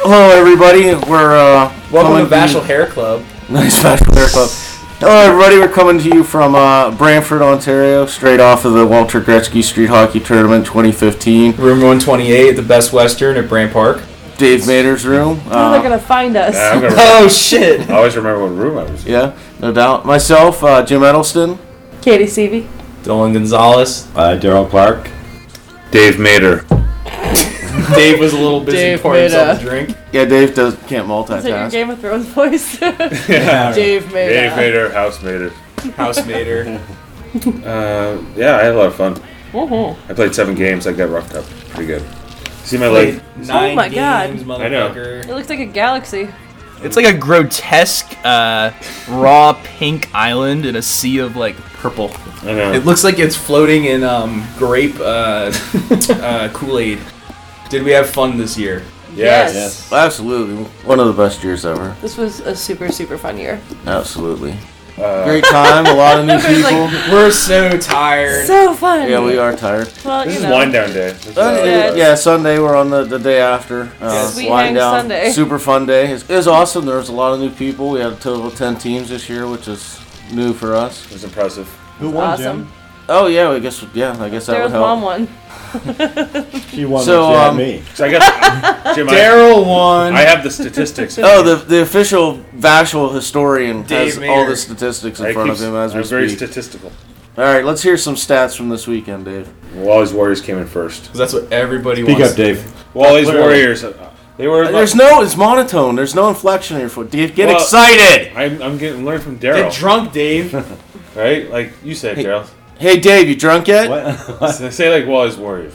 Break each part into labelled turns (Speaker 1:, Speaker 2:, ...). Speaker 1: Hello, everybody. We're uh,
Speaker 2: Welcome
Speaker 1: coming
Speaker 2: to Bashel Hair Club.
Speaker 1: Nice Bashel Hair Club. Hello, everybody. We're coming to you from uh, Brantford, Ontario, straight off of the Walter Gretzky Street Hockey Tournament 2015.
Speaker 2: Room 128 at the Best Western at Brant Park.
Speaker 1: Dave Mader's room.
Speaker 3: How they're
Speaker 1: Uh,
Speaker 3: gonna find us.
Speaker 4: Nah, I'm gonna
Speaker 2: Oh shit!
Speaker 4: I always remember what room I was in.
Speaker 1: yeah, no doubt. Myself, uh, Jim Edelston.
Speaker 3: Katie Seavey.
Speaker 2: Dolan Gonzalez.
Speaker 5: Uh, Daryl Clark.
Speaker 4: Dave Mater.
Speaker 2: Dave was a little busy
Speaker 6: Dave
Speaker 2: pouring
Speaker 6: made
Speaker 2: himself
Speaker 6: a-
Speaker 2: a drink.
Speaker 1: Yeah, Dave does can't
Speaker 3: Is that your
Speaker 1: multitask.
Speaker 3: Game of Thrones voice?
Speaker 6: Dave made
Speaker 4: Dave
Speaker 6: a-
Speaker 4: Mater, House Mater.
Speaker 2: Housemater.
Speaker 4: Uh, yeah, I had a lot of fun.
Speaker 3: Mhm.
Speaker 4: I played seven games. I got roughed up pretty good. See my
Speaker 2: Played
Speaker 4: leg?
Speaker 2: nine
Speaker 3: Oh my
Speaker 2: games,
Speaker 3: God.
Speaker 4: I know.
Speaker 2: motherfucker.
Speaker 3: It looks like a galaxy.
Speaker 7: It's like a grotesque, uh, raw pink island in a sea of like purple.
Speaker 4: I know.
Speaker 2: It looks like it's floating in um, grape uh, uh, Kool Aid. Did we have fun this year?
Speaker 4: yes.
Speaker 1: Absolutely, one of the best years ever.
Speaker 3: This was a super super fun year.
Speaker 1: Absolutely,
Speaker 4: Uh,
Speaker 1: great time. A lot of new
Speaker 3: Everybody's
Speaker 1: people.
Speaker 3: like-
Speaker 2: We're so tired.
Speaker 3: So fun.
Speaker 1: yeah, we are tired.
Speaker 3: Well,
Speaker 4: This
Speaker 3: you
Speaker 4: is
Speaker 3: know.
Speaker 4: wind down day. This is,
Speaker 1: Uh,
Speaker 3: Yeah.
Speaker 1: yeah, yeah, Sunday. We're on the, the day after. Uh,
Speaker 2: Yes.
Speaker 3: We hang
Speaker 1: wind down.
Speaker 3: Sunday.
Speaker 1: Super fun day. It was awesome. There was a lot of new people. We had a total of ten teams this year, which is new for us.
Speaker 4: It was impressive.
Speaker 5: Who won,
Speaker 3: Awesome.
Speaker 1: Oh yeah, I guess yeah, I guess that
Speaker 3: There
Speaker 1: would
Speaker 3: was mom
Speaker 1: help.
Speaker 3: one.
Speaker 5: Jim? She won.
Speaker 1: So,
Speaker 5: So,
Speaker 1: um,
Speaker 5: me.
Speaker 4: So I got Jim. I,
Speaker 2: Daryl won.
Speaker 4: I have the statistics.
Speaker 1: Oh, the the official Vashel historian
Speaker 2: Dave
Speaker 1: has
Speaker 2: Mayer.
Speaker 1: all the statistics in
Speaker 4: I
Speaker 1: front
Speaker 4: keep-
Speaker 1: of him as we
Speaker 4: I'm very
Speaker 1: speak.
Speaker 4: statistical.
Speaker 1: all right, let's hear some stats from this weekend, Dave.
Speaker 4: Wally's Warriors came in first.
Speaker 2: 'Cause That's what everybody
Speaker 5: Speak
Speaker 2: wants.
Speaker 5: up, Dave.
Speaker 4: Wally's
Speaker 5: Literally.
Speaker 4: Warriors. uh, They were. Like,
Speaker 1: There's no, it's monotone. There's no inflection in your foot. Dave, get
Speaker 4: Well-
Speaker 1: excited.
Speaker 4: I'm, I'm getting learned from
Speaker 2: Get
Speaker 4: Daryl,
Speaker 2: drunk, Dave.
Speaker 4: right? Like you said,
Speaker 1: Hey.
Speaker 4: Daryl.
Speaker 1: Hey, Dave, you drunk yet?
Speaker 5: What?
Speaker 4: Say like Wally's Warriors.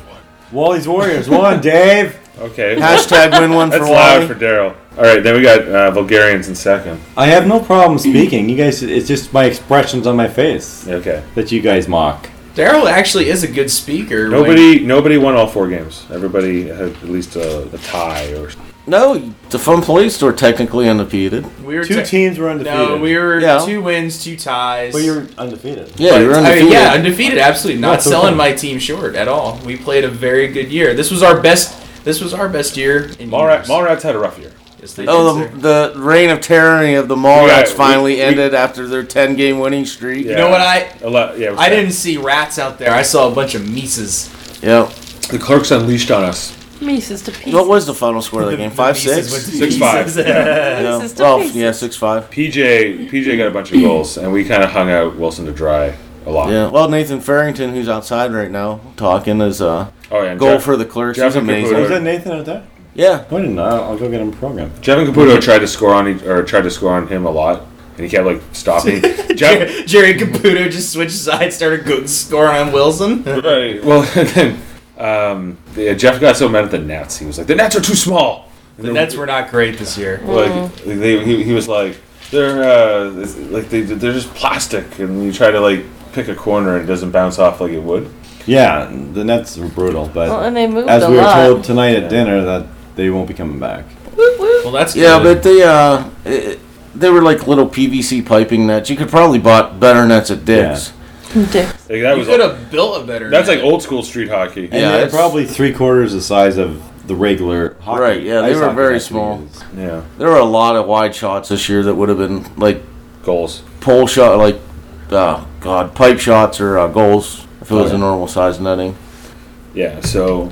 Speaker 5: Wally's Warriors won, Dave.
Speaker 4: Okay.
Speaker 1: Hashtag win one for
Speaker 4: That's loud
Speaker 1: Wally.
Speaker 4: for Daryl. All right, then we got uh, Bulgarians in second.
Speaker 5: I have no problem speaking. You guys, it's just my expressions on my face
Speaker 4: Okay.
Speaker 5: that you guys mock.
Speaker 2: Daryl actually is a good speaker. when-
Speaker 4: Nobody, nobody won all four games. Everybody had at least a, a tie or.
Speaker 1: No, the Fun Police were technically undefeated.
Speaker 2: We were
Speaker 5: Two
Speaker 2: te-
Speaker 5: teams were undefeated.
Speaker 2: No, we were
Speaker 1: Yeah.
Speaker 2: two wins, two ties.
Speaker 5: But you're undefeated.
Speaker 1: Yeah, you were
Speaker 2: I mean,
Speaker 1: undefeated.
Speaker 2: yeah, undefeated. Absolutely not
Speaker 5: That's so
Speaker 2: selling
Speaker 5: funny.
Speaker 2: my team short at all. We played a very good year. This was our best. This was our best year. In
Speaker 4: Mallrat,
Speaker 2: years.
Speaker 4: Mallrats had a rough year.
Speaker 2: Yes, they
Speaker 1: Oh,
Speaker 2: did, sir.
Speaker 1: the, the reign of tyranny of the Mallrats
Speaker 4: Yeah, we-
Speaker 1: finally
Speaker 4: we-
Speaker 1: ended after their 10 game winning streak.
Speaker 2: you
Speaker 4: Yeah.
Speaker 2: know what? I
Speaker 4: A lot, yeah. it was
Speaker 2: I
Speaker 4: bad.
Speaker 2: didn't see rats out there. I saw a bunch of mises.
Speaker 1: Yep.
Speaker 4: The clerks unleashed on us.
Speaker 3: Mises to pieces.
Speaker 1: What was the final score of the game? 5
Speaker 2: Mises
Speaker 1: 6?
Speaker 2: went to
Speaker 4: Six, five.
Speaker 2: pieces.
Speaker 1: Yeah.
Speaker 3: This is
Speaker 1: Well,
Speaker 3: defeatism.
Speaker 1: yeah, 6 5.
Speaker 4: PJ, PJ got a bunch of goals, and we kind of hung out Wilson to dry a lot.
Speaker 1: Yeah. Well, Nathan Farrington, who's outside right now talking, is uh,
Speaker 4: Oh yeah. and
Speaker 1: goal
Speaker 4: Jeff-
Speaker 1: for the clerks.
Speaker 4: Jeff
Speaker 1: He's
Speaker 4: and
Speaker 1: amazing.
Speaker 5: Was
Speaker 4: Caputo.
Speaker 5: that Nathan out there?
Speaker 1: Yeah.
Speaker 5: No, I didn't. I'll, I'll go get him programmed.
Speaker 4: Jeff and Caputo tried to score on each, or tried to score on him a lot, and he kept like stopping. Jeff.
Speaker 2: Jer- Jerry Caputo just switched sides, started go- scoring on Wilson.
Speaker 4: Right. Well, and then um, yeah, Jeff got so mad at the Nets. He was like, "The Nets are too small."
Speaker 2: The Nets were not great this year.
Speaker 4: like they, he, he was like they're uh, it's- like they they're just plastic and you try to like pick a corner and it doesn't bounce off like it would
Speaker 5: Yeah, the Nets were brutal, but
Speaker 3: Well, and they moved
Speaker 5: as
Speaker 3: a
Speaker 5: we were
Speaker 3: lot.
Speaker 5: told tonight at dinner that they won't be coming back.
Speaker 2: Well, that's
Speaker 1: Yeah,
Speaker 2: good.
Speaker 1: but they, uh, it, they were like little PVC piping nets. You could probably bought better nets at Dick's.
Speaker 3: Dicks.
Speaker 4: like that
Speaker 2: you
Speaker 4: was
Speaker 2: could have built a better.
Speaker 4: that's
Speaker 2: net.
Speaker 4: like old school street hockey
Speaker 5: And
Speaker 1: Yeah,
Speaker 5: they're
Speaker 1: it's-
Speaker 5: probably three quarters the size of the regular hockey.
Speaker 1: Right, yeah, they
Speaker 5: ice
Speaker 1: were
Speaker 5: hockey
Speaker 1: very
Speaker 5: actually
Speaker 1: small.
Speaker 5: is.
Speaker 4: yeah
Speaker 1: There were a lot of wide shots this year that would have been like
Speaker 4: goals
Speaker 1: pole shot, like, uh, God, pipe shots or uh, goals if it was
Speaker 5: yeah.
Speaker 1: a normal size netting.
Speaker 4: yeah so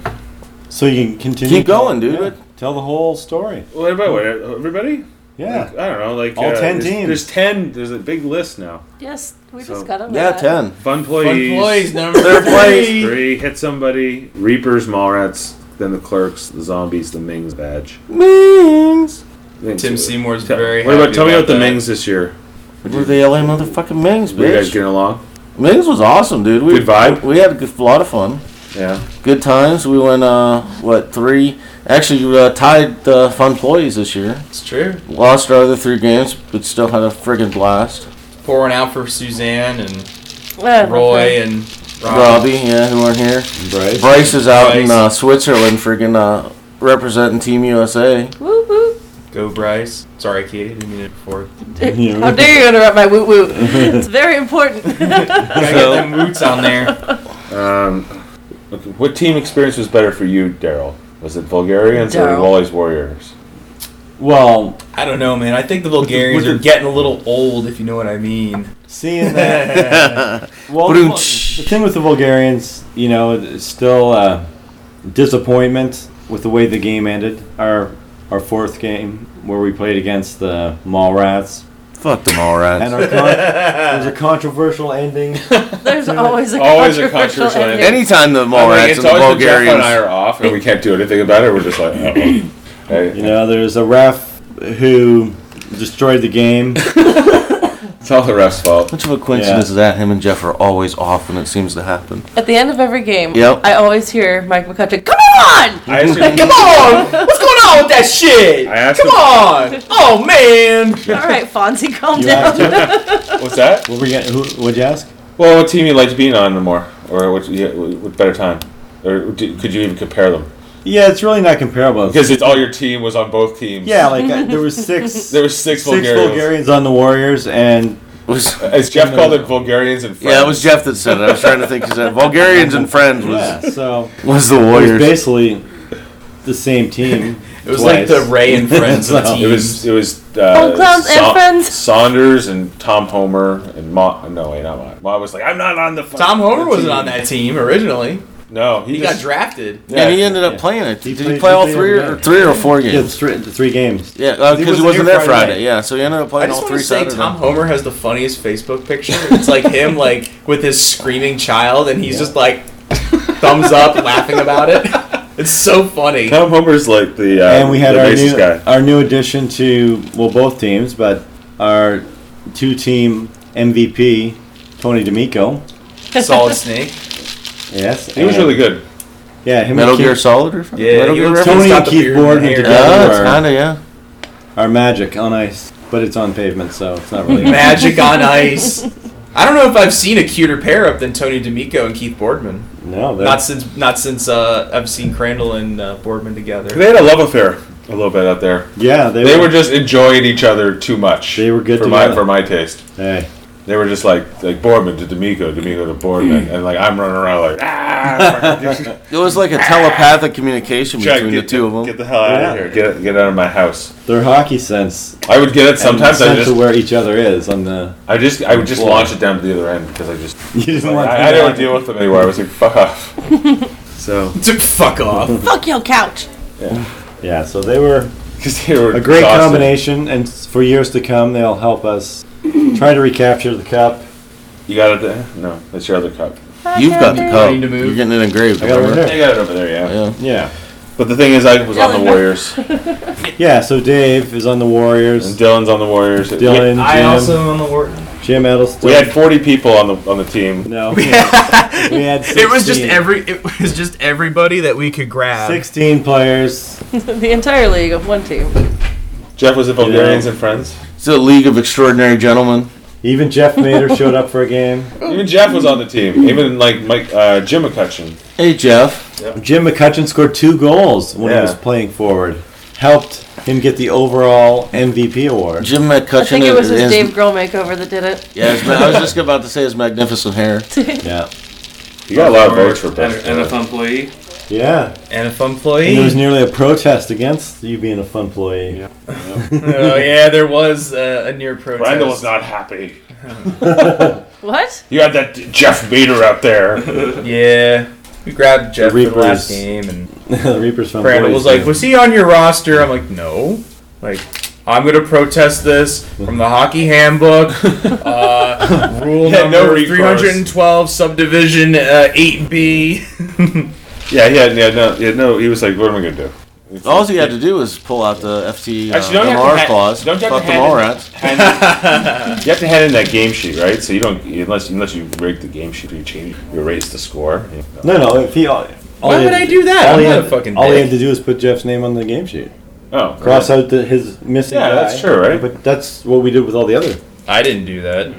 Speaker 5: So you can continue.
Speaker 1: Keep going, dude.
Speaker 5: Yeah, tell the whole story.
Speaker 4: what about what, everybody
Speaker 5: Yeah.
Speaker 4: Like, i don't know like uh,
Speaker 5: All 10
Speaker 4: there's,
Speaker 5: teams.
Speaker 4: there's 10 there's a big list now
Speaker 3: Yes, we
Speaker 4: So-
Speaker 3: just got them.
Speaker 1: Yeah, 10.
Speaker 4: fun
Speaker 2: Fun
Speaker 4: plays,
Speaker 2: boys, number
Speaker 1: Third place.
Speaker 2: three.
Speaker 4: three hit somebody reapers mallrats then the clerks the zombies the mings badge
Speaker 1: Mings!
Speaker 4: Mings.
Speaker 2: Tim Seymour's
Speaker 4: Tell-
Speaker 2: very.
Speaker 4: what about
Speaker 2: happy
Speaker 4: tell me about the
Speaker 2: that.
Speaker 4: mings this year
Speaker 1: We're the LA motherfucking Mings,
Speaker 4: were you guys
Speaker 1: bitch.
Speaker 4: getting along
Speaker 1: Mings was awesome, dude. We,
Speaker 4: Good vibe?
Speaker 1: We had a good, lot of fun.
Speaker 4: yeah
Speaker 1: Good times. We went, uh, what, three? Actually, we uh, tied the fun employees this year.
Speaker 2: It's true.
Speaker 1: Lost our other three games, but still had a friggin' blast.
Speaker 2: Pour one out for Suzanne and
Speaker 3: Yeah,
Speaker 2: Roy and Rob.
Speaker 1: Robbie, yeah, who weren't here.
Speaker 5: Bryce.
Speaker 1: Bryce is out in
Speaker 2: Bryce.
Speaker 1: uh, Switzerland, friggin' uh, representing Team USA.
Speaker 3: Woo woo.
Speaker 2: Go Bryce. Sorry, Katie. Didn't mean it before.
Speaker 5: Yeah.
Speaker 3: How dare you interrupt my woo woo? it's very important.
Speaker 2: Gotta get them roots on there.
Speaker 4: Um, what team experience was better for you, Daryl? Was it Bulgarians
Speaker 3: Daryl.
Speaker 4: or Wally's Warriors?
Speaker 5: Well,
Speaker 2: I don't know, man. I think the Bulgarians
Speaker 5: with the-
Speaker 2: are getting a little old, if you know what I mean.
Speaker 5: seeing that. Well, the,
Speaker 1: Brunch.
Speaker 5: the thing with the Bulgarians, you know, it's still uh, disappointment with the way the game ended. Our our fourth game where we played against the Mallrats,
Speaker 1: Fuck them all right.
Speaker 5: and our con- it was a controversial ending.
Speaker 3: There's always a
Speaker 4: Always a
Speaker 3: controversial
Speaker 4: controversial
Speaker 3: ending.
Speaker 1: Anytime the
Speaker 4: Oh, I mean,
Speaker 1: Mallrats
Speaker 4: it's
Speaker 1: and the
Speaker 4: always when Jeff and I
Speaker 1: Bulgarians.
Speaker 4: are off, and we can't do anything about it. We're just like, oh. hey,
Speaker 5: You know, there's a ref who destroyed the game.
Speaker 4: it's all the ref's fault.
Speaker 1: Much of a coincidence is that him and Jeff are always off when it seems to happen.
Speaker 3: At the end of every game,
Speaker 1: Yep.
Speaker 3: I always hear Mike McCutcheon, come on!
Speaker 4: I assume,
Speaker 2: Come on! What's going on with that shit?
Speaker 4: I asked
Speaker 2: Come on! Oh man!
Speaker 3: All right, Fonzie, calm
Speaker 5: You
Speaker 3: down.
Speaker 5: asked him,
Speaker 4: what's that?
Speaker 5: what were you, who, what'd you ask?
Speaker 4: Well, what team you liked being on the more, or what, yeah, what better time, or do, could you even compare them?
Speaker 5: Yeah, it's really not comparable.
Speaker 4: Because it's all your team was on both teams.
Speaker 5: yeah, like I, there was six.
Speaker 4: there were six,
Speaker 5: six
Speaker 4: Bulgarians.
Speaker 5: Bulgarians on the Warriors, and
Speaker 1: Was
Speaker 4: As Jeff called it, Bulgarians and friends.
Speaker 1: yeah, it was Jeff that said it. I was trying to think. He said Bulgarians and friends was
Speaker 5: yeah, so
Speaker 1: was the
Speaker 5: it was
Speaker 1: Warriors.
Speaker 5: basically the same team.
Speaker 2: It was
Speaker 5: twice.
Speaker 2: like the Ray and Friends
Speaker 5: So,
Speaker 2: of the team.
Speaker 4: It was it was uh,
Speaker 3: Old clowns and friends.
Speaker 4: Saunders and Tom Homer and Ma. No, wait, not Ma. Ma was like, I'm not on the. fu-
Speaker 2: Tom Homer
Speaker 4: the
Speaker 2: wasn't
Speaker 4: team."
Speaker 2: on that team originally.
Speaker 4: No,
Speaker 2: He got
Speaker 4: just-
Speaker 2: drafted.
Speaker 4: Yeah,
Speaker 1: and he ended up
Speaker 5: yeah.
Speaker 1: playing it.
Speaker 5: He
Speaker 1: Did he
Speaker 5: played-
Speaker 1: play
Speaker 5: he
Speaker 1: all
Speaker 5: played
Speaker 1: three
Speaker 5: every
Speaker 1: or
Speaker 5: game.
Speaker 1: three or four
Speaker 5: Yeah, it's
Speaker 1: games?
Speaker 5: three, the three games.
Speaker 1: Yeah, because
Speaker 5: He
Speaker 1: he, wasn't,
Speaker 5: wasn't here
Speaker 1: there
Speaker 5: Friday
Speaker 1: Friday.
Speaker 5: night.
Speaker 1: Yeah, so he ended up
Speaker 2: I
Speaker 1: playing
Speaker 2: just
Speaker 1: all
Speaker 2: want
Speaker 1: three
Speaker 2: to say
Speaker 1: Saturday.
Speaker 2: Tom Homer has the funniest Facebook picture. It's like him, like with his screaming child, and he's just like thumbs up, laughing about it. It's so funny.
Speaker 4: Tom Homer's like the. Uh,
Speaker 5: and we had
Speaker 4: the
Speaker 5: our
Speaker 4: nicest
Speaker 5: new
Speaker 4: guy.
Speaker 5: our new addition to well both teams, but our two team MVP Tony D'Amico.
Speaker 2: Solid Snake.
Speaker 5: Yes,
Speaker 4: He was
Speaker 5: and-
Speaker 4: really good.
Speaker 5: Yeah, him
Speaker 1: Metal
Speaker 5: and
Speaker 1: Gear
Speaker 5: Keith,
Speaker 1: Solid or something?
Speaker 2: Yeah,
Speaker 1: Metal
Speaker 2: he
Speaker 1: Gear
Speaker 2: looks-
Speaker 1: reference?
Speaker 5: Tony
Speaker 2: Stop
Speaker 5: and
Speaker 2: the
Speaker 5: Keith
Speaker 2: beard
Speaker 5: Gordon
Speaker 2: in the hair.
Speaker 1: Yeah, it's
Speaker 5: together are,
Speaker 1: kind of yeah.
Speaker 5: are magic on ice, but it's on pavement, so it's not really.
Speaker 2: Magic on Ice. I don't know if I've seen a cuter pair up than Tony D'Amico and Keith Boardman.
Speaker 5: no, they're-
Speaker 2: Not since not since uh, I've seen Crandall and uh, Boardman together.
Speaker 4: They had a love affair a little bit out there.
Speaker 5: yeah, they,
Speaker 4: They
Speaker 5: were.
Speaker 4: were just enjoying each other too much.
Speaker 5: They were good
Speaker 4: for my
Speaker 5: together.
Speaker 4: for my taste.
Speaker 5: hey,
Speaker 4: They were just like like Boardman to D'Amico, D'Amico to Boardman,
Speaker 5: Hmm.
Speaker 4: and like I'm running around like ah,
Speaker 1: It was like a telepathic communication
Speaker 4: trying to
Speaker 1: between the
Speaker 4: get,
Speaker 1: two of them.
Speaker 4: get the hell out
Speaker 5: Yeah.
Speaker 4: of here, get get out of my house.
Speaker 5: their hockey sense.
Speaker 4: I would get it
Speaker 5: and
Speaker 4: sometimes.
Speaker 5: sense
Speaker 4: I just
Speaker 5: of where each other is on the.
Speaker 4: I just I would just
Speaker 5: Whoa.
Speaker 4: launch it down to the other end because I just
Speaker 5: You didn't want.
Speaker 4: I, I didn't deal with them anymore. I was like fuck off.
Speaker 5: So
Speaker 2: Fuck off.
Speaker 3: Fuck your couch.
Speaker 5: yeah, so they were
Speaker 4: Because they were
Speaker 5: a great
Speaker 4: exhausted.
Speaker 5: combination, and s- for years to come, they'll help us try to recapture the cup.
Speaker 4: You got it there? No, that's your other cup.
Speaker 1: You've got the cup.
Speaker 2: Ready to move.
Speaker 1: You're getting it engraved.
Speaker 5: I got it right
Speaker 1: remember?
Speaker 5: there.
Speaker 4: I got it over there, yeah.
Speaker 1: Yeah.
Speaker 5: Yeah,
Speaker 4: But the thing is, I was on the
Speaker 3: Dylan.
Speaker 4: Warriors,
Speaker 5: yeah. So Dave is on the
Speaker 4: and
Speaker 5: Warriors.
Speaker 4: Dylan's on the Warriors.
Speaker 5: Dylan,
Speaker 2: I
Speaker 5: Jim,
Speaker 2: also am on the war.
Speaker 5: Jim Edelston.
Speaker 4: We, we had 40 people on the on the team.
Speaker 5: no. We had, we had 16,
Speaker 8: It was just every. It was just everybody that we could grab.
Speaker 5: sixteen players.
Speaker 3: the entire league of one team.
Speaker 4: Jeff was at Bulgarians and friends.
Speaker 1: It's a league of extraordinary gentlemen.
Speaker 5: Even Jeff Mater showed up for a game.
Speaker 4: Even Jeff was on the team. Even like Mike uh, Jim McCutcheon.
Speaker 1: Hey Jeff,
Speaker 5: Jim McCutcheon scored two goals when
Speaker 4: Yeah.
Speaker 5: he was playing forward. Helped him get the overall MVP award.
Speaker 1: Jim
Speaker 3: I
Speaker 1: McCutcheon.
Speaker 3: think it was his
Speaker 1: is-
Speaker 3: Dave Grohl makeover that did it.
Speaker 1: Yeah, his, I was just about to say his magnificent hair.
Speaker 5: Yeah,
Speaker 4: You got a lot of votes for
Speaker 9: an
Speaker 4: best. player.
Speaker 9: NFL employee.
Speaker 5: yeah.
Speaker 2: And a fun
Speaker 5: And there
Speaker 2: employee.
Speaker 5: was nearly a protest against you being a fun employee.
Speaker 2: oh yeah, there was uh, a near protest.
Speaker 4: Randall was not happy.
Speaker 3: What?
Speaker 4: You had that Jeff Bader out there.
Speaker 2: Yeah, we grabbed Jeff for the
Speaker 5: Reapers.
Speaker 2: last game, and
Speaker 5: the Reapers from
Speaker 2: Crandall was
Speaker 5: Boise.
Speaker 2: like, "Was he on your roster?" I'm like, "No." Like, I'm gonna protest this from the hockey handbook, uh, rule
Speaker 4: Yeah, no
Speaker 2: number
Speaker 4: recourse.
Speaker 2: 312, subdivision uh, 8B.
Speaker 4: yeah, he had, he had no, he had no. He was like, what am I gonna do? It's-
Speaker 1: All he had to do was pull out the FT uh,
Speaker 4: Actually, don't you have to
Speaker 1: MR
Speaker 4: ha-
Speaker 1: clause.
Speaker 4: don't you
Speaker 1: fuck
Speaker 4: have to
Speaker 1: them
Speaker 4: hand
Speaker 1: all
Speaker 4: it-
Speaker 1: rats.
Speaker 4: You have to hand in that game sheet, right? So you don't unless unless you break the game sheet or you change you erase the score.
Speaker 5: No, no. If he, all, all he
Speaker 2: would
Speaker 5: had
Speaker 2: I
Speaker 5: to-
Speaker 2: do that?
Speaker 5: All,
Speaker 2: I'm
Speaker 5: he,
Speaker 2: not
Speaker 5: had,
Speaker 2: a fucking
Speaker 5: all he
Speaker 2: dick.
Speaker 5: had to do was put Jeff's name on the game sheet,
Speaker 4: Oh,
Speaker 5: cross out the, his missing.
Speaker 4: Yeah, that's
Speaker 5: guy.
Speaker 4: true, right?
Speaker 5: But that's what we did with all the other.
Speaker 2: I didn't do that.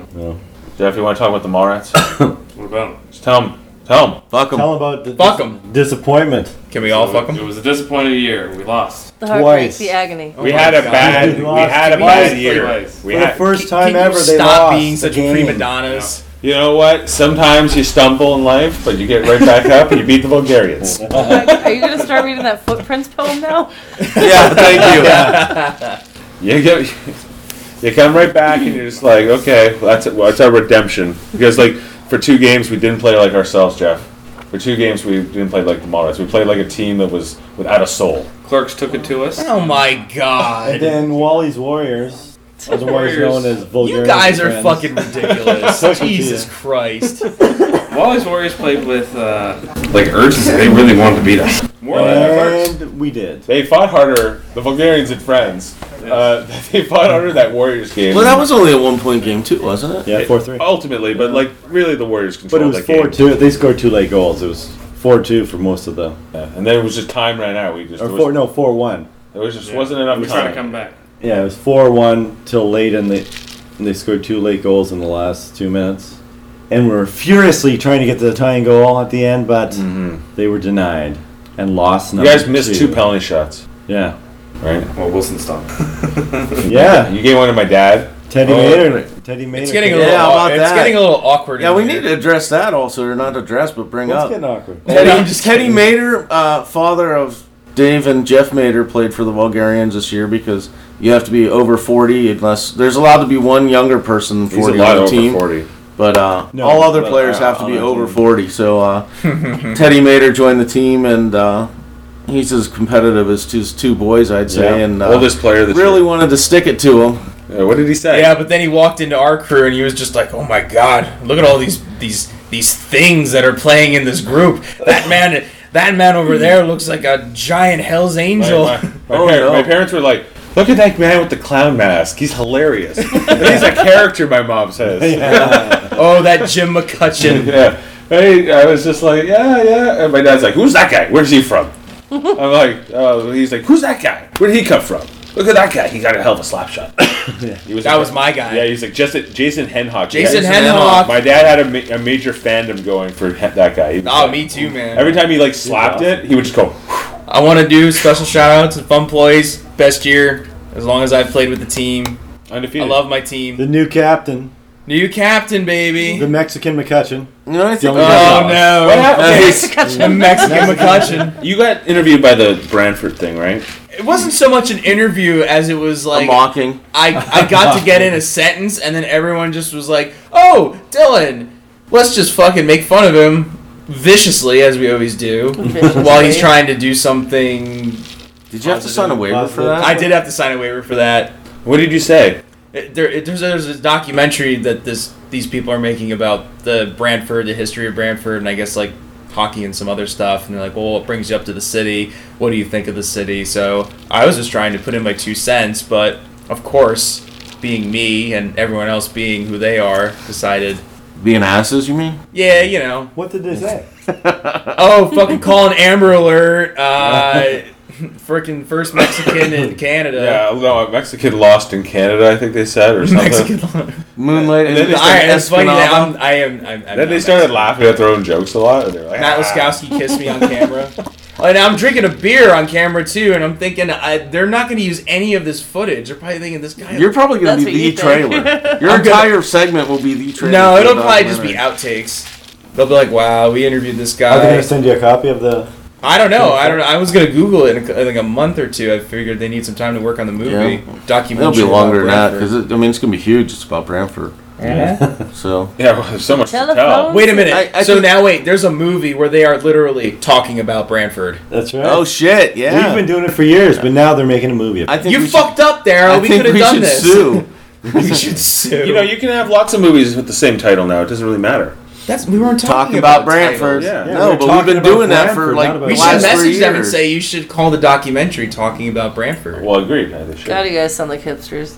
Speaker 4: Jeff, you want to talk about the Mallrats?
Speaker 9: What about him?
Speaker 4: Just tell him. Tell him.
Speaker 1: Fuck them.
Speaker 5: Tell about the
Speaker 2: Fuck 'em.
Speaker 5: disappointment.
Speaker 2: Can we all fuck him?
Speaker 9: It was a disappointing year. We lost.
Speaker 3: The heartbreak,
Speaker 5: Twice.
Speaker 3: the agony.
Speaker 5: Oh
Speaker 4: we had a
Speaker 2: God.
Speaker 4: bad.
Speaker 5: We
Speaker 4: We
Speaker 5: lost
Speaker 4: had a
Speaker 5: twice.
Speaker 4: bad year.
Speaker 9: Twice.
Speaker 4: We
Speaker 5: for the
Speaker 4: had.
Speaker 5: first time
Speaker 2: Can you
Speaker 5: ever, they
Speaker 2: stop
Speaker 5: lost
Speaker 2: being
Speaker 5: the
Speaker 2: such
Speaker 5: game.
Speaker 2: prima donnas.
Speaker 4: You know what? Sometimes you stumble in life, but you get right back up and you beat the Bulgarians.
Speaker 3: Like, are you gonna start reading that footprints poem now?
Speaker 1: Yeah, thank you.
Speaker 4: You get, you come right back and you're just like, okay, well, that's well, that's our redemption because like for two games we didn't play like ourselves, Jeff. For two games we didn't play like the Mallrats. We played like a team that was without a soul.
Speaker 9: Clerks took it to us.
Speaker 2: Oh my god.
Speaker 5: And then Wally's Warriors, otherwise known as Bulgarian
Speaker 2: You guys are
Speaker 5: friends.
Speaker 2: fucking ridiculous. Jesus Christ.
Speaker 9: Wally's Warriors played with uh, like urgency. They really wanted to beat us. More than ever.
Speaker 5: And we did.
Speaker 4: They fought harder. The Bulgarians and friends. Uh, they fought harder that Warriors game.
Speaker 1: Well, that was only a one point game, too, wasn't it?
Speaker 5: Yeah, four three.
Speaker 4: ultimately, but like really the Warriors
Speaker 5: But oh, it
Speaker 4: controlled
Speaker 5: was
Speaker 4: that game.
Speaker 5: four two. They scored two late goals. It was four two for most of the.
Speaker 4: Yeah, and then it was just time ran out. We just
Speaker 5: Or
Speaker 4: there
Speaker 5: four
Speaker 4: was,
Speaker 5: no four one.
Speaker 4: there was just wasn't enough
Speaker 9: We tried
Speaker 4: time.
Speaker 9: to come back.
Speaker 5: Yeah, it was four one till late, and they and they scored two late goals in the last two minutes, and were furiously trying to get the tying goal at the end, but they were denied and lost.
Speaker 4: you guys missed two penalty shots,
Speaker 5: Yeah,
Speaker 4: right?
Speaker 9: Well, Wilson stopped.
Speaker 5: yeah.
Speaker 4: You gave one to my dad.
Speaker 5: Teddy
Speaker 4: Oh,
Speaker 5: Mater. Teddy Mater.
Speaker 2: It's getting a
Speaker 1: Yeah,
Speaker 2: little
Speaker 1: how about
Speaker 2: it's
Speaker 1: that?
Speaker 2: getting a little awkward.
Speaker 1: Yeah,
Speaker 2: in
Speaker 1: we
Speaker 2: here.
Speaker 1: need to address that also, or not address, but bring
Speaker 5: It's
Speaker 1: up.
Speaker 5: getting awkward.
Speaker 1: Teddy,
Speaker 2: I'm just
Speaker 1: Teddy Mater, uh, father of Dave and Jeff Mater, played for the Bulgarians this year because you have to be over 40 unless there's allowed to be one younger person than
Speaker 4: He's
Speaker 1: 40
Speaker 4: a
Speaker 1: on
Speaker 4: lot
Speaker 1: the
Speaker 4: over
Speaker 1: team.
Speaker 4: forty.
Speaker 1: But uh,
Speaker 5: No,
Speaker 1: all other
Speaker 5: but,
Speaker 1: players
Speaker 5: uh,
Speaker 1: have to
Speaker 5: on
Speaker 1: be
Speaker 5: the
Speaker 1: over
Speaker 5: team.
Speaker 1: 40. So uh, Teddy Mater joined the team, and uh, he's as competitive as his two boys, I'd say.
Speaker 5: Yeah.
Speaker 1: And uh,
Speaker 4: Oldest player this
Speaker 1: really wanted to stick it to him.
Speaker 4: year. Uh, what did he say?
Speaker 2: Yeah, but then he walked into our crew and he was just like, "Oh my god, look at all these these these things that are playing in this group. That man, that man over there looks like a giant Hell's
Speaker 4: My,
Speaker 2: Angel."
Speaker 4: my, my
Speaker 1: Oh,
Speaker 4: par-
Speaker 1: no.
Speaker 4: my parents were like, "Look at that man with the clown mask. He's hilarious. And he's a character." My mom says.
Speaker 2: oh, that Jim McCutcheon.
Speaker 4: yeah. Hey, I was just like, yeah, yeah. And my dad's like, who's that guy? Where's he from? I'm like, oh, he's like, who's that guy? Where did he come from? Look at that guy. He got a hell of a slap shot. He
Speaker 2: That was my guy.
Speaker 4: Yeah, he's like Jason, Jason Henhock.
Speaker 2: Jason
Speaker 4: yeah,
Speaker 2: Henhock.
Speaker 4: My dad had a, ma- a major fandom going for he- that guy. He was
Speaker 2: Oh,
Speaker 4: like-
Speaker 2: me too, man.
Speaker 4: Every time he like slapped it, he would just go.
Speaker 2: I want to do special shout outs and fun ploys. Best year, as long as I've played with the team. I
Speaker 4: Undefeated.
Speaker 2: love my team.
Speaker 5: The new captain,
Speaker 2: New captain, baby.
Speaker 5: the Mexican McCutcheon.
Speaker 1: You know, I think. uh,
Speaker 5: Don't-
Speaker 2: Oh
Speaker 4: What
Speaker 2: no,
Speaker 4: happened? Okay,
Speaker 2: the Mexican McCutcheon.
Speaker 4: you got interviewed by the Branford thing, right?
Speaker 2: It wasn't so much an interview as it was
Speaker 1: a
Speaker 2: like
Speaker 1: mocking.
Speaker 2: I, I got to get in a sentence, and then everyone just was like, "Oh, Dylan, let's just fucking make fun of him viciously as we always do while he's trying to do something."
Speaker 1: Did you have to sign a waiver for
Speaker 5: Positive.
Speaker 1: that?
Speaker 2: I did have to sign a waiver for that.
Speaker 4: What did you say?
Speaker 2: It- there, it, there's, there's a documentary that this these people are making about the Brantford, the history of Brantford, and I guess like hockey and some other stuff. And they're like, "Well, what brings you up to the city? What do you think of the city?" So I was just trying to put in my two cents, but of course, being me and everyone else being who they are, decided,
Speaker 1: Being asses, you mean?
Speaker 2: yeah, you know,
Speaker 5: What did they say?
Speaker 2: oh fucking call an Amber Alert, uh, freaking first Mexican in Canada,
Speaker 4: Yeah, no, a Mexican lost in Canada, I think they said, or something.
Speaker 2: Mexican.
Speaker 1: Moonlight and,
Speaker 4: then they
Speaker 2: All right, it's funny that
Speaker 1: Esplanada.
Speaker 2: I'm, I am. I'm, I'm
Speaker 4: Then they
Speaker 2: not
Speaker 4: started laughing at their own jokes a lot. and they were like,
Speaker 2: Matt
Speaker 4: "Ah."
Speaker 2: Laskowski kissed me on camera. And I'm drinking a beer on camera too, and I'm thinking I, they're not going to use any of this footage. They're probably thinking this guy.
Speaker 1: You're probably gonna
Speaker 3: That's what
Speaker 1: be
Speaker 3: you
Speaker 1: the
Speaker 3: think.
Speaker 1: trailer. Your
Speaker 2: I'm gonna-
Speaker 1: entire segment will be the trailer.
Speaker 2: no,
Speaker 1: for
Speaker 2: it'll
Speaker 1: the
Speaker 2: probably just be
Speaker 1: documentary.
Speaker 2: outtakes. They'll be like, "Wow, we interviewed this
Speaker 5: Are they gonna
Speaker 2: guy."
Speaker 5: send you a copy of the?
Speaker 2: I don't know. I don't. know. I was going to Google it in a- like a month or two. I figured they need some time to work on the movie
Speaker 1: Yeah.
Speaker 2: documentary.
Speaker 1: It'll be longer than
Speaker 2: about
Speaker 1: that
Speaker 2: Bradford.
Speaker 1: because I mean it's gonna be huge. It's about Brantford,
Speaker 5: Uh-huh.
Speaker 1: so
Speaker 4: Yeah, well, there's so much to
Speaker 3: Telephone?
Speaker 4: tell.
Speaker 2: Wait a minute.
Speaker 1: I- I
Speaker 2: so
Speaker 1: think-
Speaker 2: now, wait. There's a movie where they are literally talking about Branford.
Speaker 5: That's right.
Speaker 1: oh shit, yeah.
Speaker 5: We've been doing it for years, but now they're making a movie. Of it.
Speaker 1: I think
Speaker 2: You
Speaker 1: we should-
Speaker 2: fucked up,
Speaker 1: I
Speaker 2: Daryl. We
Speaker 1: think
Speaker 2: could have
Speaker 1: we
Speaker 2: done
Speaker 1: should
Speaker 2: this.
Speaker 1: sue.
Speaker 2: we should sue.
Speaker 4: You know, you can have lots of movies with the same title now. It doesn't really matter.
Speaker 2: That's we weren't
Speaker 1: Talking
Speaker 2: talking
Speaker 1: about
Speaker 2: titles.
Speaker 1: Brantford.
Speaker 4: Yeah. Yeah,
Speaker 1: no,
Speaker 5: we're
Speaker 1: but we've
Speaker 5: talking
Speaker 1: been
Speaker 5: about
Speaker 1: doing that for
Speaker 5: Brantford,
Speaker 1: like
Speaker 5: not
Speaker 1: the
Speaker 5: about
Speaker 2: We
Speaker 1: last
Speaker 2: should message
Speaker 1: three
Speaker 2: them and
Speaker 1: years.
Speaker 2: say you should call the documentary talking about Brantford.
Speaker 4: Well, agreed. I should.
Speaker 3: God, you guys sound like hipsters.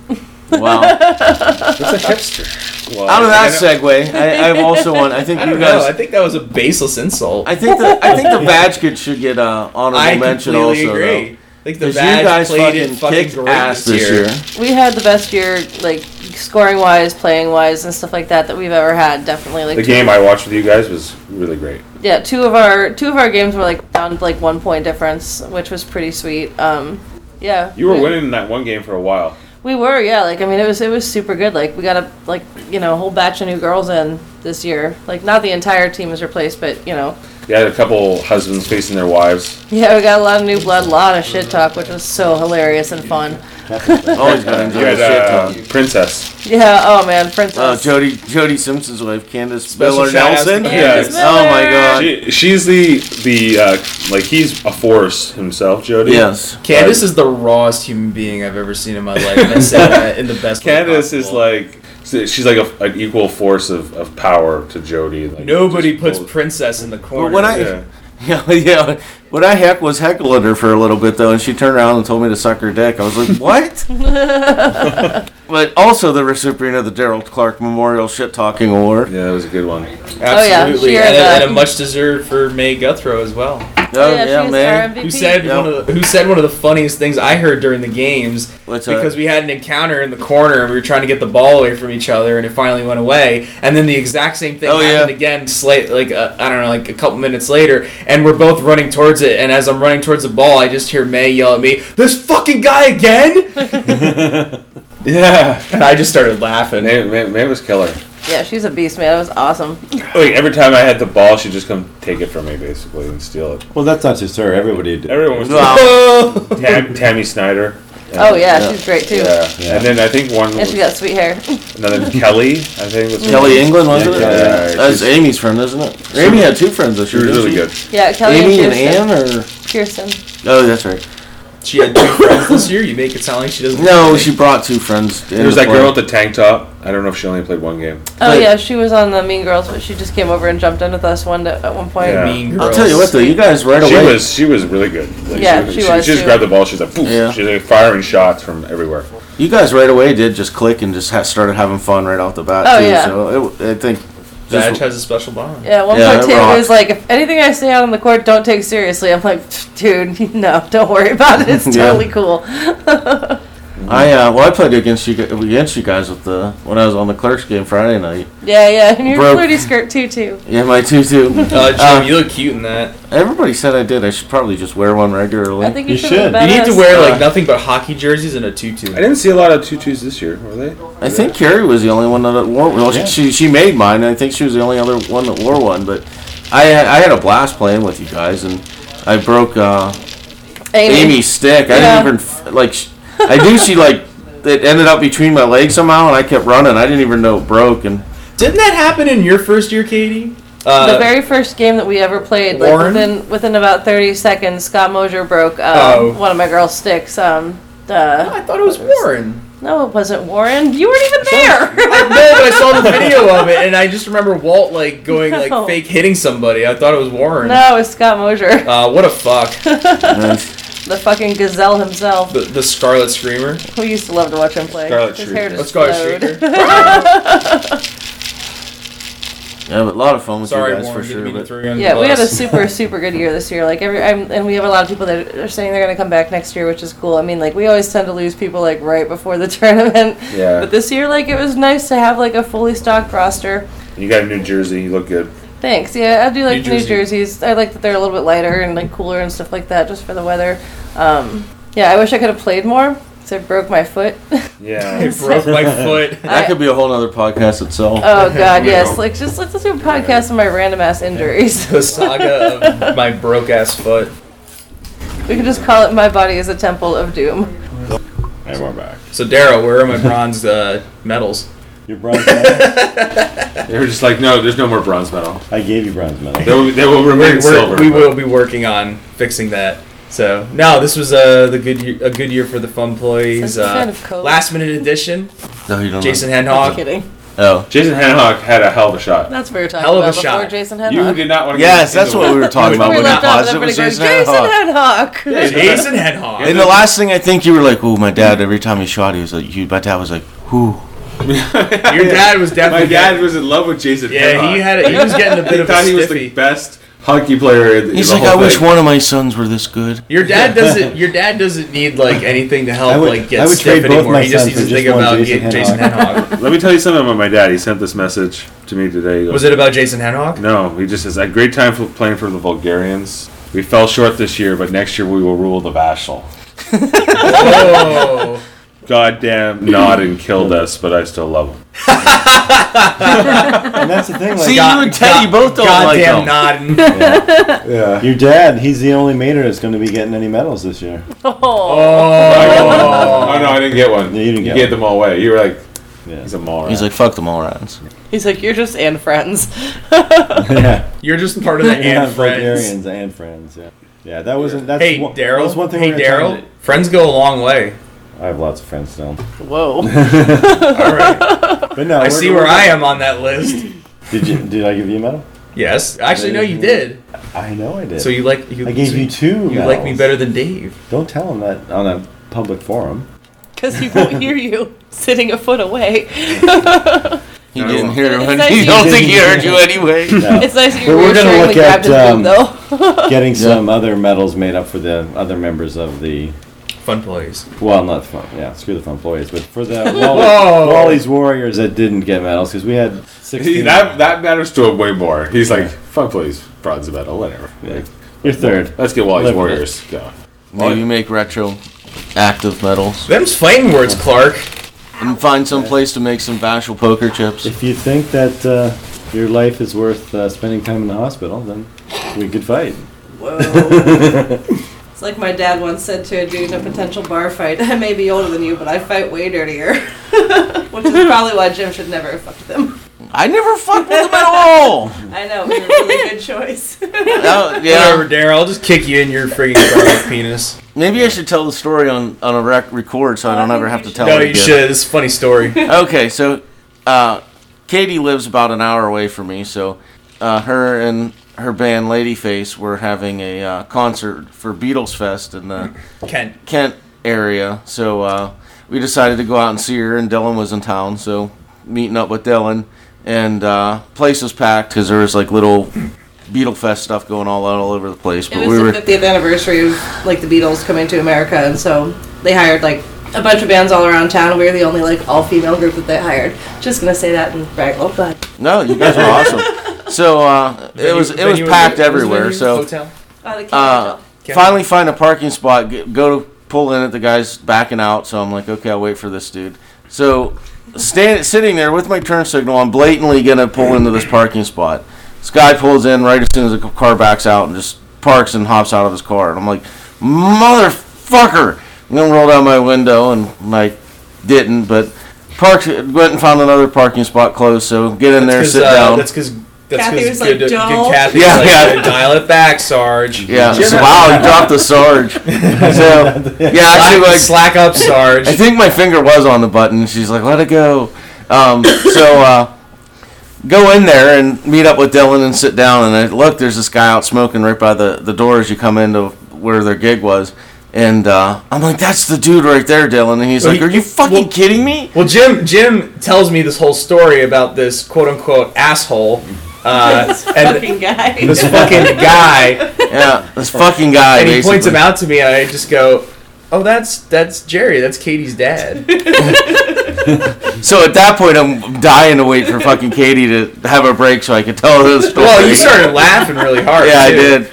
Speaker 1: Wow.
Speaker 4: It's a hipster. Well,
Speaker 1: Out of that
Speaker 4: I-
Speaker 1: segue, I, I also want. I think
Speaker 2: I
Speaker 1: you
Speaker 2: don't
Speaker 1: guys.
Speaker 2: know. I think that was a baseless insult.
Speaker 1: I think the I think the badge kid should get uh, honorable
Speaker 2: I
Speaker 1: mention
Speaker 2: completely
Speaker 1: also
Speaker 2: agree.
Speaker 1: though.
Speaker 2: I think the
Speaker 1: Because you
Speaker 2: Vag
Speaker 1: guys
Speaker 2: played it
Speaker 1: fucking,
Speaker 2: fucking
Speaker 1: kicked
Speaker 2: great
Speaker 1: ass this year.
Speaker 3: We had the best year, like scoring wise, playing wise, and stuff like that that we've ever had. Definitely, like
Speaker 4: The
Speaker 3: two-
Speaker 4: game I watched with you guys was really great.
Speaker 3: yeah, two of our two of our games were like down to like one point difference, which was pretty sweet. Um, yeah,
Speaker 4: You were
Speaker 3: we,
Speaker 4: winning that one game for a while.
Speaker 3: We were, yeah. Like I mean, it was it was super good. Like we got a like you know a whole batch of new girls in this year. Like, not the entire team is replaced, but you know,
Speaker 4: You had a couple husbands facing their wives.
Speaker 3: yeah, we got a lot of new blood, a lot of shit talk, which was so hilarious and fun.
Speaker 1: Always gotta enjoy
Speaker 4: You had
Speaker 1: the shit
Speaker 4: uh,
Speaker 1: talk.
Speaker 4: princess.
Speaker 3: Yeah. Oh man, Princess.
Speaker 1: Uh, Jody Jody Simpson's wife, Candace
Speaker 10: Special
Speaker 1: Miller
Speaker 10: shout outs to
Speaker 1: Nelson.
Speaker 4: Candace
Speaker 3: Yes.
Speaker 1: Oh my god.
Speaker 4: She, she's the the uh, like he's a force himself, Jody.
Speaker 1: Yes.
Speaker 2: Candace is the rawest human being I've ever seen in my life. and I say that in the best. way
Speaker 4: Candace is
Speaker 2: possible.
Speaker 4: like she's like a, an equal force of, of power to Jody. Like,
Speaker 2: nobody
Speaker 4: just
Speaker 2: puts
Speaker 4: both-
Speaker 2: princess in the corner.
Speaker 1: But when I
Speaker 4: Yeah.
Speaker 1: yeah, yeah. When I heck was heckling her for a little bit though, and she turned around and told me to suck her dick, I was like, "What?" but also the recipient of the Gerald Clark Memorial Shit Talking Award.
Speaker 4: Yeah, that was a good one.
Speaker 3: Oh, yeah, she
Speaker 2: absolutely,
Speaker 3: heard
Speaker 2: and, a,
Speaker 3: that.
Speaker 2: and a much deserved for May Guthrow as well.
Speaker 1: Oh yeah,
Speaker 3: yeah, she was
Speaker 1: man.
Speaker 3: our MVP.
Speaker 2: Who said
Speaker 1: Yeah.
Speaker 2: one of the, who said one of the funniest things I heard during the games
Speaker 1: What's that?
Speaker 2: because we had an encounter in the corner and we were trying to get the ball away from each other and it finally went away and then the exact same thing
Speaker 1: Oh, yeah.
Speaker 2: happened again slight like uh, I don't know like a couple minutes later and we're both running towards it and as I'm running towards the ball I just hear May yell at me this fucking guy again
Speaker 4: Yeah,
Speaker 2: and I just started laughing
Speaker 4: May, May, May was killer.
Speaker 3: Yeah, she's a beast, man. That was awesome.
Speaker 4: Like every time I had the ball, she'd just come take it from me basically and steal it.
Speaker 5: Well, that's not just her. Everybody did.
Speaker 4: Everyone was
Speaker 1: Wow.
Speaker 4: Tam, Tammy Snyder.
Speaker 3: Oh yeah,
Speaker 1: Yeah.
Speaker 3: she's great too.
Speaker 4: Yeah. and then I think one
Speaker 3: And she
Speaker 4: was
Speaker 3: got sweet hair.
Speaker 4: another Kelly. I think was
Speaker 1: Kelly England wasn't
Speaker 4: Yeah,
Speaker 1: it?
Speaker 4: yeah, yeah.
Speaker 1: That's Amy's friend, isn't it? Amy had two friends this
Speaker 4: She
Speaker 1: year.
Speaker 4: was
Speaker 1: didn't
Speaker 4: really
Speaker 1: she?
Speaker 4: good.
Speaker 3: Yeah, Kelly
Speaker 1: Amy and
Speaker 3: and
Speaker 1: Ann,
Speaker 3: Kirsten.
Speaker 1: or
Speaker 3: Kirsten.
Speaker 1: oh, that's right.
Speaker 2: she had two friends this year you make it sound like she doesn't
Speaker 1: No, she brought two friends.
Speaker 4: There was that girl with the tank top. I don't know if she only played one game.
Speaker 3: Oh
Speaker 1: Like-
Speaker 3: yeah, she was on the Mean Girls, but she just came over and jumped in with us one day, at one point.
Speaker 4: Yeah.
Speaker 2: mean girls
Speaker 1: I'll tell you what, though, you guys right
Speaker 4: She
Speaker 1: away.
Speaker 4: was she was really good. Like,
Speaker 3: Yeah, she
Speaker 4: She,
Speaker 3: was,
Speaker 4: she just
Speaker 3: too.
Speaker 4: grabbed the ball. She's like, poof.
Speaker 1: Yeah.
Speaker 4: She's like firing shots from everywhere.
Speaker 1: You guys right away did just click and just ha- started having fun right off the bat.
Speaker 3: Oh,
Speaker 1: too,
Speaker 3: yeah.
Speaker 1: So it, I think.
Speaker 2: Badge
Speaker 1: Just,
Speaker 2: has a special bond
Speaker 3: Yeah, at one
Speaker 1: Yeah,
Speaker 3: point
Speaker 1: that
Speaker 3: Taylor
Speaker 1: rocked.
Speaker 3: was like, if anything I say out on the court, don't take seriously. I'm like, dude, no, don't worry about it. It's
Speaker 1: Yeah.
Speaker 3: totally cool.
Speaker 1: I uh, well, I played against you gu- against you guys with the when I was on the Clerks game Friday night.
Speaker 3: yeah, yeah, and your
Speaker 1: Broke.
Speaker 3: flirty skirt too, too.
Speaker 1: Yeah, my tutu.
Speaker 2: uh, Jim,
Speaker 1: Uh,
Speaker 2: you look cute in that
Speaker 1: Everybody said I did. I should probably just wear one regularly.
Speaker 3: I think you,
Speaker 5: You
Speaker 3: should.
Speaker 5: should.
Speaker 2: you need to
Speaker 3: badass.
Speaker 2: wear
Speaker 4: Uh,
Speaker 2: like nothing but hockey jerseys and a tutu
Speaker 4: I didn't see a lot of tutus this year. Were they?
Speaker 1: I think Carrie was the only one that wore. Well,
Speaker 5: Yeah.
Speaker 1: she she made mine. and I think she was the only other one that wore one. But I had, I had a blast playing with you guys, and I broke uh,
Speaker 3: Amy.
Speaker 1: Amy's stick. I
Speaker 3: Yeah.
Speaker 1: didn't even f- like. sh- I knew she like it ended up between my legs somehow, and I kept running. I didn't even know it broke. And
Speaker 2: Didn't that happen in your first year, Katie? Uh,
Speaker 3: the very first game that we ever played, like
Speaker 2: Warren?
Speaker 3: within within about 30 seconds, Scott Mosier broke um,
Speaker 2: Oh.
Speaker 3: one of my girls' sticks. Um,
Speaker 2: no,
Speaker 3: uh,
Speaker 2: I thought it was Warren.
Speaker 3: no, it wasn't Warren. You weren't even there.
Speaker 2: I did. I saw the video of it, and I just remember Walt like going
Speaker 3: No.
Speaker 2: like fake hitting somebody. I thought it was Warren.
Speaker 3: no, it's Scott Mosier,
Speaker 2: Uh, what a fuck.
Speaker 3: the fucking gazelle himself.
Speaker 2: The, the Scarlet Screamer.
Speaker 3: We used to love to watch him play.
Speaker 4: Scarlet
Speaker 3: His
Speaker 4: Shooter.
Speaker 3: hair just
Speaker 2: Let's go,
Speaker 3: flowed.
Speaker 2: Screamer.
Speaker 1: yeah, but a lot of fun with
Speaker 2: Sorry,
Speaker 1: you guys
Speaker 2: Warren.
Speaker 1: for
Speaker 2: didn't
Speaker 1: sure.
Speaker 2: mean to
Speaker 1: But
Speaker 2: throw you under
Speaker 3: Yeah,
Speaker 2: the
Speaker 3: we had a
Speaker 2: bus.
Speaker 3: super super good year this year. Like every, I'm, and we have a lot of people that are saying they're gonna come back next year, which is cool. I mean, like we always tend to lose people like right before the tournament,
Speaker 4: Yeah.
Speaker 3: but this year like it was nice to have like a fully stocked roster.
Speaker 4: You got a New Jersey. You look good.
Speaker 3: Thanks. Yeah, I do like
Speaker 2: New
Speaker 3: the New
Speaker 2: Jersey.
Speaker 3: Jerseys. I like that they're a little bit lighter and like cooler and stuff like that, just for the weather. Um, yeah, I wish I could have played more. 'cause I broke my foot.
Speaker 4: Yeah.
Speaker 2: I broke my foot.
Speaker 1: that could be a whole other podcast itself.
Speaker 3: Oh God,
Speaker 9: Yeah.
Speaker 3: yes. Like just let's do a podcast on my random ass injuries.
Speaker 2: The saga of my broke ass foot.
Speaker 3: We could just call it "My Body Is a Temple of Doom."
Speaker 5: And we're back.
Speaker 2: So, Daryl, where are my bronze uh, medals?
Speaker 5: Your bronze medal.
Speaker 4: they were just like, no, there's no more bronze medal.
Speaker 5: I gave you bronze
Speaker 4: They
Speaker 5: medal.
Speaker 4: will, they will remain
Speaker 2: We're-
Speaker 4: silver.
Speaker 2: we will be working on fixing that. So no, this was uh, the good year, a good year for the fun plays.
Speaker 3: Such a fan
Speaker 2: Uh,
Speaker 3: of Coke.
Speaker 2: last minute edition,
Speaker 1: No, you don't.
Speaker 2: Jason
Speaker 3: Just
Speaker 2: Henhog.
Speaker 3: kidding.
Speaker 1: Know. Oh.
Speaker 4: Jason Hancock had a hell of a shot.
Speaker 3: That's what we were talking
Speaker 2: Hell of a
Speaker 3: about before
Speaker 2: shot.
Speaker 3: Jason
Speaker 4: You
Speaker 3: Hedhock.
Speaker 4: did not
Speaker 1: Oh,
Speaker 4: want to.
Speaker 1: yes, that's what we were talking
Speaker 3: Before
Speaker 1: about
Speaker 3: we
Speaker 1: when we
Speaker 3: left off,
Speaker 1: paused. It
Speaker 3: everybody
Speaker 1: was
Speaker 3: goes,
Speaker 1: Jason
Speaker 3: Jason
Speaker 1: Hedhog.
Speaker 3: Hedhock.
Speaker 2: Jason Henhog.
Speaker 1: And the last thing I think you were like, "Oh, my dad!" Every time he shot, he was like, "You." My dad was like, "Who?"
Speaker 2: Your dad was
Speaker 4: My
Speaker 2: definitely.
Speaker 4: dad was in love with Jason.
Speaker 2: yeah,
Speaker 4: Hancock.
Speaker 2: he had. A, he was getting a bit
Speaker 4: He
Speaker 2: of a
Speaker 4: thought he was
Speaker 2: stiffy.
Speaker 4: the best hockey player. In, in
Speaker 1: He's
Speaker 4: the
Speaker 1: like,
Speaker 4: whole
Speaker 1: "I wish
Speaker 4: thing.
Speaker 1: one of my sons were this good."
Speaker 2: Your dad doesn't. Your dad doesn't need like anything to help
Speaker 5: I would-
Speaker 2: like get
Speaker 5: I would
Speaker 2: stiff
Speaker 5: trade both
Speaker 2: anymore.
Speaker 5: my
Speaker 2: He just
Speaker 5: sons
Speaker 2: needs to
Speaker 5: for
Speaker 2: think
Speaker 5: just one
Speaker 2: about
Speaker 5: Jason
Speaker 2: getting Jason Henhog.
Speaker 4: Let me tell you something about my dad. He sent this message to me today. He goes,
Speaker 2: was it about Jason Henhog?
Speaker 4: No, he just says, a great time for playing for the Bulgarians. We fell short this year, but next year we will rule the Vashel.
Speaker 2: Whoa.
Speaker 4: goddamn nod and killed us, but I still love him.
Speaker 5: And that's the thing. Like,
Speaker 1: See, you and Teddy both don't like
Speaker 2: Goddamn
Speaker 1: him.
Speaker 2: nodding.
Speaker 4: Yeah.
Speaker 5: your dad, he's the only mater that's going to be getting any medals this year.
Speaker 3: Oh.
Speaker 4: Oh, no, I didn't get one.
Speaker 5: No, you didn't
Speaker 4: you
Speaker 5: get
Speaker 4: gave
Speaker 5: one.
Speaker 4: them all away. You were like,
Speaker 5: Yeah.
Speaker 4: he's a moron.
Speaker 1: He's like, fuck them all rounds.
Speaker 3: He's like, you're just and friends.
Speaker 5: yeah.
Speaker 2: You're just part of the
Speaker 5: yeah,
Speaker 2: and friends.
Speaker 5: Bulgarians and friends. Yeah, yeah. That wasn't. That's
Speaker 2: Hey,
Speaker 5: one,
Speaker 2: Daryl.
Speaker 5: That's one thing.
Speaker 2: Hey,
Speaker 5: we were talking
Speaker 2: Daryl. Friends go a long way.
Speaker 5: about- I have lots of friends still.
Speaker 3: Whoa.
Speaker 2: All right.
Speaker 5: But no,
Speaker 2: I see where I am on that list.
Speaker 5: did. You, did I give you a medal?
Speaker 2: Yes. Actually, no, you did.
Speaker 5: I know I did.
Speaker 2: So you like you.
Speaker 5: Mm-hmm. I gave
Speaker 2: so
Speaker 5: you two.
Speaker 2: You like me
Speaker 5: medals.
Speaker 2: better than Dave.
Speaker 5: Don't tell him that on a public forum.
Speaker 3: Because he won't hear you sitting a foot away.
Speaker 1: He
Speaker 11: No,
Speaker 1: didn't
Speaker 11: he
Speaker 1: hear him.
Speaker 3: It's nice
Speaker 1: He
Speaker 3: you-
Speaker 1: don't think he heard you anyway.
Speaker 5: No.
Speaker 3: it's nice that
Speaker 5: But
Speaker 3: you're
Speaker 5: we're gonna
Speaker 3: reassuringly
Speaker 5: look
Speaker 3: grabbed
Speaker 5: at,
Speaker 3: his
Speaker 5: um,
Speaker 3: boob, though.
Speaker 5: Getting some other medals made up for the other members of the
Speaker 2: Fun plays.
Speaker 5: well, not fun. Yeah, screw the fun boys, but for the Wally, Wally's Warriors that didn't get medals because we had
Speaker 4: He-
Speaker 5: sixteen.
Speaker 4: that, that matters to him way more. He's like, fuck, please, bronze medal, whatever. Like,
Speaker 5: You're third.
Speaker 4: let's get Wally's
Speaker 5: Live with
Speaker 4: Warriors going.
Speaker 1: Maybe make retro active medals
Speaker 2: Them's fighting words, Clark.
Speaker 1: and find some place to make some bashful poker chips.
Speaker 5: If you think that uh, your life is worth uh, spending time in the hospital, then we could fight. um,
Speaker 3: It's like my dad once said to a dude in a potential bar fight, I may be older than you, but I fight way dirtier. Which is probably why Jim should never have fucked them.
Speaker 1: I never fucked with them at all.
Speaker 3: I know, it was a really good choice.
Speaker 1: That- yeah,
Speaker 2: Whatever, Daryl. I'll just kick you in your friggin' garlic penis.
Speaker 1: maybe I should tell the story on on a rec- record so I don't ever have to tell
Speaker 2: No,
Speaker 1: it
Speaker 2: you
Speaker 1: again.
Speaker 2: should. It's a funny story.
Speaker 1: okay, so uh, Katie lives about an hour away from me, so uh, her and her band Ladyface were having a uh, concert for Beatles Fest in the
Speaker 2: Kent.
Speaker 1: Kent area, so uh, we decided to go out and see her, and Dylan was in town, so meeting up with Dylan, and uh, place was packed because there was like little Beatle Fest stuff going all all over the place.
Speaker 3: It
Speaker 1: But
Speaker 3: was
Speaker 1: we
Speaker 3: the
Speaker 1: were
Speaker 3: 50th anniversary of like the Beatles coming to America, and so they hired like a bunch of bands all around town. We were the only like all female group that they hired. Just gonna say that and brag a little bit.
Speaker 1: no, you guys were awesome. So uh, it was it was
Speaker 2: Venue-
Speaker 1: packed
Speaker 2: venue-
Speaker 1: everywhere.
Speaker 2: venue,
Speaker 1: So.
Speaker 2: hotel.
Speaker 3: Oh, they can't
Speaker 1: Uh,
Speaker 3: tell.
Speaker 2: Can-
Speaker 1: finally find a parking spot. G- Go to pull in it. The guy's backing out, so I'm like, okay, I'll wait for this dude. So, stand sitting there with my turn signal, I'm blatantly gonna pull into this parking spot. This guy pulls in right as soon as the c- car backs out and just parks and hops out of his car, and I'm like, motherfucker! I'm gonna roll down my window, and I didn't, but parked, went and found another parking spot close. So get in there,
Speaker 2: That's 'cause,
Speaker 1: sit
Speaker 2: uh,
Speaker 1: down.
Speaker 2: That's because. That's
Speaker 3: Kathy
Speaker 2: because
Speaker 3: was like,
Speaker 2: good, good
Speaker 3: "Don't."
Speaker 2: Kathy
Speaker 1: Yeah,
Speaker 2: was like,
Speaker 1: yeah.
Speaker 2: "Good, dial it back, Sarge.
Speaker 1: yeah, so, wow, you dropped the sarge. So, yeah, actually,
Speaker 2: Slack,
Speaker 1: like,
Speaker 2: slack up, Sarge.
Speaker 1: I think my finger was on the button. She's like, let it go. Um, so uh, go in there and meet up with Dylan and sit down. And I, look, there's this guy out smoking right by the, the door as you come into where their gig was. And uh, I'm like, that's the dude right there, Dylan. And he's
Speaker 2: Oh,
Speaker 1: like,
Speaker 2: he-
Speaker 1: are you fucking
Speaker 2: well-
Speaker 1: kidding me?
Speaker 2: Well, Jim Jim tells me this whole story about this quote unquote asshole uh, and
Speaker 3: fucking guy.
Speaker 2: this fucking guy,
Speaker 1: Yeah, this fucking guy.
Speaker 2: and he
Speaker 1: basically.
Speaker 2: points him out to me, and I just go, "Oh, that's that's Jerry. That's Katie's dad."
Speaker 1: So at that point, I'm dying to wait for fucking Katie to have a break so I could tell her this story.
Speaker 2: well, you started laughing really hard.
Speaker 1: Yeah, I
Speaker 2: too.
Speaker 1: did.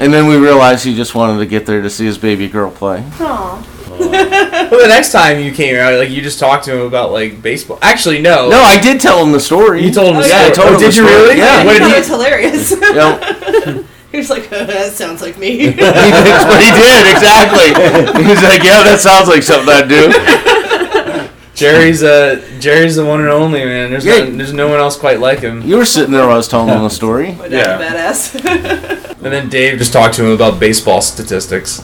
Speaker 1: And then we realized he just wanted to get there to see his baby girl play.
Speaker 2: Well, the next time you came out, like you just talked to him about like baseball. Actually, no.
Speaker 1: No, I did tell him the story.
Speaker 2: You told him. the
Speaker 1: yeah, I
Speaker 2: story.
Speaker 1: told
Speaker 2: Oh,
Speaker 1: him
Speaker 2: Did
Speaker 1: the
Speaker 2: you
Speaker 1: story.
Speaker 2: really?
Speaker 1: Yeah.
Speaker 2: What
Speaker 3: I
Speaker 2: did
Speaker 3: thought
Speaker 2: he
Speaker 3: it was hilarious.
Speaker 1: You know,
Speaker 3: he was like, that sounds like me.
Speaker 1: he, that's what he did exactly. He's like, yeah, that sounds like something I'd do.
Speaker 2: Jerry's uh Jerry's the one and only man. There's
Speaker 1: Yeah.
Speaker 2: no, there's no one else quite like him.
Speaker 1: You were sitting there while I was telling him the story.
Speaker 3: My
Speaker 4: Yeah.
Speaker 3: dad's a badass.
Speaker 2: And then Dave just talked to him about baseball statistics.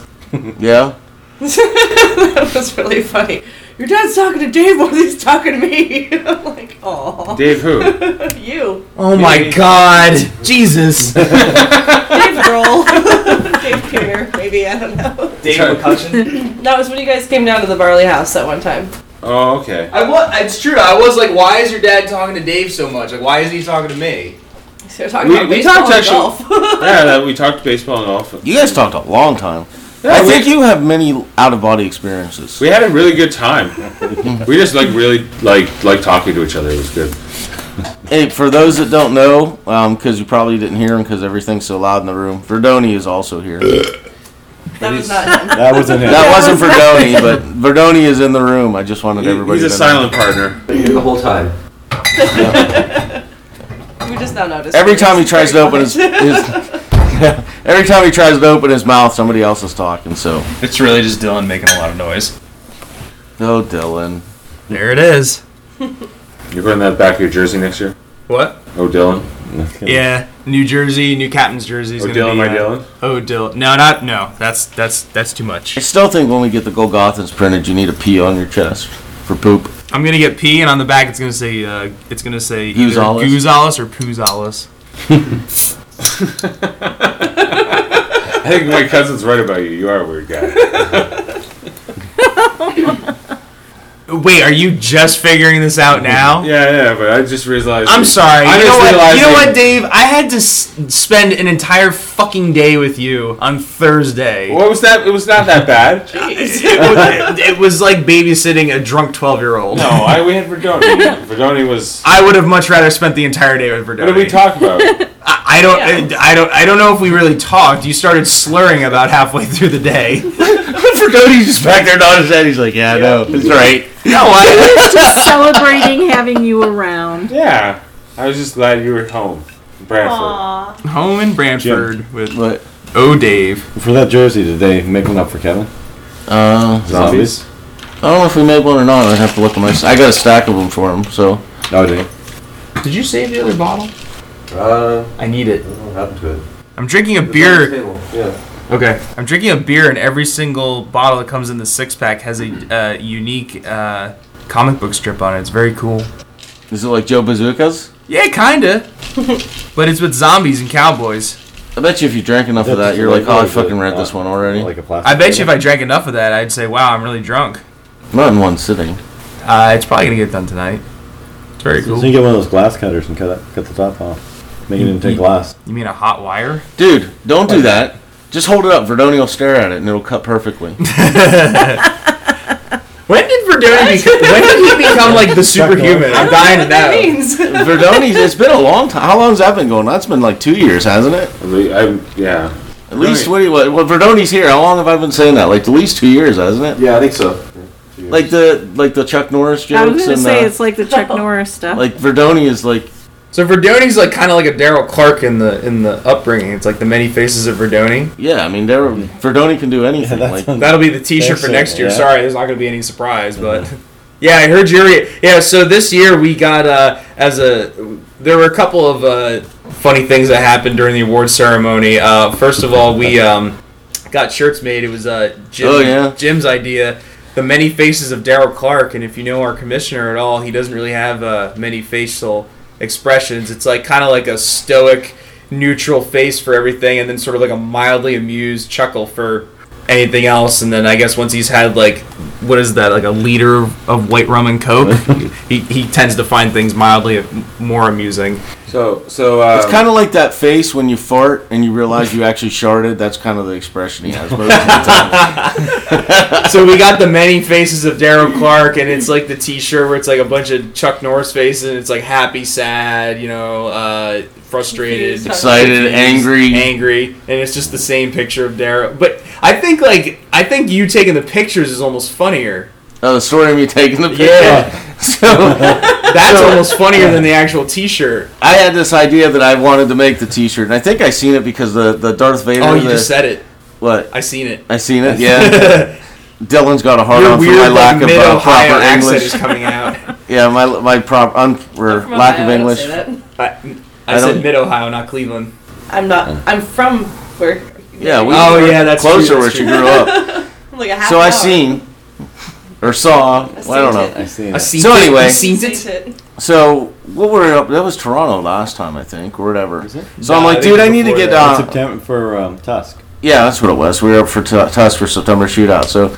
Speaker 1: Yeah.
Speaker 3: that was really funny. Your dad's talking to Dave more than he's talking to me. I'm like, oh,
Speaker 4: Dave who?
Speaker 3: you.
Speaker 2: Oh my God, Jesus!
Speaker 3: Dave Grohl. Dave Peter, maybe, I don't know.
Speaker 12: Dave McCutcheon.
Speaker 3: That was when you guys came down to the Barley House that one time.
Speaker 4: Oh, okay.
Speaker 12: I was. It's true. I was like, why is your dad talking to Dave so much? Like, why is he talking to me?
Speaker 3: So we're talking
Speaker 4: We-
Speaker 3: about
Speaker 4: we
Speaker 3: baseball
Speaker 4: talked
Speaker 3: and
Speaker 4: actually-
Speaker 3: golf.
Speaker 4: Yeah, that, we talked baseball and golf.
Speaker 1: You guys talked a long time. I
Speaker 4: we-
Speaker 1: think you have many out of body experiences.
Speaker 4: We had a really good time. we just like really like like talking to each other. It was good.
Speaker 1: Hey, for those that don't know, um, because you probably didn't hear him because everything's so loud in the room, Verdoni is also here.
Speaker 3: That was not him.
Speaker 5: That wasn't it.
Speaker 1: That wasn't Verdoni, but Verdoni is in the room. I just wanted everybody.
Speaker 4: He's a
Speaker 1: to know.
Speaker 4: silent partner.
Speaker 13: the whole time.
Speaker 3: We just now noticed.
Speaker 1: Every time he tries to open his, his every time he tries to open his mouth, somebody else is talking. So,
Speaker 2: It's really just Dylan making a lot of noise.
Speaker 1: oh, Dylan,
Speaker 2: There it is.
Speaker 4: You're going that back of your jersey next year?
Speaker 10: What?
Speaker 4: Oh, Dylan.
Speaker 10: Yeah, New Jersey, new captain's jersey is
Speaker 4: Oh,
Speaker 10: gonna
Speaker 4: Dylan,
Speaker 10: be.
Speaker 4: my
Speaker 10: uh,
Speaker 4: Dylan.
Speaker 10: Oh, Dylan. No, not no. That's that's that's too
Speaker 1: I
Speaker 10: much.
Speaker 1: still think when we get the Golgothans printed, you need a P on your chest for poop.
Speaker 10: I'm gonna get P, and on the back it's gonna say uh, it's gonna say either
Speaker 1: Goozales.
Speaker 10: Goozales or Poozalis.
Speaker 4: I think my cousin's right about you. You are a weird guy.
Speaker 10: Wait, are you just figuring this out now?
Speaker 4: yeah, yeah, but I just realized.
Speaker 10: I'm sorry.
Speaker 4: I
Speaker 10: you
Speaker 4: just
Speaker 10: know what? You know
Speaker 4: realized
Speaker 10: what, Dave? I had to s- spend an entire fucking day with you on Thursday.
Speaker 4: What was that? It was not that bad.
Speaker 10: it, was, it was like babysitting a drunk 12 year old.
Speaker 4: No, I we had Verdoni. Verdoni was.
Speaker 10: I would have much rather spent the entire day with Verdoni.
Speaker 4: What did we talk about?
Speaker 10: I, I don't. uh, I, I don't. I don't know if we really talked. You started slurring about halfway through the day.
Speaker 1: Verdoni's just back there nodding his head. He's like, yeah, I know, it's right.
Speaker 10: No, I,
Speaker 14: Just celebrating having you around.
Speaker 4: yeah, I was just glad you were home, in Bradford.
Speaker 10: home in Brantford with
Speaker 1: But
Speaker 10: Oh Dave.
Speaker 5: For that jersey, did they make one up for Kevin?
Speaker 1: uh,
Speaker 5: Zombies?
Speaker 1: I don't know if we made one or not. I'd have to look at my. I got a stack of them for him. So
Speaker 5: No, Oh, did
Speaker 10: Did you save the other bottle?
Speaker 13: Uh,
Speaker 10: I need it.
Speaker 13: what happened to it?
Speaker 10: I'm drinking a
Speaker 13: It's
Speaker 10: beer.
Speaker 13: on the table, Yeah.
Speaker 10: Okay. I'm drinking a beer, and every single bottle that comes in the six pack has a uh, unique uh, comic book strip on it. It's very cool.
Speaker 1: is it like Joe Bazookas?
Speaker 10: Yeah, kinda. but it's with zombies and cowboys.
Speaker 1: I bet you if you drank enough of that, you're like, oh, I fucking read this one already.
Speaker 5: Like a plastic.
Speaker 10: I bet you if I drank enough of that, I'd say, "Wow, I'm really drunk."
Speaker 1: Not in one sitting.
Speaker 10: Uh, it's probably gonna get done tonight. It's very
Speaker 5: You
Speaker 10: cool.
Speaker 5: can get one of those glass cutters and cut it, cut the top off. Make it into glass.
Speaker 10: You mean a hot wire?
Speaker 1: Dude, don't do that. Just hold it up. Verdoni will stare at it and it'll cut perfectly.
Speaker 10: When did Verdoni become? When did he become like the superhuman? I'm dying to
Speaker 3: That
Speaker 10: know.
Speaker 3: means.
Speaker 1: Verdoni's, it's been a long time. How long's that been going? That's been like two years, hasn't it?
Speaker 4: At lea- I'm, yeah.
Speaker 1: At least, what do you, well, Verdoni's here. How long have I been saying that? Like, at least two years, hasn't it?
Speaker 13: Yeah, I think so.
Speaker 1: Like the like the Chuck Norris
Speaker 14: I was
Speaker 1: jokes
Speaker 14: gonna
Speaker 1: and
Speaker 14: say
Speaker 1: uh,
Speaker 14: it's like the Chuck Norris stuff.
Speaker 1: like Verdoni is like
Speaker 2: So Verdoni's like kind of like a Daryl Clark in the in the upbringing. It's like the many faces of Verdoni.
Speaker 1: yeah. I mean, there Verdoni can do anything. like
Speaker 2: That'll be the T-shirt for
Speaker 5: Excellent,
Speaker 2: next year.
Speaker 5: yeah.
Speaker 2: Sorry, there's not gonna be any surprise, but
Speaker 10: Mm-hmm.
Speaker 2: yeah, I heard you're yeah. So this year we got uh, as a there were a couple of uh, funny things that happened during the award ceremony. Uh, first of all, we um, got shirts made. It was uh, Jim,
Speaker 1: Oh, yeah.
Speaker 2: Jim's idea. The many faces of Daryl Clark, and if you know our commissioner at all, he doesn't really have uh, many facial expressions. It's like kind of like a stoic, neutral face for everything, and then sort of like a mildly amused chuckle for anything else. And then I guess once he's had like, what is that, like a liter of, of white rum and coke, he, he tends to find things mildly am- more amusing.
Speaker 4: So, so uh,
Speaker 2: Um,
Speaker 1: it's kind of like that face when you fart and you realize you actually sharted. That's kind of the expression he has. most of the time.
Speaker 2: So we got the many faces of Daryl Clark, and it's like the T-shirt where it's like a bunch of Chuck Norris faces, and it's like happy, sad, you know, uh, frustrated,
Speaker 1: Excited, angry.
Speaker 2: angry, and it's just the same picture of Daryl. But I think like I think you taking the pictures is almost funnier.
Speaker 1: Oh, the story of me taking the picture. so
Speaker 2: That's almost funnier than the actual T-shirt.
Speaker 1: I had this idea that I wanted to make the T-shirt, and I think I seen it because the the Darth Vader.
Speaker 2: Oh, you
Speaker 1: the-
Speaker 2: just said it.
Speaker 1: what?
Speaker 2: I seen it.
Speaker 1: I seen it. Yeah. Dylan's got a hard
Speaker 2: Your
Speaker 1: on for my
Speaker 2: weird
Speaker 1: lack of
Speaker 2: like,
Speaker 1: uh,
Speaker 2: mid-Ohio
Speaker 1: proper
Speaker 2: accent
Speaker 1: English.
Speaker 2: is coming out.
Speaker 1: Yeah, my my prop un, or
Speaker 3: From
Speaker 1: lack of
Speaker 3: Ohio, I don't
Speaker 1: English.
Speaker 3: say that.
Speaker 2: I,
Speaker 1: I
Speaker 2: I said
Speaker 1: don't-
Speaker 2: mid-Ohio, not Cleveland.
Speaker 3: I'm not. I'm from where.
Speaker 1: Yeah, we
Speaker 2: Oh,
Speaker 1: were
Speaker 2: yeah, that's
Speaker 1: closer
Speaker 2: true,
Speaker 1: where
Speaker 2: that's
Speaker 1: she
Speaker 2: true.
Speaker 1: grew up.
Speaker 3: I'm like a half
Speaker 1: so I
Speaker 3: hour.
Speaker 1: seen or saw. I,
Speaker 3: seen
Speaker 1: don't
Speaker 3: it.
Speaker 1: know.
Speaker 5: I see.
Speaker 2: I
Speaker 5: it.
Speaker 2: seen
Speaker 1: So
Speaker 2: it.
Speaker 1: anyway-
Speaker 2: I seen
Speaker 3: Seen
Speaker 2: it.
Speaker 3: it.
Speaker 1: So what were we up? That was Toronto last time, I think, or whatever. So I'm
Speaker 2: No, I
Speaker 1: like,
Speaker 2: think
Speaker 1: dude, I
Speaker 2: it was
Speaker 1: need to
Speaker 2: before
Speaker 1: get
Speaker 2: that.
Speaker 5: In
Speaker 1: down.
Speaker 5: September for um, Tusk.
Speaker 1: Yeah, that's what it was. We were up for t- test for September shootout. So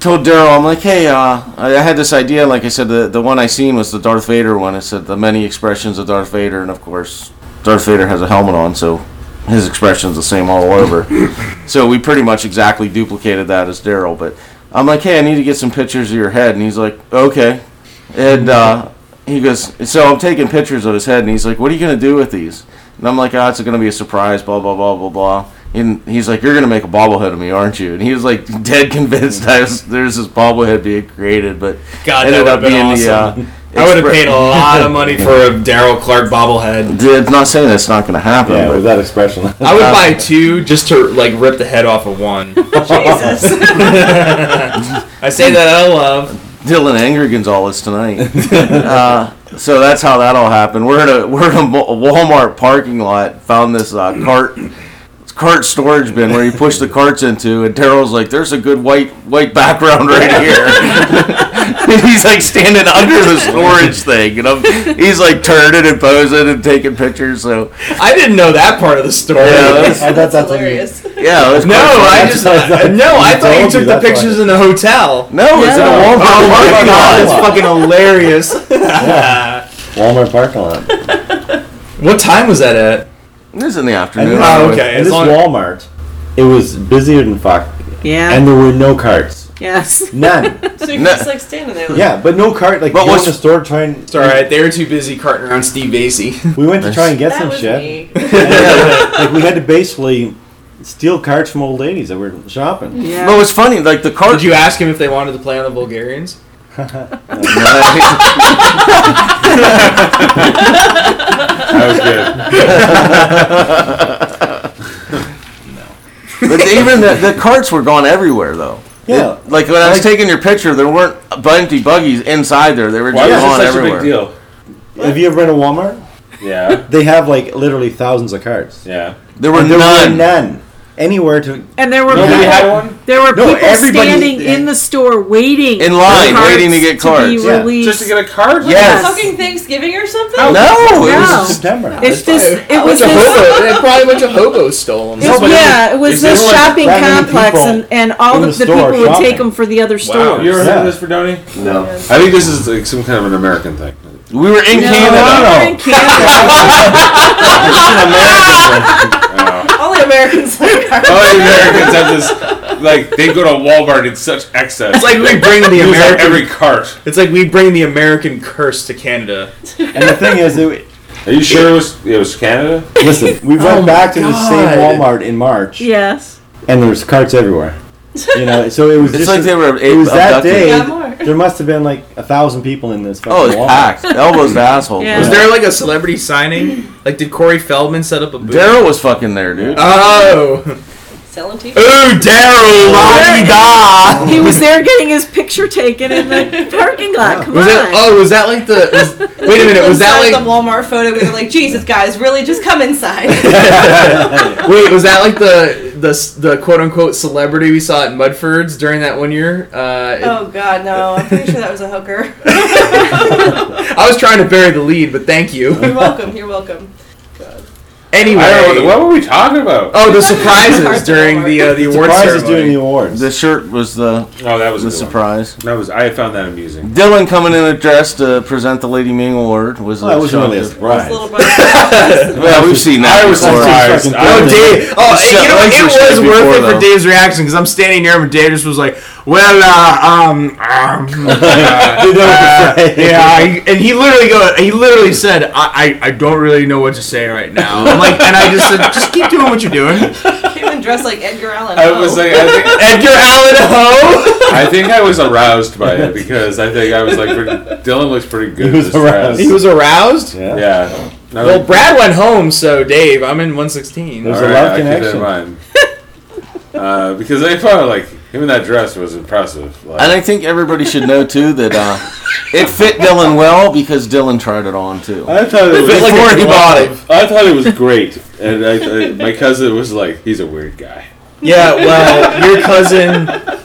Speaker 1: told Daryl, I'm like, hey, uh, I I had this idea. Like I said, the, the one I seen was the Darth Vader one. I said the many expressions of Darth Vader, and of course, Darth Vader has a helmet on, so his expression's the same all over. so we pretty much exactly duplicated that as Daryl. But I'm like, hey, I need to get some pictures of your head, and he's like, okay, and. Uh, he goes, so I'm taking pictures of his head, and he's like, "What are you gonna do with these?" And I'm like, "Ah, it's gonna be a surprise." Blah blah blah blah blah. And he's like, "You're gonna make a bobblehead of me, aren't you?" And he was like, dead convinced I was, there's this bobblehead being created, but
Speaker 2: God, that would have been awesome.
Speaker 1: uh,
Speaker 2: I would have paid a lot of money for a Daryl Clark bobblehead.
Speaker 1: the. I'm not saying that's not gonna happen.
Speaker 5: Yeah,
Speaker 1: but
Speaker 5: with that expression.
Speaker 2: I would buy two just to like rip the head off of one.
Speaker 3: Jesus.
Speaker 2: I say that out of love.
Speaker 1: Dylan Anger Gonzalez tonight. uh, so that's how that all happened. We're in a we're in a Mo- a Walmart parking lot. Found this uh, cart cart storage bin where you push the carts into, and Daryl's like, "There's a good white white background right here." And he's like standing under the storage thing, and I'm, he's like turning and posing and taking pictures. So
Speaker 2: I didn't know that part of the story.
Speaker 1: Yeah, that's-
Speaker 5: I thought that's what you.
Speaker 3: hilarious.
Speaker 1: yeah, it was
Speaker 2: no,
Speaker 1: quite
Speaker 2: I
Speaker 1: fun.
Speaker 2: just no. I thought you
Speaker 5: told
Speaker 2: took
Speaker 5: me,
Speaker 2: the
Speaker 5: that's why.
Speaker 2: pictures in the hotel.
Speaker 1: no, it's in a
Speaker 3: No.
Speaker 1: Walmart parking lot.
Speaker 2: Oh That's fucking hilarious.
Speaker 5: Walmart parking lot.
Speaker 2: What time was that at?
Speaker 1: This is in the
Speaker 5: And
Speaker 1: afternoon.
Speaker 5: this,
Speaker 2: Oh, okay,
Speaker 5: And
Speaker 2: as
Speaker 5: this
Speaker 2: long-
Speaker 5: Walmart, it was busier than fuck,
Speaker 14: Yeah.
Speaker 5: and there were no carts.
Speaker 14: yes.
Speaker 5: None.
Speaker 3: So
Speaker 1: No.
Speaker 3: you're just like standing there. Like,
Speaker 5: yeah, but no cart. Like,
Speaker 1: But
Speaker 5: we went
Speaker 1: what's-
Speaker 5: to the store trying.
Speaker 2: It's all right. They were too busy carting around Steve Vasey.
Speaker 5: We went to try and get
Speaker 3: That
Speaker 5: some
Speaker 3: was me.
Speaker 5: shit. And, uh, like, we had to basically steal carts from old ladies that were shopping.
Speaker 14: Yeah.
Speaker 1: But what's funny, like the cart.
Speaker 2: Did you ask him if they wanted to play on the Bulgarians?
Speaker 4: That was good.
Speaker 1: But even the, the carts were gone everywhere though.
Speaker 5: Yeah.
Speaker 1: Like when I was
Speaker 5: Like-
Speaker 1: taking your picture, there weren't empty buggies inside there. They were
Speaker 4: Why
Speaker 1: just
Speaker 4: was
Speaker 1: gone
Speaker 4: it such
Speaker 1: everywhere.
Speaker 4: a big deal?
Speaker 5: Have you ever been to Walmart?
Speaker 4: Yeah,
Speaker 5: They have like literally thousands of carts.
Speaker 4: yeah.
Speaker 1: There were
Speaker 5: And there
Speaker 1: none.
Speaker 5: were none anywhere to.
Speaker 14: and there were
Speaker 4: Nobody
Speaker 14: people,
Speaker 4: had one.
Speaker 14: there were
Speaker 5: No,
Speaker 14: people
Speaker 5: everybody-
Speaker 14: standing in the store waiting
Speaker 1: In
Speaker 14: for
Speaker 1: line,
Speaker 14: carts
Speaker 1: waiting to get carts.
Speaker 14: be
Speaker 5: Yeah.
Speaker 14: released.
Speaker 4: Just to get a card.
Speaker 1: Yes.
Speaker 3: Fucking Thanksgiving or something?
Speaker 1: No, it was
Speaker 14: No.
Speaker 5: September.
Speaker 14: it's just it was
Speaker 2: It's a
Speaker 14: this.
Speaker 2: hobo. They probably a bunch of hobos stole
Speaker 14: It was-
Speaker 2: them.
Speaker 14: yeah, it was
Speaker 4: is
Speaker 14: this
Speaker 4: there, like,
Speaker 14: shopping
Speaker 5: that many
Speaker 14: complex,
Speaker 5: people
Speaker 14: and, and all
Speaker 5: in
Speaker 14: of
Speaker 5: the
Speaker 14: the
Speaker 5: store
Speaker 14: people would
Speaker 5: shopping?
Speaker 14: take them for the other
Speaker 4: Wow,
Speaker 14: stores.
Speaker 4: you ever heard
Speaker 5: Yeah.
Speaker 4: of this, Verdoni?
Speaker 13: No.
Speaker 4: I think this is like some kind of an American thing.
Speaker 1: we were in
Speaker 14: No,
Speaker 1: Canada.
Speaker 14: they were in Canada.
Speaker 3: Only Americans like our
Speaker 4: Oh, the Americans have this. Like they go to Walmart in such excess.
Speaker 2: It's like we bring the
Speaker 4: They use up
Speaker 2: American.
Speaker 4: every cart.
Speaker 2: it's like we bring the American curse to Canada.
Speaker 5: And the thing is, it,
Speaker 4: Are you sure it was it was Canada?
Speaker 5: listen,
Speaker 14: Oh
Speaker 5: we went back to the same Walmart in March,
Speaker 14: yes.
Speaker 5: and there was carts everywhere. You know, so it was
Speaker 1: It's
Speaker 5: just
Speaker 1: like they were
Speaker 5: it was that
Speaker 1: abducted.
Speaker 5: day.
Speaker 3: got more.
Speaker 5: There must have been like a thousand people in this. Fucking
Speaker 1: Oh, it's
Speaker 5: Walmart.
Speaker 1: packed. Elbows to assholes.
Speaker 14: Yeah.
Speaker 2: Was there like a celebrity signing? Like, did Corey Feldman set up a booth?
Speaker 1: Daryl was fucking there, dude.
Speaker 2: Oh,
Speaker 3: selling t shirts.
Speaker 2: ooh, Daryl! la-di-da.
Speaker 14: He was there getting his picture taken in the parking lot. Come
Speaker 2: Was
Speaker 14: on.
Speaker 2: that? Oh, was that like the? was- wait a minute. Was that
Speaker 3: Inside
Speaker 2: like?
Speaker 3: the Walmart photo? We were like, Jesus, guys, really, just come inside.
Speaker 2: Wait, was that like the the s- the quote unquote celebrity we saw at Mudford's during that one year? Uh, it-
Speaker 3: oh God, no! I'm pretty sure that was a hooker.
Speaker 2: I was trying to bury the lead, but thank you.
Speaker 3: You're welcome. You're welcome.
Speaker 2: Anyway,
Speaker 4: I don't know. What were we talking about?
Speaker 2: oh, the surprises during the uh, the award
Speaker 5: Surprise is
Speaker 2: ceremony.
Speaker 5: doing the awards.
Speaker 1: The shirt was the
Speaker 4: Oh, that was
Speaker 1: the
Speaker 4: a good one.
Speaker 1: surprise.
Speaker 4: That was I found that amusing.
Speaker 1: Dylan coming in a dress to present the Lady Ming Award was.
Speaker 5: well, Oh, that
Speaker 1: a
Speaker 5: wasn't
Speaker 1: shock
Speaker 5: really a
Speaker 1: to-
Speaker 5: surprise.
Speaker 3: Little brother.
Speaker 1: Well, we've seen that.
Speaker 4: I was
Speaker 1: before.
Speaker 4: surprised. I
Speaker 2: Oh,
Speaker 4: was-
Speaker 2: Dave! Oh,
Speaker 1: Just
Speaker 2: hey,
Speaker 1: got
Speaker 2: you know what?
Speaker 1: legs
Speaker 2: it
Speaker 1: or
Speaker 2: was
Speaker 1: something
Speaker 2: worth
Speaker 1: before,
Speaker 2: it
Speaker 1: though.
Speaker 2: for Dave's reaction because I'm standing near him and Dave just was like, "Well, uh, um, um, uh,
Speaker 5: They don't surprise.
Speaker 2: yeah," I- and he literally go, he literally said, I, "I, I don't really know what to say right now." I'm like, and I just said, "Just keep doing what you're doing."
Speaker 3: Came in dressed like Edgar Allan.
Speaker 4: I
Speaker 3: Poe.
Speaker 4: was like, I think,
Speaker 2: Edgar Allan Ho.
Speaker 4: I think I was aroused by it because I think I was like, pretty, Dylan looks pretty good.
Speaker 5: He was
Speaker 4: in this dress.
Speaker 5: aroused. He
Speaker 2: was aroused.
Speaker 5: Yeah.
Speaker 4: Yeah. No,
Speaker 2: Well, Brad went home, so Dave, I'm in 116.
Speaker 5: There's
Speaker 4: all
Speaker 5: a
Speaker 4: right,
Speaker 5: love
Speaker 4: I keep that in
Speaker 5: connection.
Speaker 4: mind. Uh, because I thought like him in that dress was impressive. Like,
Speaker 1: And I think everybody should know too that uh, it fit Dylan well because Dylan tried it on too.
Speaker 4: I thought it was
Speaker 1: Before he bought it.
Speaker 4: I thought it was great, and I, I, my cousin was like, "He's a weird guy."
Speaker 2: Yeah, well, your cousin.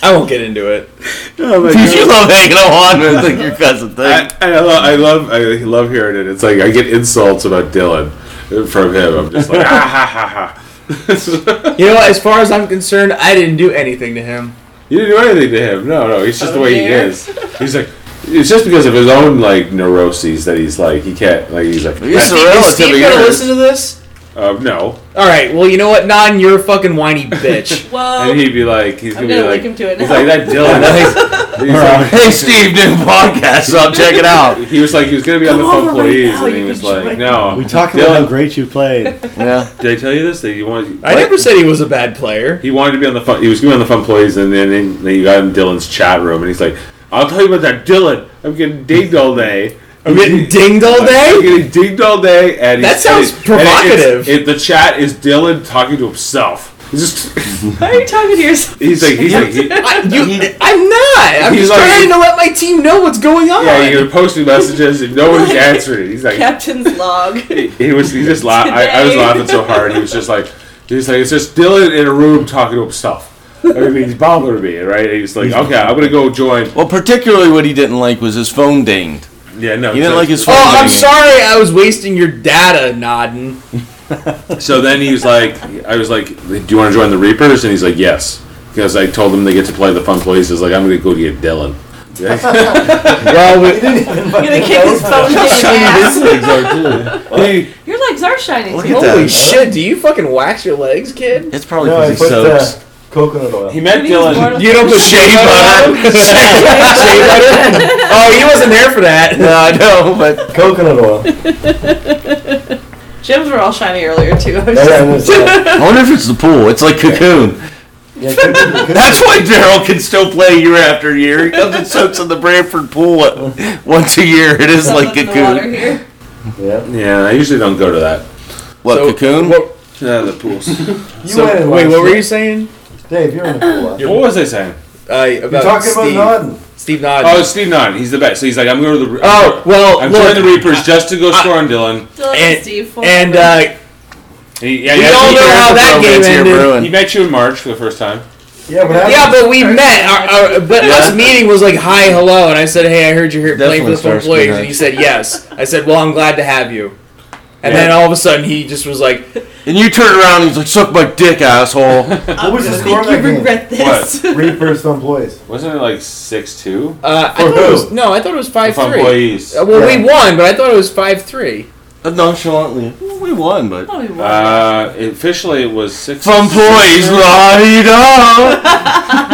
Speaker 2: I won't get into it.
Speaker 5: Oh my
Speaker 1: Did
Speaker 5: God.
Speaker 1: you love hanging on with like your cousin thing?
Speaker 4: I, I, lo- I love I love hearing it. It's like I get insults about Dylan from him. I'm just like, ah, ha ha ha.
Speaker 2: You know, what, as far as I'm concerned, I didn't do anything to him.
Speaker 4: You didn't do anything to him. No, no. It's just the way
Speaker 3: dear.
Speaker 4: he is. He's like, it's just because of his own like neuroses that he's like he can't like he's like.
Speaker 1: He's a
Speaker 2: Is
Speaker 1: relative
Speaker 2: Steve
Speaker 1: of
Speaker 2: gonna
Speaker 1: yours.
Speaker 2: listen to this?
Speaker 4: Uh, no.
Speaker 2: All right. Well, you know what, Nan, you're a fucking whiny bitch.
Speaker 3: Whoa.
Speaker 4: And he'd be like, he's
Speaker 3: Oh. I'm
Speaker 4: gonna,
Speaker 3: gonna
Speaker 4: be
Speaker 3: link
Speaker 4: like,
Speaker 3: him to it
Speaker 4: he's
Speaker 3: now.
Speaker 4: like that Dylan. he's like-
Speaker 1: Hey, Steve, new podcast. So I'll check it out.
Speaker 4: He was like, he was gonna be on the
Speaker 5: Come
Speaker 4: phone
Speaker 5: over right
Speaker 4: employees,
Speaker 5: now,
Speaker 4: and he
Speaker 5: you
Speaker 4: was
Speaker 5: can
Speaker 4: like,
Speaker 5: join.
Speaker 4: no.
Speaker 5: We talk
Speaker 4: Dylan,
Speaker 5: about how great you played.
Speaker 1: Yeah.
Speaker 4: Did I tell you this? That you wanted?
Speaker 2: I never said he was a bad player.
Speaker 4: He wanted to be on the phone. He was going on the phone employees, and then, then then you got in Dylan's chat room, and he's like, "I'll tell you about that Dylan. I'm getting dinged all day.
Speaker 2: I'm getting dinged all
Speaker 4: I'm
Speaker 2: day.
Speaker 4: getting dinged all day." And
Speaker 2: That
Speaker 4: he's-
Speaker 2: sounds
Speaker 4: and it- and it's-
Speaker 2: provocative.
Speaker 4: it- the chat is Dylan talking to himself. He's just
Speaker 3: Why are you talking to yourself?
Speaker 4: he's like he's like he,
Speaker 2: I, you, I'm not. I'm
Speaker 4: He's
Speaker 2: just
Speaker 4: like-
Speaker 2: trying to let my team know what's going on.
Speaker 4: yeah. You're posting messages, and no one's answering. He's like
Speaker 3: Captain's log.
Speaker 4: he, he was he just laughed. I, I was
Speaker 3: Today.
Speaker 4: laughing so hard. He was just like he's like it's just Dylan in a room talking to himself. I mean, he's bothering me, right? And he's like, okay, I'm gonna go join.
Speaker 1: Well, particularly what he didn't like was his phone dinged.
Speaker 4: Yeah, no,
Speaker 1: He didn't
Speaker 4: so-
Speaker 1: like his
Speaker 2: oh, I'm
Speaker 1: Somebody-
Speaker 2: sorry. I was wasting your data, Nodden.
Speaker 4: So then he was like, I was like, do you want to join the Reapers? And he's like, yes. Because I told him they get to play the fun plays. He's like, I'm going to go get Dylan. Yeah.
Speaker 5: well, we,
Speaker 3: I'm gonna kick his phone to his ass.
Speaker 4: Hey,
Speaker 3: Your legs are shiny
Speaker 1: Look
Speaker 3: too.
Speaker 1: at
Speaker 2: Holy
Speaker 1: that.
Speaker 2: shit! Do you fucking wax your legs, kid?
Speaker 1: It's probably
Speaker 5: no, I
Speaker 1: because
Speaker 5: put
Speaker 1: he soaks.
Speaker 5: uh, coconut oil.
Speaker 4: he met
Speaker 3: Maybe he's more
Speaker 4: Dylan.
Speaker 3: like-
Speaker 2: You don't put shea butter. Shea butter. Oh, he wasn't there for that.
Speaker 1: No, I know, but
Speaker 5: coconut oil. Yeah,
Speaker 3: Gyms were all shiny earlier too. I was
Speaker 5: yeah,
Speaker 3: just-
Speaker 5: and it's, uh,
Speaker 1: I wonder if it's the pool. It's like cocoon.
Speaker 5: yeah, coconut-
Speaker 1: That's why Daryl can still play year after year. He comes and soaks in the Branford pool at- once a year. It is like
Speaker 3: in the water
Speaker 1: cocoon.
Speaker 3: here.
Speaker 5: yeah.
Speaker 4: Yeah, I usually don't go to that.
Speaker 1: What
Speaker 2: So-
Speaker 1: cocoon?
Speaker 2: What,
Speaker 4: Yeah, the pools.
Speaker 5: You
Speaker 2: so,
Speaker 5: went in
Speaker 2: wait,
Speaker 5: last
Speaker 2: what were
Speaker 5: year.
Speaker 2: you saying?
Speaker 5: Dave, you're in the pool. last year.
Speaker 4: what was I saying?
Speaker 2: Uh, about
Speaker 5: You're talking
Speaker 2: Steve.
Speaker 5: about nodding.
Speaker 2: Steve Nodden.
Speaker 4: Oh, Steve Nod. He's the best. So he's like, I'm going to the. Re-
Speaker 2: Oh, well,
Speaker 4: I'm
Speaker 2: look,
Speaker 4: joining the Reapers just to go score on Dylan.
Speaker 3: Still like
Speaker 2: And-
Speaker 3: Steve Fulmer.
Speaker 2: and uh,
Speaker 4: And he, yeah,
Speaker 2: we
Speaker 4: yeah,
Speaker 2: all
Speaker 4: he-
Speaker 2: know how that game
Speaker 1: Bromance here
Speaker 2: ended.
Speaker 4: He
Speaker 1: brewing.
Speaker 4: met you in March for the first time.
Speaker 5: Yeah, what happened?
Speaker 2: Yeah, but we met. Our, our, but
Speaker 1: Yeah.
Speaker 2: us meeting was like, hi, hello, and I said, hey, I heard you're here playing for
Speaker 1: Definitely
Speaker 2: the Four
Speaker 1: starts
Speaker 2: Employees,
Speaker 1: behind.
Speaker 2: and he said yes. I said, well, I'm glad to have you. And then all of a sudden, he just was like,
Speaker 1: And you turn around and he's like, "Suck my dick, asshole."
Speaker 5: what was the
Speaker 3: I
Speaker 5: score
Speaker 3: think
Speaker 5: of that
Speaker 3: you
Speaker 5: game?
Speaker 3: regret this.
Speaker 5: Reapers to employees.
Speaker 4: Wasn't it like 6 2?
Speaker 2: uh, I
Speaker 5: For
Speaker 2: thought it
Speaker 5: who?
Speaker 2: was, no, I thought it was five
Speaker 4: Fun
Speaker 2: three.
Speaker 4: employees.
Speaker 2: Uh, well,
Speaker 5: Yeah.
Speaker 2: we won, but I thought it was five three.
Speaker 1: Nonchalantly, "Well, we won, but
Speaker 3: Probably won't.
Speaker 4: Uh, officially, it was 6
Speaker 1: from boys, la di da.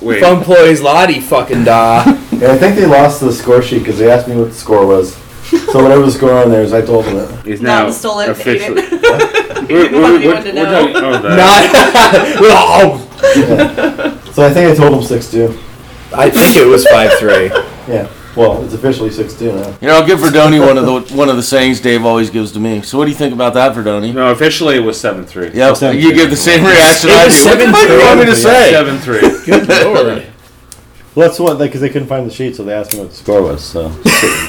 Speaker 4: Wait.
Speaker 2: Fun employees, Lottie fucking da.
Speaker 5: And I think they lost the score sheet because they asked me what the score was. So whatever the score on there is, I told them that.
Speaker 4: He's
Speaker 3: Not
Speaker 4: now
Speaker 3: stole it,
Speaker 4: officially.
Speaker 3: ate
Speaker 4: We're- we're-
Speaker 3: Anyone
Speaker 4: we're-
Speaker 3: to
Speaker 4: we're
Speaker 3: know.
Speaker 4: talking- oh, that-
Speaker 2: Not. oh,
Speaker 5: So I think I told them 6-2.
Speaker 2: I think it was five three.
Speaker 5: Yeah. Well, it's officially 6-2 now.
Speaker 1: You know, I'll give Verdoni one of the one of the sayings Dave always gives to me. So, what do you think about that, Verdoni?
Speaker 4: No, officially it was 7 3.
Speaker 1: Yep,
Speaker 5: Seven
Speaker 1: you
Speaker 5: three.
Speaker 1: give the same reaction I
Speaker 2: was
Speaker 1: do. What the
Speaker 2: seven
Speaker 1: fuck do you
Speaker 2: three.
Speaker 1: want me to say?
Speaker 4: 7 3.
Speaker 2: Good lord.
Speaker 5: Well, that's what, because they couldn't find the sheet, so they asked me what the score was, so.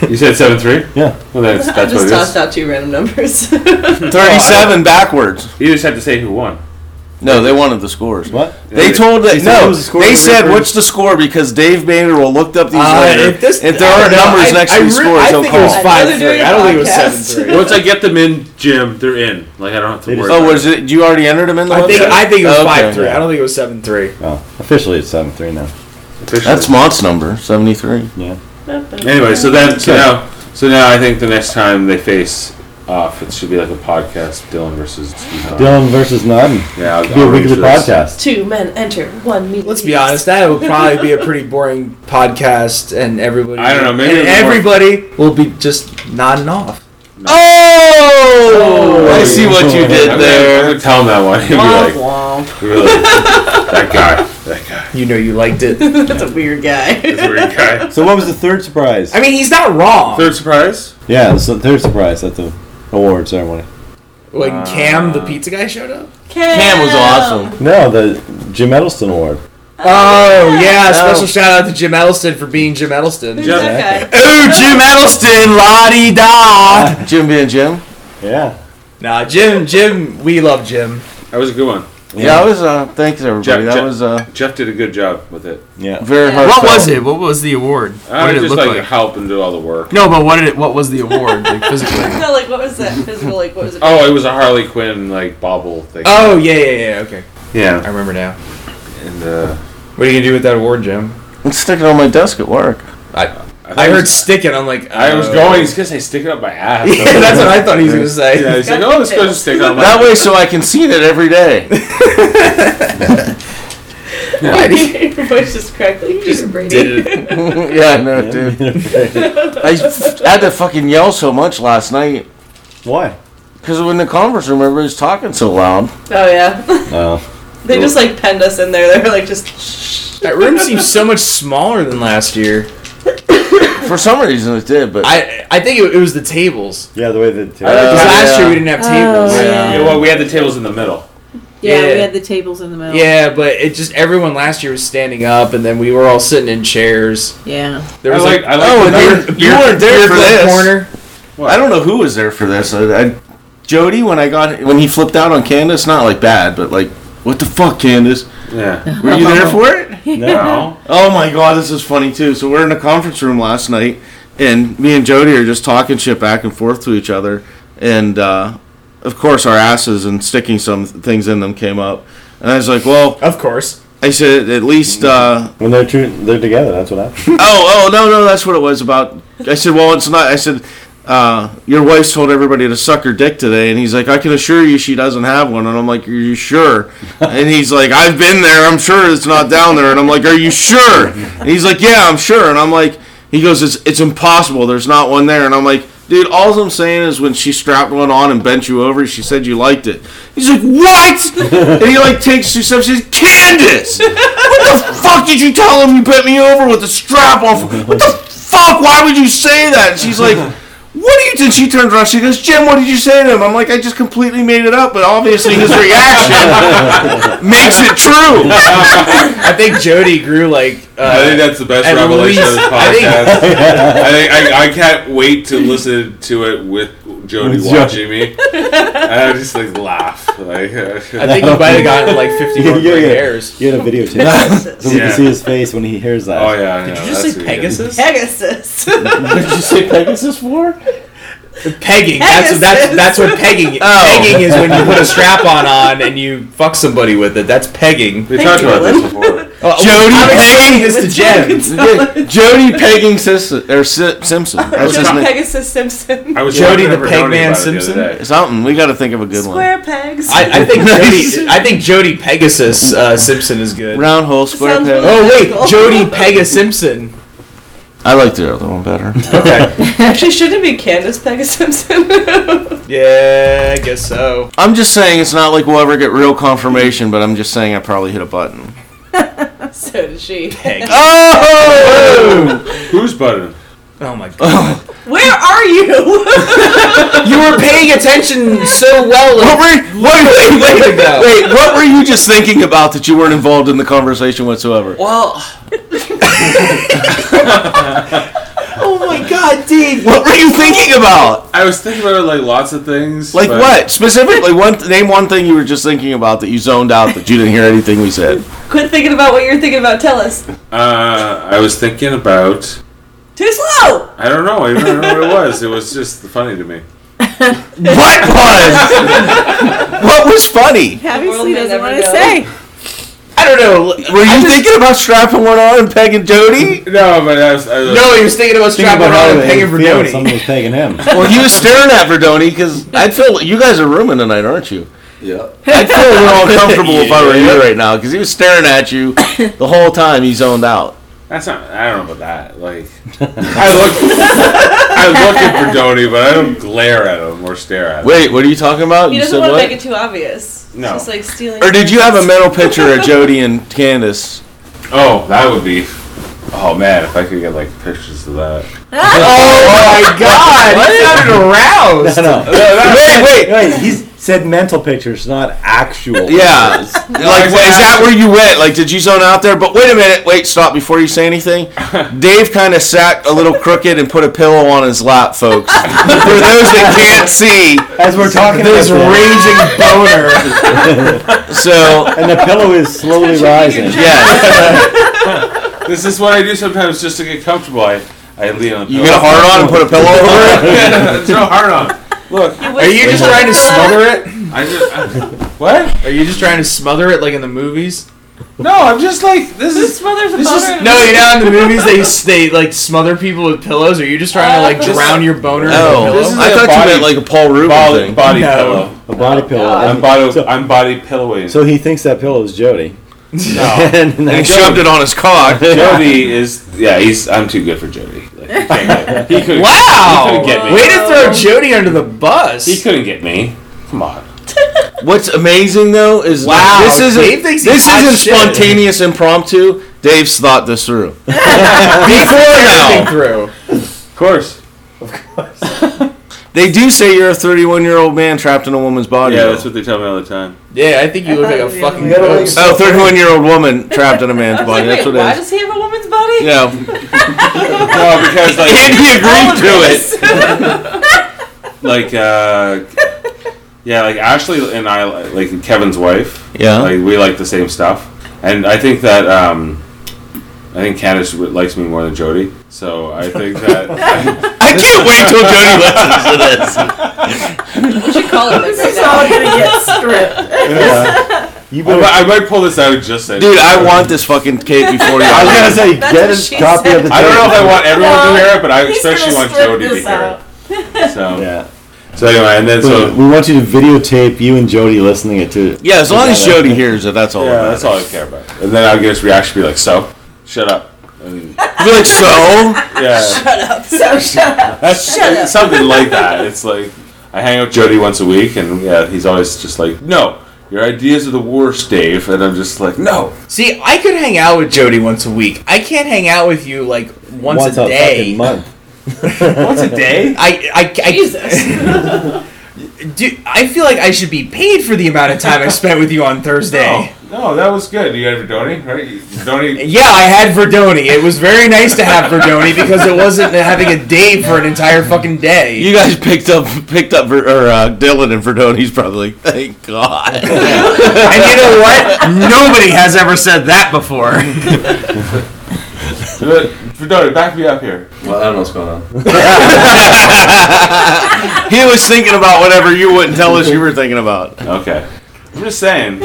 Speaker 4: You said 7 3?
Speaker 5: Yeah.
Speaker 4: Well, that's,
Speaker 3: I
Speaker 4: that's
Speaker 3: just
Speaker 4: what it
Speaker 3: tossed
Speaker 4: is.
Speaker 3: out two random numbers.
Speaker 1: Thirty-seven backwards.
Speaker 4: You just had to say who won.
Speaker 1: No, they wanted the scores.
Speaker 5: What?
Speaker 1: They told that
Speaker 5: They said it
Speaker 1: no.
Speaker 5: was the score
Speaker 1: they
Speaker 5: of the
Speaker 1: said
Speaker 5: Reapers.
Speaker 1: what's the score because Dave Manuel looked up these
Speaker 2: Uh,
Speaker 1: later. If,
Speaker 2: if this-
Speaker 1: there
Speaker 2: I
Speaker 1: aren't
Speaker 2: don't know.
Speaker 1: numbers
Speaker 2: I-
Speaker 1: next
Speaker 2: I
Speaker 1: to the
Speaker 2: re-
Speaker 1: scores,
Speaker 2: I
Speaker 1: they'll
Speaker 2: think it was
Speaker 1: call.
Speaker 2: five
Speaker 3: They're doing
Speaker 2: three. I don't think it was
Speaker 3: a
Speaker 2: seven
Speaker 3: podcast.
Speaker 2: three.
Speaker 4: Once I get them in, Jim, they're in. Like, I don't have to
Speaker 5: They
Speaker 4: worry.
Speaker 5: just-
Speaker 4: about
Speaker 1: Oh, was it? You already entered them in the
Speaker 2: I think
Speaker 1: website?
Speaker 2: I think it was
Speaker 1: Okay.
Speaker 2: five three. I don't think it was seven three.
Speaker 5: Oh, officially it's 7-3 now.
Speaker 4: it. Officially.
Speaker 1: That's Mott's number, seventy-three.
Speaker 5: Yeah.
Speaker 4: Anyway, so then, so now, so now I think the next time they face off, it should be like a podcast Dylan versus Steve Hodge.
Speaker 5: Dylan versus Nodden.
Speaker 4: Yeah, I'll,
Speaker 5: Be a
Speaker 4: I'll arrange
Speaker 5: weekly
Speaker 4: this.
Speaker 5: podcast.
Speaker 3: two men enter one meeting.
Speaker 2: Let's be honest, that would probably be a pretty boring podcast, and everybody.
Speaker 4: I don't know, maybe
Speaker 2: and
Speaker 4: it'd be more-
Speaker 2: everybody will be just nodding off.
Speaker 1: Oh, I see what you
Speaker 4: I'm
Speaker 1: did
Speaker 4: gonna, I'm
Speaker 1: there.
Speaker 4: gonna tell him that one. He'll be like,
Speaker 2: Oh,
Speaker 4: really? that guy. That guy.
Speaker 2: You know, you liked it.
Speaker 3: That's a weird guy.
Speaker 4: That's a weird guy.
Speaker 5: So what was the third surprise?
Speaker 2: I mean, he's not wrong.
Speaker 4: Third surprise?
Speaker 5: Yeah, it's the third surprise at the award ceremony.
Speaker 2: When
Speaker 4: Uh,
Speaker 2: Cam, the pizza guy, showed up.
Speaker 1: Cam was awesome.
Speaker 5: No, the Jim Edelston Award.
Speaker 2: Oh yeah! Special shout out to Jim Edelston for being Jim Edelston.
Speaker 3: Who's that guy?
Speaker 2: Oh, Jim Edelston, la di da.
Speaker 1: Jim being Jim.
Speaker 5: Yeah.
Speaker 2: Nah, Jim, Jim, we love Jim.
Speaker 4: That was a good one.
Speaker 1: Yeah, I was. Uh, thanks everybody.
Speaker 4: Jack-
Speaker 1: that
Speaker 4: Jack-
Speaker 1: was uh,
Speaker 4: Jeff did a good job with it.
Speaker 5: Yeah.
Speaker 1: very hard.
Speaker 2: What was it? What was the award?
Speaker 4: I
Speaker 2: What did it
Speaker 4: just
Speaker 2: look
Speaker 4: like,
Speaker 2: like?
Speaker 4: help and do all the work.
Speaker 2: No, but what did it? What was the award like physically?
Speaker 3: No, like what was that physical? Like what was it?
Speaker 4: Oh, it was a Harley Quinn like bobble thing.
Speaker 2: Oh yeah, yeah, yeah. Okay, I
Speaker 4: yeah.
Speaker 2: remember now.
Speaker 4: And uh,
Speaker 2: What are you gonna do with that award, Jim?
Speaker 1: It's sticking on my desk at work.
Speaker 2: I I heard sticking. I'm like,
Speaker 4: I was
Speaker 2: oh.
Speaker 4: going. He's gonna say stick it up my ass.
Speaker 2: Yeah, that's what I thought he was gonna say.
Speaker 4: Yeah, he's like, oh, this goes stick it up my
Speaker 1: That way, so I can see it every day.
Speaker 3: Your voice just cracked. Like, just
Speaker 2: Did it.
Speaker 1: yeah, I know, dude. I f- had to fucking yell so much last night
Speaker 5: Why?
Speaker 1: because in the conference room, everybody was talking so loud.
Speaker 3: Oh yeah,
Speaker 5: Oh.
Speaker 3: they just like penned us in there. They were like just. Shh.
Speaker 2: That room seems so much smaller than last year.
Speaker 1: For some reason, it did, but
Speaker 2: I I think it, it was the tables.
Speaker 5: Yeah, the way that.
Speaker 4: Uh,
Speaker 2: 'Cause last
Speaker 1: yeah.
Speaker 2: year we didn't have tables.
Speaker 14: Oh,
Speaker 4: Yeah, well, we had the tables in the middle.
Speaker 14: Yeah,
Speaker 2: Yeah.
Speaker 14: we had the tables in the middle.
Speaker 2: Yeah, but it just everyone last year was standing up, and then we were all sitting in chairs.
Speaker 14: Yeah.
Speaker 2: There was
Speaker 4: I like,
Speaker 2: like
Speaker 4: I like
Speaker 1: oh,
Speaker 4: the
Speaker 1: and
Speaker 4: beer-
Speaker 1: you, you weren't there
Speaker 2: beer
Speaker 1: for
Speaker 2: filled
Speaker 1: this.
Speaker 2: corner.
Speaker 1: I don't know who was there for this. I, I, Jody, when I got when he flipped out on Candace, not like bad, but like, what the fuck, Candace?
Speaker 4: Yeah.
Speaker 1: Were you there for it?
Speaker 4: No.
Speaker 1: Oh my god, this is funny too. So we're in a conference room last night, and me and Jody are just talking shit back and forth to each other, and uh, of course our asses and sticking some things in them came up, and I was like, well,
Speaker 2: Of course.
Speaker 1: I said at least. Uh,
Speaker 5: when they're two, they're together, that's what happens.
Speaker 1: oh, oh, no, no, that's what it was about. I said, well, it's not. I said, uh, your wife told everybody to suck her dick today, and he's like, I can assure you she doesn't have one. And I'm like, are you sure? And he's like, I've been there. I'm sure it's not down there. And I'm like, are you sure? And he's like, yeah, I'm sure. And I'm like, he goes, it's it's impossible. There's not one there. And I'm like. Dude, all I'm saying is when she strapped one on and bent you over, she said you liked it. He's like, what? and he like takes two steps. He's Candace. What the fuck did you tell him you bent me over with a strap off? What the fuck? Why would you say that? And she's like, What are you? And she turns around. She goes, Jim, what did you say to him? I'm like, I just completely made it up, but obviously his reaction makes it true.
Speaker 2: I think Jody grew like. Uh,
Speaker 4: I think that's the best
Speaker 2: and
Speaker 4: revelation of this
Speaker 2: Luis,
Speaker 4: podcast.
Speaker 2: I think-
Speaker 4: I, think, I, I can't wait to listen to it with Jody
Speaker 5: With Jody.
Speaker 4: watching me. I just like laugh. Like,
Speaker 2: I
Speaker 4: oh,
Speaker 2: think you might have gotten like 50 more
Speaker 5: Yeah,
Speaker 2: gray
Speaker 5: yeah.
Speaker 2: hairs.
Speaker 5: You had a videotape. so we
Speaker 4: Yeah.
Speaker 5: can see his face when he hears that.
Speaker 4: oh yeah.
Speaker 2: Did
Speaker 4: yeah,
Speaker 2: you just
Speaker 4: that's
Speaker 2: say
Speaker 4: what he did.
Speaker 2: Pegasus?
Speaker 3: Pegasus.
Speaker 5: Did you say Pegasus for?
Speaker 2: Pegging. That's that's
Speaker 3: Pegasus.
Speaker 2: that's what pegging. is. Pegging is when you put a strap on on and you fuck somebody with it. That's pegging.
Speaker 4: We talked about this before.
Speaker 2: Oh,
Speaker 1: Jody
Speaker 2: I'm explaining
Speaker 1: pegging.
Speaker 2: this to Jen.
Speaker 1: Jody pegging Simpson or Si- Simpson. That's his name.
Speaker 3: Pegasus Simpson.
Speaker 4: I was
Speaker 2: Jody the
Speaker 4: talking to Bernoni
Speaker 2: Pegman
Speaker 4: about it the other
Speaker 2: Simpson?
Speaker 4: day.
Speaker 1: Something. We got to think of a good one.
Speaker 3: Square pegs.
Speaker 2: I, I think Jody. I think Jody Pegasus uh, Simpson is good.
Speaker 1: Round hole, square
Speaker 3: Sounds
Speaker 1: peg.
Speaker 3: really-
Speaker 2: Oh wait, Jody Pega Simpson.
Speaker 1: I like the other one better.
Speaker 2: Okay.
Speaker 3: Actually, shouldn't it be Candace Pegasus Simpson?
Speaker 2: Yeah, I guess so.
Speaker 1: I'm just saying it's not like we'll ever get real confirmation, but I'm just saying I probably hit a button.
Speaker 3: so did she.
Speaker 1: Oh!
Speaker 4: Who's button?
Speaker 2: Oh my god.
Speaker 3: Where are you?
Speaker 2: You were paying attention so well.
Speaker 1: What
Speaker 2: Like,
Speaker 1: were you, wait, wait, wait,
Speaker 2: Way to go.
Speaker 1: wait, what were you just thinking about that you weren't involved in the conversation whatsoever?
Speaker 2: well. oh my god, dude.
Speaker 1: What were you thinking about?
Speaker 4: I was thinking about like lots of things.
Speaker 1: Like
Speaker 4: but-
Speaker 1: what? Specifically, one name one thing you were just thinking about that you zoned out that you didn't hear anything we said.
Speaker 3: Quit thinking about what you're thinking about. Tell us.
Speaker 4: Uh, I was thinking about.
Speaker 3: Too slow.
Speaker 4: I don't know. I don't remember what it was. It was just funny to me.
Speaker 1: What was? what was funny?
Speaker 3: may
Speaker 14: Obviously doesn't
Speaker 3: never
Speaker 14: want to
Speaker 3: know.
Speaker 14: say.
Speaker 2: I don't know.
Speaker 1: Were you
Speaker 2: I just-
Speaker 1: thinking about strapping one on and pegging Jody?
Speaker 4: No, but I was. I was
Speaker 2: No, he was thinking about
Speaker 5: Think
Speaker 2: strapping
Speaker 5: about
Speaker 2: on and
Speaker 5: how they
Speaker 2: paying for
Speaker 5: feel if
Speaker 2: Jody.
Speaker 5: someone was pegging him.
Speaker 1: Well, he was staring at Verdoni because I feel like you guys are rooming tonight, aren't you?
Speaker 13: Yeah.
Speaker 1: I would feel real uncomfortable if I were you right now because he was staring at you the whole time. He zoned out.
Speaker 4: That's not. I don't know about that. Like, I look. I look at Verdoni, but I don't glare at him or stare at him.
Speaker 1: Wait, what are you talking about?
Speaker 3: He
Speaker 1: you
Speaker 3: doesn't
Speaker 1: said
Speaker 3: want to
Speaker 1: what?
Speaker 3: make it too obvious.
Speaker 4: No.
Speaker 3: It's just like stealing.
Speaker 1: Or did you have a mental picture of Jody and Candace?
Speaker 4: Oh, that would be. Oh man, if I could get like pictures of that.
Speaker 2: Oh my god! He sounded aroused.
Speaker 5: No, no.
Speaker 1: Wait, wait.
Speaker 5: Wait, he said mental pictures, not actual.
Speaker 1: Yeah. Like, what, is that where you went? Like, did you zone out there? But wait a minute. Wait, stop before you say anything. Dave kind of sat a little crooked and put a pillow on his lap, folks. For those that can't see,
Speaker 5: As we're talking about
Speaker 1: there's
Speaker 5: this,
Speaker 1: raging boner. So,
Speaker 5: and the pillow is slowly rising.
Speaker 1: yeah.
Speaker 4: This is what I do sometimes just to get comfortable. I, I lean on.
Speaker 1: You get a hard on and put a pillow over it?
Speaker 4: yeah, throw hard on. Look,
Speaker 3: Are
Speaker 2: Are you just trying to smother it?
Speaker 4: I just. I, what?
Speaker 2: Are you just trying to smother it like in the movies?
Speaker 4: No, I'm just like this
Speaker 14: This
Speaker 4: is.
Speaker 14: mother's a
Speaker 4: this is-
Speaker 14: boner.
Speaker 2: No, you know, in the movies they they like smother people with pillows. Are you just trying to like drown your boner?
Speaker 1: Oh,
Speaker 2: in a
Speaker 4: This is
Speaker 2: pillow?
Speaker 1: I
Speaker 4: a
Speaker 1: thought
Speaker 4: body-
Speaker 1: you meant like a Paul Rubin
Speaker 4: Body,
Speaker 1: thing.
Speaker 4: body
Speaker 2: No.
Speaker 4: pillow.
Speaker 5: A body pillow.
Speaker 4: I'm
Speaker 5: And
Speaker 4: body.
Speaker 5: so-
Speaker 4: I'm body pillowing.
Speaker 5: So he thinks that pillow is Jody.
Speaker 4: no.
Speaker 5: and
Speaker 1: And he shoved it on his cock.
Speaker 4: Jody is yeah. He's I'm too good for Jody. Like, he can't get- he could. He
Speaker 2: Wow!
Speaker 4: couldn't get me.
Speaker 2: Way to throw Jody under the bus.
Speaker 4: He couldn't get me. Come on.
Speaker 1: What's amazing though is that
Speaker 2: Wow,
Speaker 1: this isn't
Speaker 2: Dave thinks he's
Speaker 1: this
Speaker 2: hot
Speaker 1: isn't
Speaker 2: shit.
Speaker 1: spontaneous impromptu. Dave's thought this through. Before
Speaker 2: Everything
Speaker 1: now,
Speaker 2: through.
Speaker 4: Of course.
Speaker 1: they do say you're a 31 year old man trapped in a woman's body.
Speaker 4: Yeah,
Speaker 1: though.
Speaker 4: that's what they tell me all the time.
Speaker 2: Yeah, I think you
Speaker 14: I
Speaker 2: look
Speaker 14: thought
Speaker 2: like
Speaker 14: it
Speaker 2: a
Speaker 14: was the other
Speaker 2: fucking
Speaker 14: way.
Speaker 13: gotta, like,
Speaker 2: ghost.
Speaker 1: Oh, 31 year old woman trapped in a man's body.
Speaker 3: Wait,
Speaker 1: That's what
Speaker 3: why
Speaker 1: it is.
Speaker 3: does he have a woman's body?
Speaker 1: Yeah,
Speaker 4: No, because like
Speaker 1: and he agreed to it.
Speaker 4: like uh yeah like ashley and i like kevin's wife
Speaker 1: Yeah.
Speaker 4: like we like the same stuff and i think that um i think Candace w- likes me more than jody so i think that
Speaker 1: I can't wait till Jody listens to this.
Speaker 3: You should call it this right
Speaker 14: It's
Speaker 3: now.
Speaker 14: all gonna get stripped.
Speaker 5: You
Speaker 4: I,
Speaker 5: better,
Speaker 4: might, I might pull this out just then.
Speaker 1: Dude, I want this fucking tape before
Speaker 5: I was gonna
Speaker 1: you.
Speaker 5: say
Speaker 3: That's
Speaker 5: get
Speaker 3: what she
Speaker 5: a copy
Speaker 3: said.
Speaker 5: of the.
Speaker 4: i don't know if i want everyone to hear it but i
Speaker 14: He's
Speaker 4: especially
Speaker 14: gonna
Speaker 4: want
Speaker 14: strip
Speaker 4: jody to
Speaker 14: this
Speaker 4: hear
Speaker 14: out.
Speaker 4: it so
Speaker 5: Yeah.
Speaker 4: so anyway and then
Speaker 5: So
Speaker 4: so
Speaker 5: we want you to videotape you and Jody listening it to.
Speaker 1: Yeah, as long as Jody hears it, that's all.
Speaker 4: yeah
Speaker 1: Yeah,
Speaker 4: that's all i care about and then i'll get his reaction be like so shut up and,
Speaker 1: Be like, so
Speaker 4: yeah
Speaker 14: So shut up.
Speaker 4: That's something like that. It's like I hang out with Jody once a week, and yeah, he's always just like, "No, your ideas are the worst, Dave," and I'm just like, "No."
Speaker 2: See, I could hang out with Jody once a week. I can't hang out with you like once,
Speaker 5: Once
Speaker 2: a
Speaker 5: fucking
Speaker 2: day.
Speaker 5: month.
Speaker 4: What's a day?
Speaker 2: I, I, I,
Speaker 3: Jesus.
Speaker 2: Dude, I feel like I should be paid for the amount of time I spent with you on Thursday.
Speaker 4: No, that was good. You had Verdoni, right? You- Verdoni.
Speaker 2: Yeah, I had Verdoni. It was very nice to have Verdoni because it wasn't having a day for an entire fucking day.
Speaker 1: you guys picked up picked up Ver- or uh, Dylan and Verdoni's probably like, thank God.
Speaker 2: and you know what? Nobody has ever said that before.
Speaker 4: Verdoni, back me up here.
Speaker 13: Well, I don't know what's going on.
Speaker 1: He was thinking about whatever you wouldn't tell us you were thinking about.
Speaker 4: Okay. I'm just saying.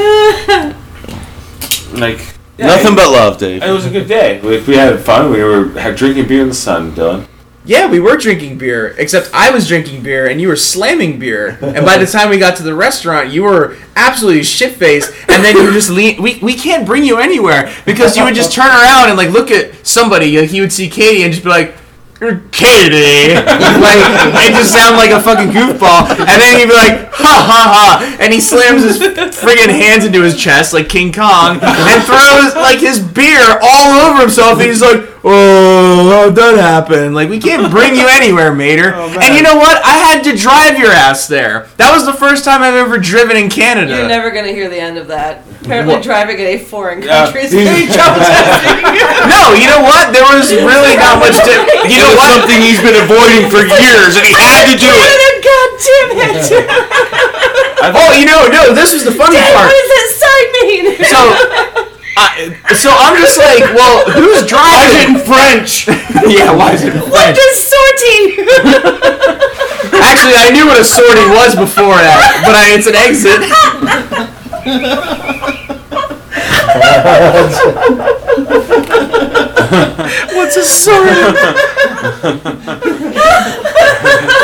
Speaker 4: Like yeah,
Speaker 1: Nothing
Speaker 4: it-
Speaker 1: but love, Dave.
Speaker 4: It was a good day. Like, we had fun. We were had drinking beer in the sun, Dylan.
Speaker 2: Yeah, we were drinking beer, except I was drinking beer and you were slamming beer. And by the time we got to the restaurant, you were absolutely shit faced. And then you were just lean. We, we can't bring you anywhere because you would just turn around and like look at somebody. Like, you would see Katie and just be like, "You're Katie," like and just sound like a fucking goofball. And then he'd be like, "Ha ha ha!" And he slams his friggin' hands into his chest like King Kong and throws like his beer all over himself. And he's like, "Oh, how'd that happen?" Like we can't bring you anywhere, Mater. and you know what? I had to drive your ass there. That was the first time I've ever driven in Canada.
Speaker 3: You're never gonna hear the end of that. Apparently,
Speaker 2: What?
Speaker 3: driving in a foreign
Speaker 4: Yeah.
Speaker 3: country is very traumatizing.
Speaker 2: no, you know what? There was really not much. To, you
Speaker 1: It
Speaker 2: know
Speaker 1: was
Speaker 2: what?
Speaker 1: something he's been avoiding for years, and he had to do it.
Speaker 3: God damn it!
Speaker 2: Oh, you know, no. This was the funny
Speaker 3: What
Speaker 2: part.
Speaker 3: does that sign mean?
Speaker 2: So, I, so I'm just like, well, who's driving?
Speaker 1: French.
Speaker 2: yeah, why is it French?
Speaker 3: Just sorting.
Speaker 2: Actually, I knew what a sortie was before that, but I, it's an exit. What's a sortie?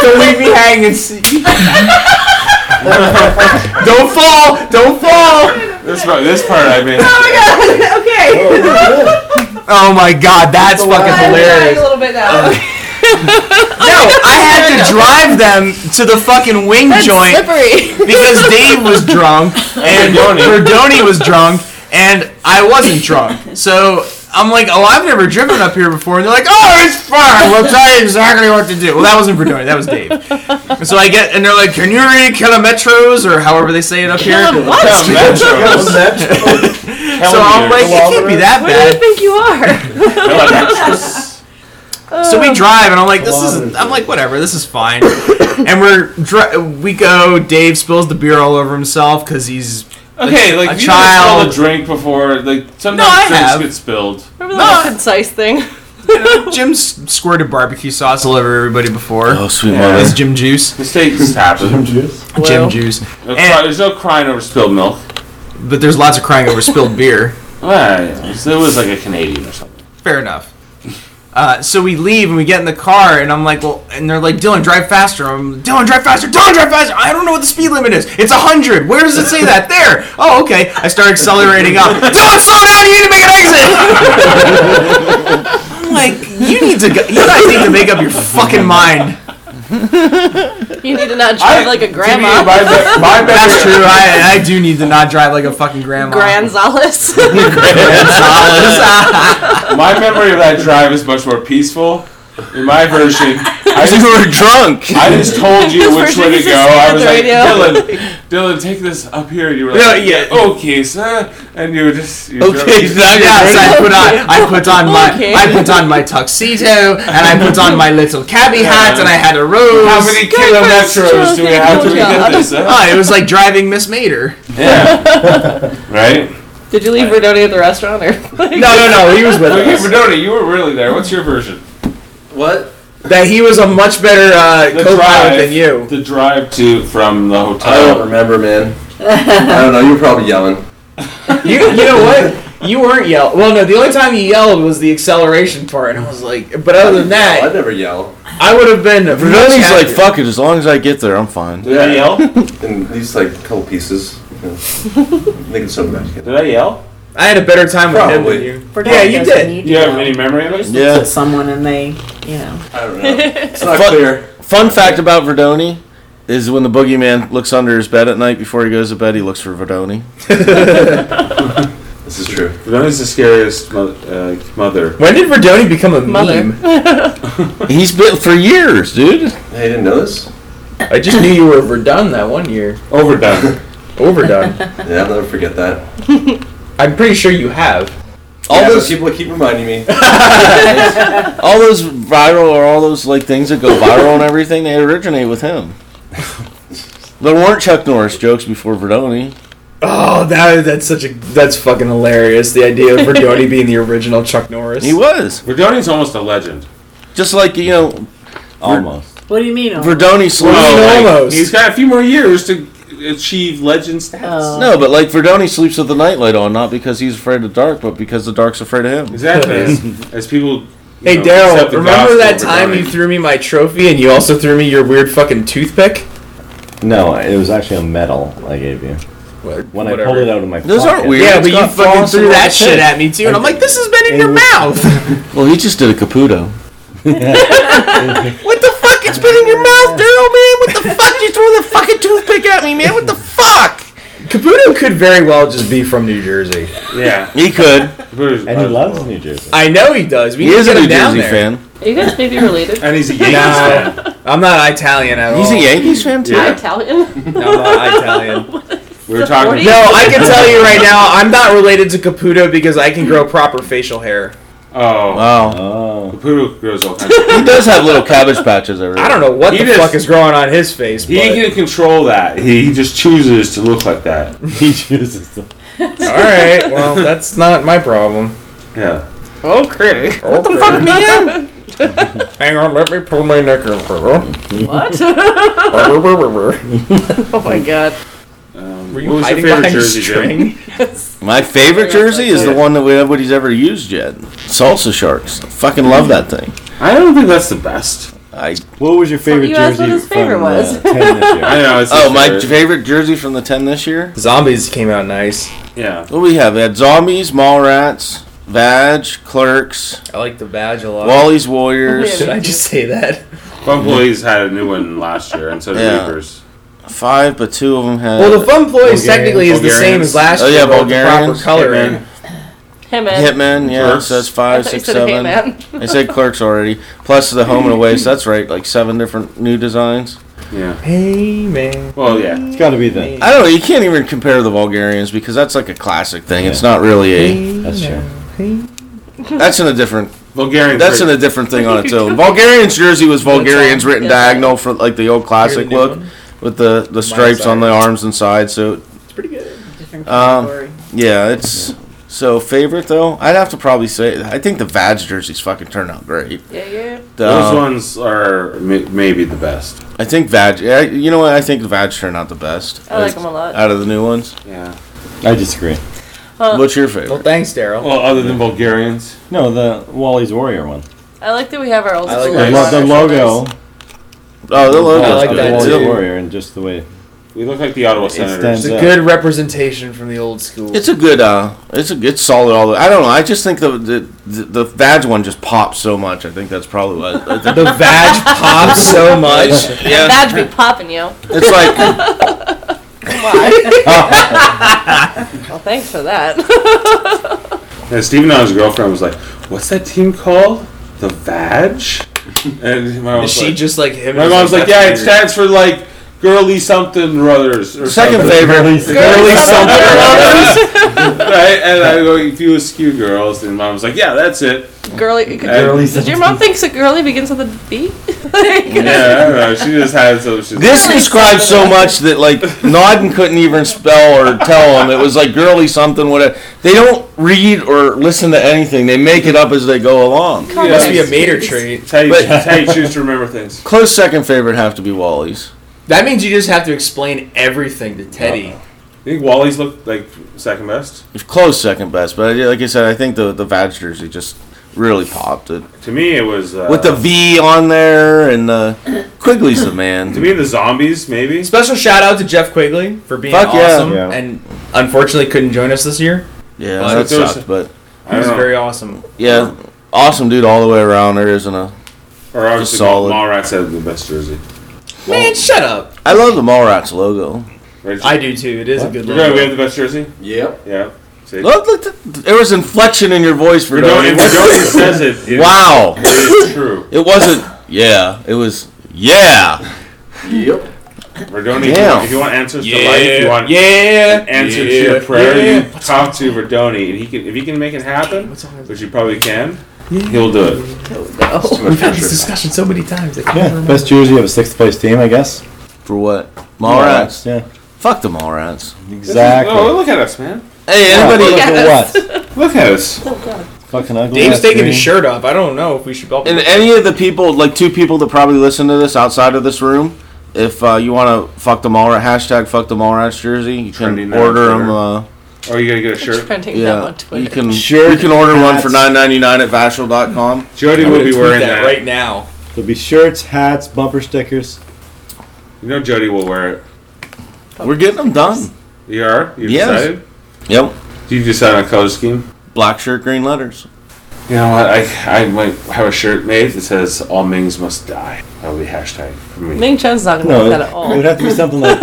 Speaker 2: Don't leave me hanging. see- don't fall! Don't fall!
Speaker 4: This part, this part, I mean.
Speaker 3: okay.
Speaker 2: Oh my god, that's fucking
Speaker 3: I'm
Speaker 2: hilarious.
Speaker 3: dying a little bit now.
Speaker 2: No, I had to drive them to the fucking wing joint
Speaker 3: slippery.
Speaker 2: because Dave was drunk and Verdoni was drunk and I wasn't drunk. So I'm like, oh, I've never driven up here before. And they're like, oh, it's fine. We'll tell you exactly what to do. Well, that wasn't Verdoni. That was Dave. And so I get, and they're like, can you read kilometros or however they say it up here?
Speaker 4: Yeah, metros.
Speaker 2: So I'm like, it can't be that
Speaker 3: Where do you
Speaker 2: bad.
Speaker 3: think you are?
Speaker 2: So we drive, and I'm like, this is. I'm like, whatever, this is fine. and we're dri- we go. Dave spills the beer all over himself because he's.
Speaker 4: Okay, like
Speaker 2: a
Speaker 4: you
Speaker 2: child.
Speaker 4: Just spilled a drink before, like sometimes
Speaker 2: No, I
Speaker 4: drinks
Speaker 2: have.
Speaker 4: get spilled.
Speaker 3: Remember the little concise thing?
Speaker 2: Jim's squirted barbecue sauce all over everybody before.
Speaker 1: Oh, sweet
Speaker 4: Yeah.
Speaker 1: mother.
Speaker 2: It's Jim Juice.
Speaker 4: Mistakes happen.
Speaker 2: Jim Juice.
Speaker 4: No
Speaker 2: And-
Speaker 4: cry- There's no crying over spilled milk.
Speaker 2: But there's lots of crying over spilled beer.
Speaker 4: Well, yeah, so it was like a Canadian or something.
Speaker 2: Fair enough. Uh, so we leave and we get in the car and I'm like, well, and they're like, Dylan, drive faster. I'm Dylan, drive faster. Dylan, drive faster. I don't know what the speed limit is. It's hundred. Where does it say that? There. Oh, okay. I start accelerating up. Dylan, slow down. You need to make an exit. I'm like, you need to. Go, you guys need to make up your fucking mind.
Speaker 3: You need to not drive like a
Speaker 4: My,
Speaker 3: grandma.
Speaker 4: ba- my
Speaker 2: That's
Speaker 4: best
Speaker 2: true. I, I do need to not drive like a fucking grandma.
Speaker 3: Granzales.
Speaker 4: My memory of that drive is much more peaceful. In my version, I
Speaker 1: You
Speaker 4: just,
Speaker 1: were drunk.
Speaker 4: I just told you
Speaker 3: This
Speaker 4: which way to
Speaker 3: version
Speaker 4: go. I was like,
Speaker 3: exists
Speaker 4: Dylan, Dylan, take this up here. And you were
Speaker 15: Yeah,
Speaker 4: like,
Speaker 15: yeah.
Speaker 4: okay, sir. And you were just, you
Speaker 15: Okay,
Speaker 4: drove-
Speaker 15: now you're
Speaker 2: Yes, I
Speaker 15: ready.
Speaker 2: put on I put on my
Speaker 3: Okay.
Speaker 2: I put on my tuxedo and I put on my little cabbie hat and I had a rose.
Speaker 4: How many kilometers do we have to get this? Huh?
Speaker 2: Oh, it was like driving Miss Mater.
Speaker 4: Yeah. right?
Speaker 3: Did you leave Verdoni at the restaurant or?
Speaker 2: No, no, no, he was with
Speaker 4: Okay,
Speaker 2: us.
Speaker 4: Verdoni, you were really there. What's your version?
Speaker 16: What?
Speaker 2: That he was a much better uh, co-pilot than you.
Speaker 4: The drive to from the
Speaker 16: I don't
Speaker 4: hotel.
Speaker 16: remember, man. I don't know. You were probably yelling.
Speaker 2: You you know what? You weren't yell. Well, no, the only time you yelled was the acceleration part, and I was like, but other than
Speaker 16: I
Speaker 2: that,
Speaker 16: never yell.
Speaker 2: I would have been. much
Speaker 1: Verdoni's like,
Speaker 2: happier.
Speaker 1: fuck it, as long as I get there, I'm fine.
Speaker 4: Did I yell?
Speaker 16: In these like couple pieces. you know, Making something back together.
Speaker 4: Did I yell?
Speaker 2: I had a better time with him than
Speaker 16: Probably.
Speaker 2: you.
Speaker 14: For
Speaker 2: Yeah, you did.
Speaker 4: Do you have any memory of it?
Speaker 1: Yeah.
Speaker 14: At someone and they, you know.
Speaker 16: I don't know. It's not
Speaker 1: Fuck.
Speaker 16: clear.
Speaker 1: Fun fact about Verdoni is when the boogeyman looks under his bed at night before he goes to bed, he looks for Verdoni.
Speaker 16: This is true.
Speaker 4: Verdoni's the scariest mo- uh, mother.
Speaker 2: When did Verdoni become a
Speaker 3: Mother.
Speaker 2: meme?
Speaker 1: He's been for years, dude.
Speaker 16: Hey, you didn't know this?
Speaker 2: I just knew you were overdone that one year.
Speaker 4: Overdone.
Speaker 2: Overdone.
Speaker 16: Yeah, I'll never forget that.
Speaker 2: I'm pretty sure you have.
Speaker 16: All
Speaker 1: Yeah,
Speaker 16: those people keep reminding me.
Speaker 1: All those viral or all those like things that go viral and everything, they originate with him. There weren't Chuck Norris jokes before Verdoni.
Speaker 2: Oh, that that's such a that's fucking hilarious. The idea of Verdoni being the original Chuck Norris.
Speaker 1: He was
Speaker 4: Verdoni's almost a legend.
Speaker 1: just like you know
Speaker 5: Almost.
Speaker 14: What do you mean? Over?
Speaker 1: Verdoni slowly.
Speaker 2: Well,
Speaker 4: like,
Speaker 2: almost.
Speaker 4: he's got a few more years to achieve legend status.
Speaker 14: Oh.
Speaker 1: No, but like Verdoni sleeps with the nightlight on, not because he's afraid of the dark, but because the dark's afraid of him.
Speaker 4: Exactly. as, as people. you
Speaker 2: Hey
Speaker 4: know,
Speaker 2: Daryl,
Speaker 4: accept the
Speaker 2: remember
Speaker 4: gospel
Speaker 2: that
Speaker 4: of
Speaker 2: time
Speaker 4: Verdoni.
Speaker 2: you threw me my trophy and you also threw me your weird fucking toothpick?
Speaker 5: No, it was actually a medal I gave you. When I pulled it out of my
Speaker 1: Those aren't
Speaker 5: pocket.
Speaker 1: weird.
Speaker 2: Yeah,
Speaker 1: It's
Speaker 2: but you
Speaker 1: got
Speaker 2: fucking
Speaker 1: floss
Speaker 2: threw
Speaker 1: and all
Speaker 2: that
Speaker 1: the
Speaker 2: shit
Speaker 1: shit.
Speaker 2: at me too, and I'm like, this has been in your mouth.
Speaker 1: Well, he just did a Caputo. what the fuck? It's been in your mouth, Daryl, man. What the fuck? You threw the fucking toothpick at me, man. What the fuck?
Speaker 2: Caputo could very well just be from New Jersey.
Speaker 4: Yeah. uh,
Speaker 1: He could.
Speaker 5: And he loves New Jersey.
Speaker 2: I know he does. We
Speaker 1: He
Speaker 2: need to
Speaker 1: is a
Speaker 2: get him
Speaker 1: New
Speaker 2: down
Speaker 1: Jersey
Speaker 2: there.
Speaker 1: fan.
Speaker 3: Are you guys maybe related?
Speaker 4: And he's a Yankees
Speaker 2: Nah.
Speaker 4: fan.
Speaker 2: I'm not Italian at
Speaker 1: He's
Speaker 2: all.
Speaker 1: a Yankees fan too.
Speaker 4: Yeah.
Speaker 3: Italian.
Speaker 2: No, I'm not Italian.
Speaker 4: We were talking.
Speaker 2: No, I can tell you right now, I'm not related to Caputo because I can grow proper facial hair.
Speaker 4: Oh.
Speaker 1: Wow.
Speaker 5: Oh.
Speaker 4: Poodle grows all kinds. of-
Speaker 1: He does have little cabbage patches everywhere.
Speaker 2: I don't know what
Speaker 4: He
Speaker 2: the
Speaker 4: just-
Speaker 2: fuck is growing on his face,
Speaker 4: He
Speaker 2: but
Speaker 4: can control that. He, he just chooses to look like that.
Speaker 5: He chooses to.
Speaker 2: all right. Well, that's not my problem.
Speaker 4: Yeah.
Speaker 2: Okay. What the fuck, man? Hang on, let me pull my neck in.
Speaker 3: what?
Speaker 2: Were
Speaker 3: Oh my god.
Speaker 4: Um,
Speaker 2: you hiding behind
Speaker 4: Jim?
Speaker 2: string?
Speaker 1: My favorite jersey is the one that we- nobody's ever used yet. Salsa Sharks. I fucking love that thing.
Speaker 4: I don't think that's the best.
Speaker 1: I
Speaker 5: What was your favorite
Speaker 3: you asked
Speaker 5: jersey?
Speaker 3: what his favorite
Speaker 5: from,
Speaker 3: was.
Speaker 5: Uh, 10 this year?
Speaker 4: I know. It's
Speaker 1: oh
Speaker 4: the
Speaker 1: my
Speaker 4: third.
Speaker 1: favorite jersey from the ten this year.
Speaker 2: Zombies came out nice.
Speaker 4: Yeah.
Speaker 1: What do we have? We had zombies, Mallrats, Vag, Clerks,
Speaker 17: I like the badge
Speaker 2: Oh,
Speaker 17: a lot.
Speaker 1: Wally's Warriors.
Speaker 3: Yeah.
Speaker 2: Did I just say that?
Speaker 4: Fun Boys had a new one last year, and so did
Speaker 1: Mm-hmm. Yeah.
Speaker 4: Reapers.
Speaker 1: Five, but two of them had
Speaker 2: Well, the fun ploys technically is the
Speaker 4: Bulgarians.
Speaker 2: same as last
Speaker 1: Oh,
Speaker 2: year,
Speaker 1: yeah,
Speaker 2: but with the proper
Speaker 1: Bulgarians.
Speaker 2: coloring.
Speaker 4: Hitman.
Speaker 3: Hey man.
Speaker 1: Hitman. Yeah,
Speaker 4: Clerks.
Speaker 1: so that's
Speaker 3: I
Speaker 1: five,
Speaker 3: thought you
Speaker 1: six,
Speaker 3: said hey
Speaker 1: seven.
Speaker 3: man.
Speaker 1: I said Clerks already. Plus the home and away. So that's right, like seven different new designs.
Speaker 4: Yeah.
Speaker 2: Hey man.
Speaker 4: Well, yeah.
Speaker 5: It's got to be the.
Speaker 1: I don't know. You can't even compare the Bulgarians because that's like a classic thing. It's not really
Speaker 3: Mm-hmm.
Speaker 1: a.
Speaker 5: That's true.
Speaker 1: That's in a different.
Speaker 4: Bulgarian.
Speaker 1: That's in a different thing on its own. Bulgarians jersey was Bulgarians written
Speaker 3: Yeah.
Speaker 1: diagonal for like the old classic
Speaker 2: new
Speaker 1: look
Speaker 2: one?
Speaker 1: with the the stripes on the arms and sides. So
Speaker 2: It's pretty good.
Speaker 14: Different
Speaker 1: Um,
Speaker 14: category.
Speaker 1: Yeah, it's so favorite though. I'd have to probably say I think the Vag jerseys fucking turned out great.
Speaker 3: Yeah, yeah.
Speaker 1: The,
Speaker 4: Those ones are may- maybe the best.
Speaker 1: Um, I think Vag. yeah, You know what? I think the Vag turned out the best
Speaker 3: I like him a lot.
Speaker 1: out of the new ones.
Speaker 4: Yeah.
Speaker 5: I disagree.
Speaker 1: What's your
Speaker 2: Well,
Speaker 1: favorite?
Speaker 2: thanks, Daryl.
Speaker 4: Well, other than Bulgarians,
Speaker 5: No, the Wally's Warrior one.
Speaker 14: I like that we have our old
Speaker 2: I like
Speaker 14: school
Speaker 5: The, lo- the
Speaker 14: water
Speaker 5: logo.
Speaker 1: Oh, the logo.
Speaker 2: I like
Speaker 5: of
Speaker 2: that
Speaker 5: Wally's
Speaker 2: too.
Speaker 5: Warrior and just the way
Speaker 4: we look like the Ottawa
Speaker 5: it
Speaker 4: Senators.
Speaker 5: stands
Speaker 2: It's a
Speaker 5: out.
Speaker 2: good representation from the old school.
Speaker 1: It's a good, uh, it's a good solid. All the, I don't know. I just think the the the, the Vag one just pops so much. I think that's probably what. I think-
Speaker 2: the vag pops so much.
Speaker 1: yeah,
Speaker 14: That'd be popping, yo.
Speaker 1: it's like
Speaker 14: Well, thanks for that.
Speaker 4: And Stephen Allen's girlfriend was like, "What's that team called? The Vag?" And my mom
Speaker 2: Is
Speaker 4: was
Speaker 2: she
Speaker 4: like,
Speaker 2: just like him?
Speaker 4: my
Speaker 2: is
Speaker 4: mom's like,
Speaker 2: that's
Speaker 4: "Yeah, it
Speaker 2: weird."
Speaker 4: stands for like girly something or others." Or
Speaker 1: second
Speaker 4: something.
Speaker 1: favorite.
Speaker 4: Girly something or others. right? And I go, "If you skew girls," and mom was like, "Yeah, that's it."
Speaker 14: Girly. Did
Speaker 4: Girly
Speaker 14: your mom thinks that girly begins with a B?
Speaker 4: Yeah, I don't know. She just had some. She's
Speaker 1: This describes so much that like Nodden couldn't even spell or tell him. It was like girly something. Whatever. They don't read or listen to anything. They make it up as they go along.
Speaker 4: Yeah.
Speaker 2: Must be a mater trait.
Speaker 4: That's how you,
Speaker 1: But-
Speaker 4: that's how you choose to remember things.
Speaker 1: Close second favorite have to be Wally's.
Speaker 2: That means you just have to explain everything to Teddy.
Speaker 4: You think Wally's looked like second best?
Speaker 1: Close second best, but I- like I said, I think the the Vag jersey just really popped. It
Speaker 4: To me, it was uh,
Speaker 1: with the V on there and uh, Quigley's the
Speaker 4: To
Speaker 1: man.
Speaker 4: me, the zombies maybe.
Speaker 2: Special shout out to Jeff Quigley for being
Speaker 1: Fuck yeah.
Speaker 2: awesome
Speaker 5: Yeah.
Speaker 2: and unfortunately couldn't join us this year.
Speaker 1: Yeah,
Speaker 2: Well,
Speaker 1: that
Speaker 4: there was-
Speaker 1: sucked, but
Speaker 4: I
Speaker 2: He
Speaker 4: don't
Speaker 2: was
Speaker 4: know.
Speaker 2: very awesome.
Speaker 1: yeah, awesome dude all the way around. There isn't a.
Speaker 4: or obviously,
Speaker 1: solid.
Speaker 4: Mallrats had the best jersey.
Speaker 2: Man, shut up.
Speaker 1: I love the Mallrats logo.
Speaker 4: Right?
Speaker 2: I do too. It is a good
Speaker 4: We're gonna- we have
Speaker 2: look.
Speaker 4: the best jersey.
Speaker 9: Yep.
Speaker 4: Yeah. See?
Speaker 1: Look, look, th- there was inflection in your voice for
Speaker 4: Verdoni,
Speaker 1: that.
Speaker 4: Verdoni says it. it
Speaker 1: Wow,
Speaker 4: It is true.
Speaker 1: it wasn't. Yeah, it was. Yeah,
Speaker 9: Yep.
Speaker 4: Verdoni, if you
Speaker 1: Damn.
Speaker 4: want- if you want answers to life, if you want
Speaker 2: Yeah.
Speaker 4: answers
Speaker 2: yeah,
Speaker 4: to your prayer,
Speaker 2: yeah.
Speaker 4: you talk to Verdoni, and he can. If he can make it happen, which you probably can, he'll do it.
Speaker 2: We've had this discussion so many times. I can't
Speaker 5: Yeah,
Speaker 2: remember.
Speaker 5: best jersey of a sixth place team, I guess.
Speaker 1: for what? Mallrats.
Speaker 5: Yeah,
Speaker 1: Fuck the Mallrats.
Speaker 5: exactly.
Speaker 4: Oh, look at us, man!
Speaker 1: Hey,
Speaker 5: Yeah,
Speaker 1: anybody?
Speaker 5: look at what?
Speaker 4: Look at us.
Speaker 5: Fucking ugly.
Speaker 2: Dave's
Speaker 5: ass
Speaker 2: taking his
Speaker 5: green.
Speaker 2: shirt off. I don't know if we should.
Speaker 1: And any of the people, like two people that probably listen to this outside of this room, if uh, you want to fuck the Mallrat hashtag fuck the Mallrats jersey, you can
Speaker 4: Trending now on
Speaker 1: order them.
Speaker 4: Twitter.
Speaker 1: Uh,
Speaker 4: Or Oh, you gonna get a shirt?
Speaker 14: Printing that
Speaker 1: yeah,
Speaker 14: on Twitter.
Speaker 1: you can sure you can order one for nine ninety nine at vashel.com.
Speaker 4: Jody
Speaker 2: I'm
Speaker 4: will
Speaker 2: gonna
Speaker 4: be
Speaker 2: tweet
Speaker 4: wearing
Speaker 2: that
Speaker 4: that.
Speaker 2: right now.
Speaker 5: There'll be shirts, hats, bumper stickers.
Speaker 4: You know Jody will wear it.
Speaker 1: We're getting them done.
Speaker 4: You are? You
Speaker 1: Yes.
Speaker 4: decided?
Speaker 1: Yep,
Speaker 4: Do you decide on a color scheme?
Speaker 1: black shirt, green letters.
Speaker 4: You know what? I, I might have a shirt made that says "All Mings must die." That'll be hashtag for me.
Speaker 14: Ming Chen's not gonna
Speaker 5: No,
Speaker 14: like
Speaker 5: it,
Speaker 14: that at all.
Speaker 5: it would have to be something like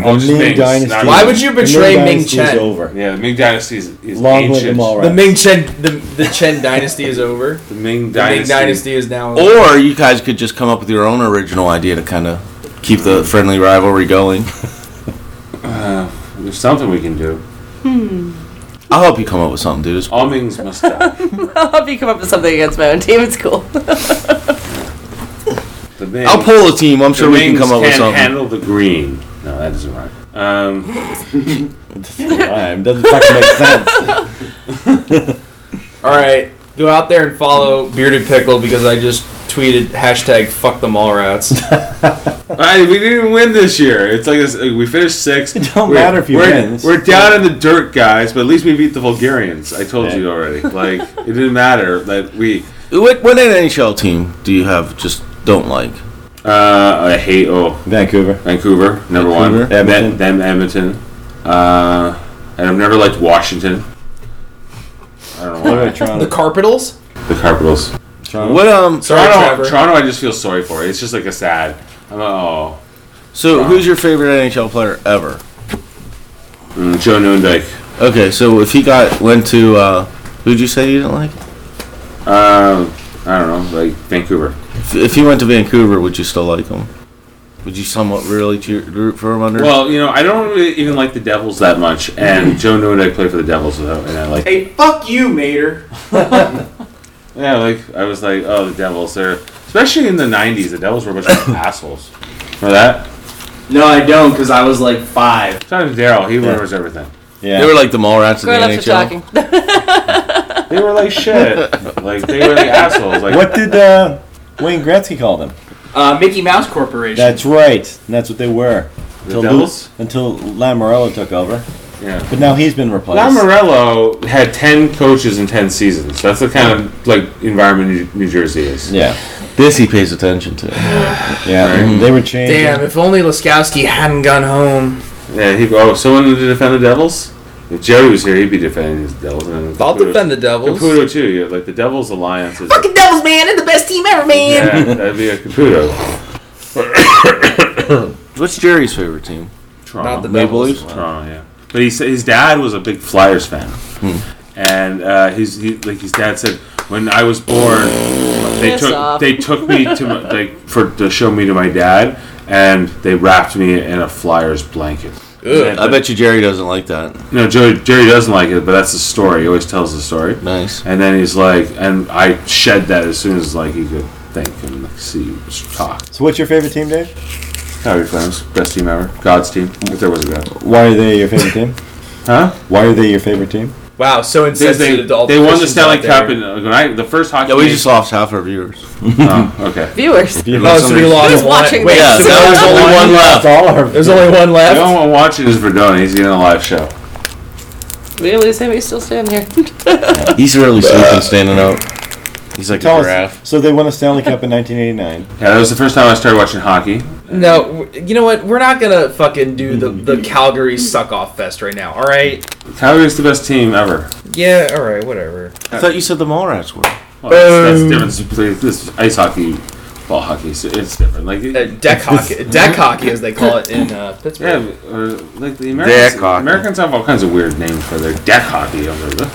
Speaker 4: Oh, just
Speaker 5: Ming
Speaker 4: Mings,
Speaker 5: Dynasty.
Speaker 4: not-
Speaker 2: Why would you
Speaker 5: the
Speaker 2: betray
Speaker 5: Ming
Speaker 2: Ming
Speaker 5: Dynasty is
Speaker 2: Chen?
Speaker 5: over.
Speaker 4: Yeah, the Ming Dynasty is, is
Speaker 5: Long live
Speaker 4: ancient.
Speaker 5: them all.
Speaker 2: The Ming Chen, the, the Chen dynasty is over.
Speaker 4: The Ming
Speaker 2: The
Speaker 4: Dynasty.
Speaker 2: Ming dynasty is now.
Speaker 1: Or you guys could just come up with your own original idea to kind of keep the friendly rivalry going.
Speaker 4: Uh, there's something we can do.
Speaker 1: I'll help you come up with something, dude. It's-
Speaker 4: All Mings must die.
Speaker 14: I'll help you come up with something against my own team. It's cool.
Speaker 4: The Ming,
Speaker 1: I'll pull a team. I'm
Speaker 4: the
Speaker 1: sure we can
Speaker 4: Mings
Speaker 1: come up with
Speaker 4: can't
Speaker 1: something.
Speaker 4: handle the green. No, that doesn't rhyme. Um,
Speaker 5: Rhyme. Doesn't fucking make sense.
Speaker 2: All right, go out there and follow Bearded Pickle because I just tweeted hashtag Fuck the Mallrats.
Speaker 4: I, we didn't even win this year. It's like this, we finished sixth.
Speaker 5: It don't
Speaker 4: We're-
Speaker 5: matter if you
Speaker 4: we're,
Speaker 5: win. It's-
Speaker 4: We're down in the dirt, guys. But at least we beat the Bulgarians. I told
Speaker 5: Yeah.
Speaker 4: you already. Like it didn't matter that we.
Speaker 1: What, what NHL team do you have just don't like?
Speaker 4: Uh, I hate oh
Speaker 5: Vancouver.
Speaker 4: Vancouver number one.
Speaker 1: Vancouver.
Speaker 4: Edmonton.
Speaker 5: Edmonton.
Speaker 4: Then, then Edmonton. Uh, and I've never liked Washington. I don't know
Speaker 5: What
Speaker 4: why.
Speaker 5: about
Speaker 2: the
Speaker 5: Toronto?
Speaker 2: Carpitals?
Speaker 4: the Capitals.
Speaker 5: Toronto?
Speaker 1: What um?
Speaker 2: Sorry,
Speaker 4: Toronto,
Speaker 2: Trevor.
Speaker 4: Toronto, I just feel sorry for. It's just like a sad. I'm like, oh,
Speaker 1: So who's your favorite NHL player ever?
Speaker 4: Mm, Joe Noondike.
Speaker 1: Okay, so if he got went to uh, who'd you say you didn't like?
Speaker 4: Uh, I don't know, like Vancouver.
Speaker 1: If, if he went to Vancouver, would you still like him? Would you somewhat really cheer, root for him under?
Speaker 4: Well, you know, I don't really even like the Devils that much, and Joe Noondike played for the Devils, though, and I like.
Speaker 2: Hey, fuck you, Mater.
Speaker 4: Yeah, like I was like, oh, the Devils. They're especially in the '90s. The Devils were a bunch of assholes. Remember that?
Speaker 10: No, I don't, because I was like five.
Speaker 4: Shout out to Daryl. He remembers everything.
Speaker 5: Yeah.
Speaker 1: they were like the Mallrats of the
Speaker 14: Grown ups are
Speaker 1: NHL.
Speaker 14: talking.
Speaker 4: They were like shit. like they were like assholes. Like
Speaker 5: what did uh, Wayne Gretzky call them?
Speaker 10: Uh, Mickey Mouse Corporation.
Speaker 5: That's right. And that's what they were.
Speaker 4: The Devils?
Speaker 5: Lou- until Lamorello took over.
Speaker 4: Yeah.
Speaker 5: But now he's been replaced.
Speaker 4: Lamorello had ten coaches in ten seasons. That's the kind of like environment New- New Jersey is.
Speaker 5: yeah,
Speaker 1: This he pays attention to.
Speaker 5: yeah. They were changing.
Speaker 10: Damn, if only Laskowski hadn't gone home.
Speaker 4: Yeah, he oh, someone to defend the Devils. If Jerry was here, he'd be defending the Devils. And
Speaker 2: I'll
Speaker 4: Caputo-
Speaker 2: defend the Devils.
Speaker 4: Caputo too. Yeah, like the Devils alliance is.
Speaker 10: Fucking Devils, man, they're the best team ever, man.
Speaker 4: yeah, that'd be a Caputo.
Speaker 1: What's Jerry's favorite team?
Speaker 4: Toronto.
Speaker 2: the
Speaker 1: Maple
Speaker 2: Devils.
Speaker 1: Leafs.
Speaker 4: Toronto, Oh, yeah. But he said his dad was a big Flyers fan, and uh, his he, like his dad said, when I was born, they
Speaker 14: Piss
Speaker 4: took
Speaker 14: off.
Speaker 4: they took me to my, like for to show me to my dad, and they wrapped me in a Flyers blanket.
Speaker 2: Ugh.
Speaker 1: I bet you Jerry doesn't like that.
Speaker 4: No, Jerry, Jerry doesn't like it, but that's the story. He always tells the story.
Speaker 1: Nice.
Speaker 4: And then he's like, and I shed that as soon as like he could think and like, see talk.
Speaker 5: So what's your favorite team, Dave?
Speaker 4: Calgary Flames, best team ever, God's team. If there was a God,
Speaker 5: Why are they your favorite team?
Speaker 4: huh?
Speaker 5: Why are they your favorite team?
Speaker 2: Wow, so
Speaker 4: They,
Speaker 2: insensitive
Speaker 4: they,
Speaker 2: to all
Speaker 4: they won the
Speaker 2: Christians
Speaker 4: Stanley
Speaker 2: out there.
Speaker 4: Cup, and uh, when I, the first hockey.
Speaker 1: Yeah, we
Speaker 4: game-
Speaker 1: just lost half our viewers.
Speaker 4: Oh, okay.
Speaker 14: Viewers.
Speaker 2: Oh, so we lost
Speaker 14: Who's
Speaker 2: one-
Speaker 14: watching
Speaker 2: Wait,
Speaker 1: Yeah,
Speaker 2: so
Speaker 1: so
Speaker 2: there's,
Speaker 1: Oh, there's
Speaker 2: only
Speaker 1: only
Speaker 2: one,
Speaker 1: one left.
Speaker 2: left.
Speaker 5: It's all our.
Speaker 2: There's only one
Speaker 4: The
Speaker 2: left.
Speaker 4: only one watching is Verdone. He's getting a live show.
Speaker 14: We always say we still stand here.
Speaker 1: He's really sleeping, standing up. He's like
Speaker 5: Tell
Speaker 1: a
Speaker 5: us-
Speaker 1: giraffe.
Speaker 5: So they won the Stanley Cup in 1989.
Speaker 4: Yeah, that was the first time I started watching hockey.
Speaker 2: No, w- you know what? We're not gonna fucking do the, the Calgary suck off fest right now. All right?
Speaker 4: Calgary's the best team ever.
Speaker 2: Yeah. All right. Whatever.
Speaker 1: I thought you said the Mallrats were.
Speaker 4: Well, that's, that's the difference. This is ice hockey, ball hockey. So it's different. Like
Speaker 2: Uh, deck hockey, deck hockey, as they call it in uh,
Speaker 4: Yeah,
Speaker 2: Pittsburgh.
Speaker 4: or like the Americans.
Speaker 1: Deck hockey.
Speaker 4: Americans have all kinds of weird names for their deck hockey. I'm like, "Ugh."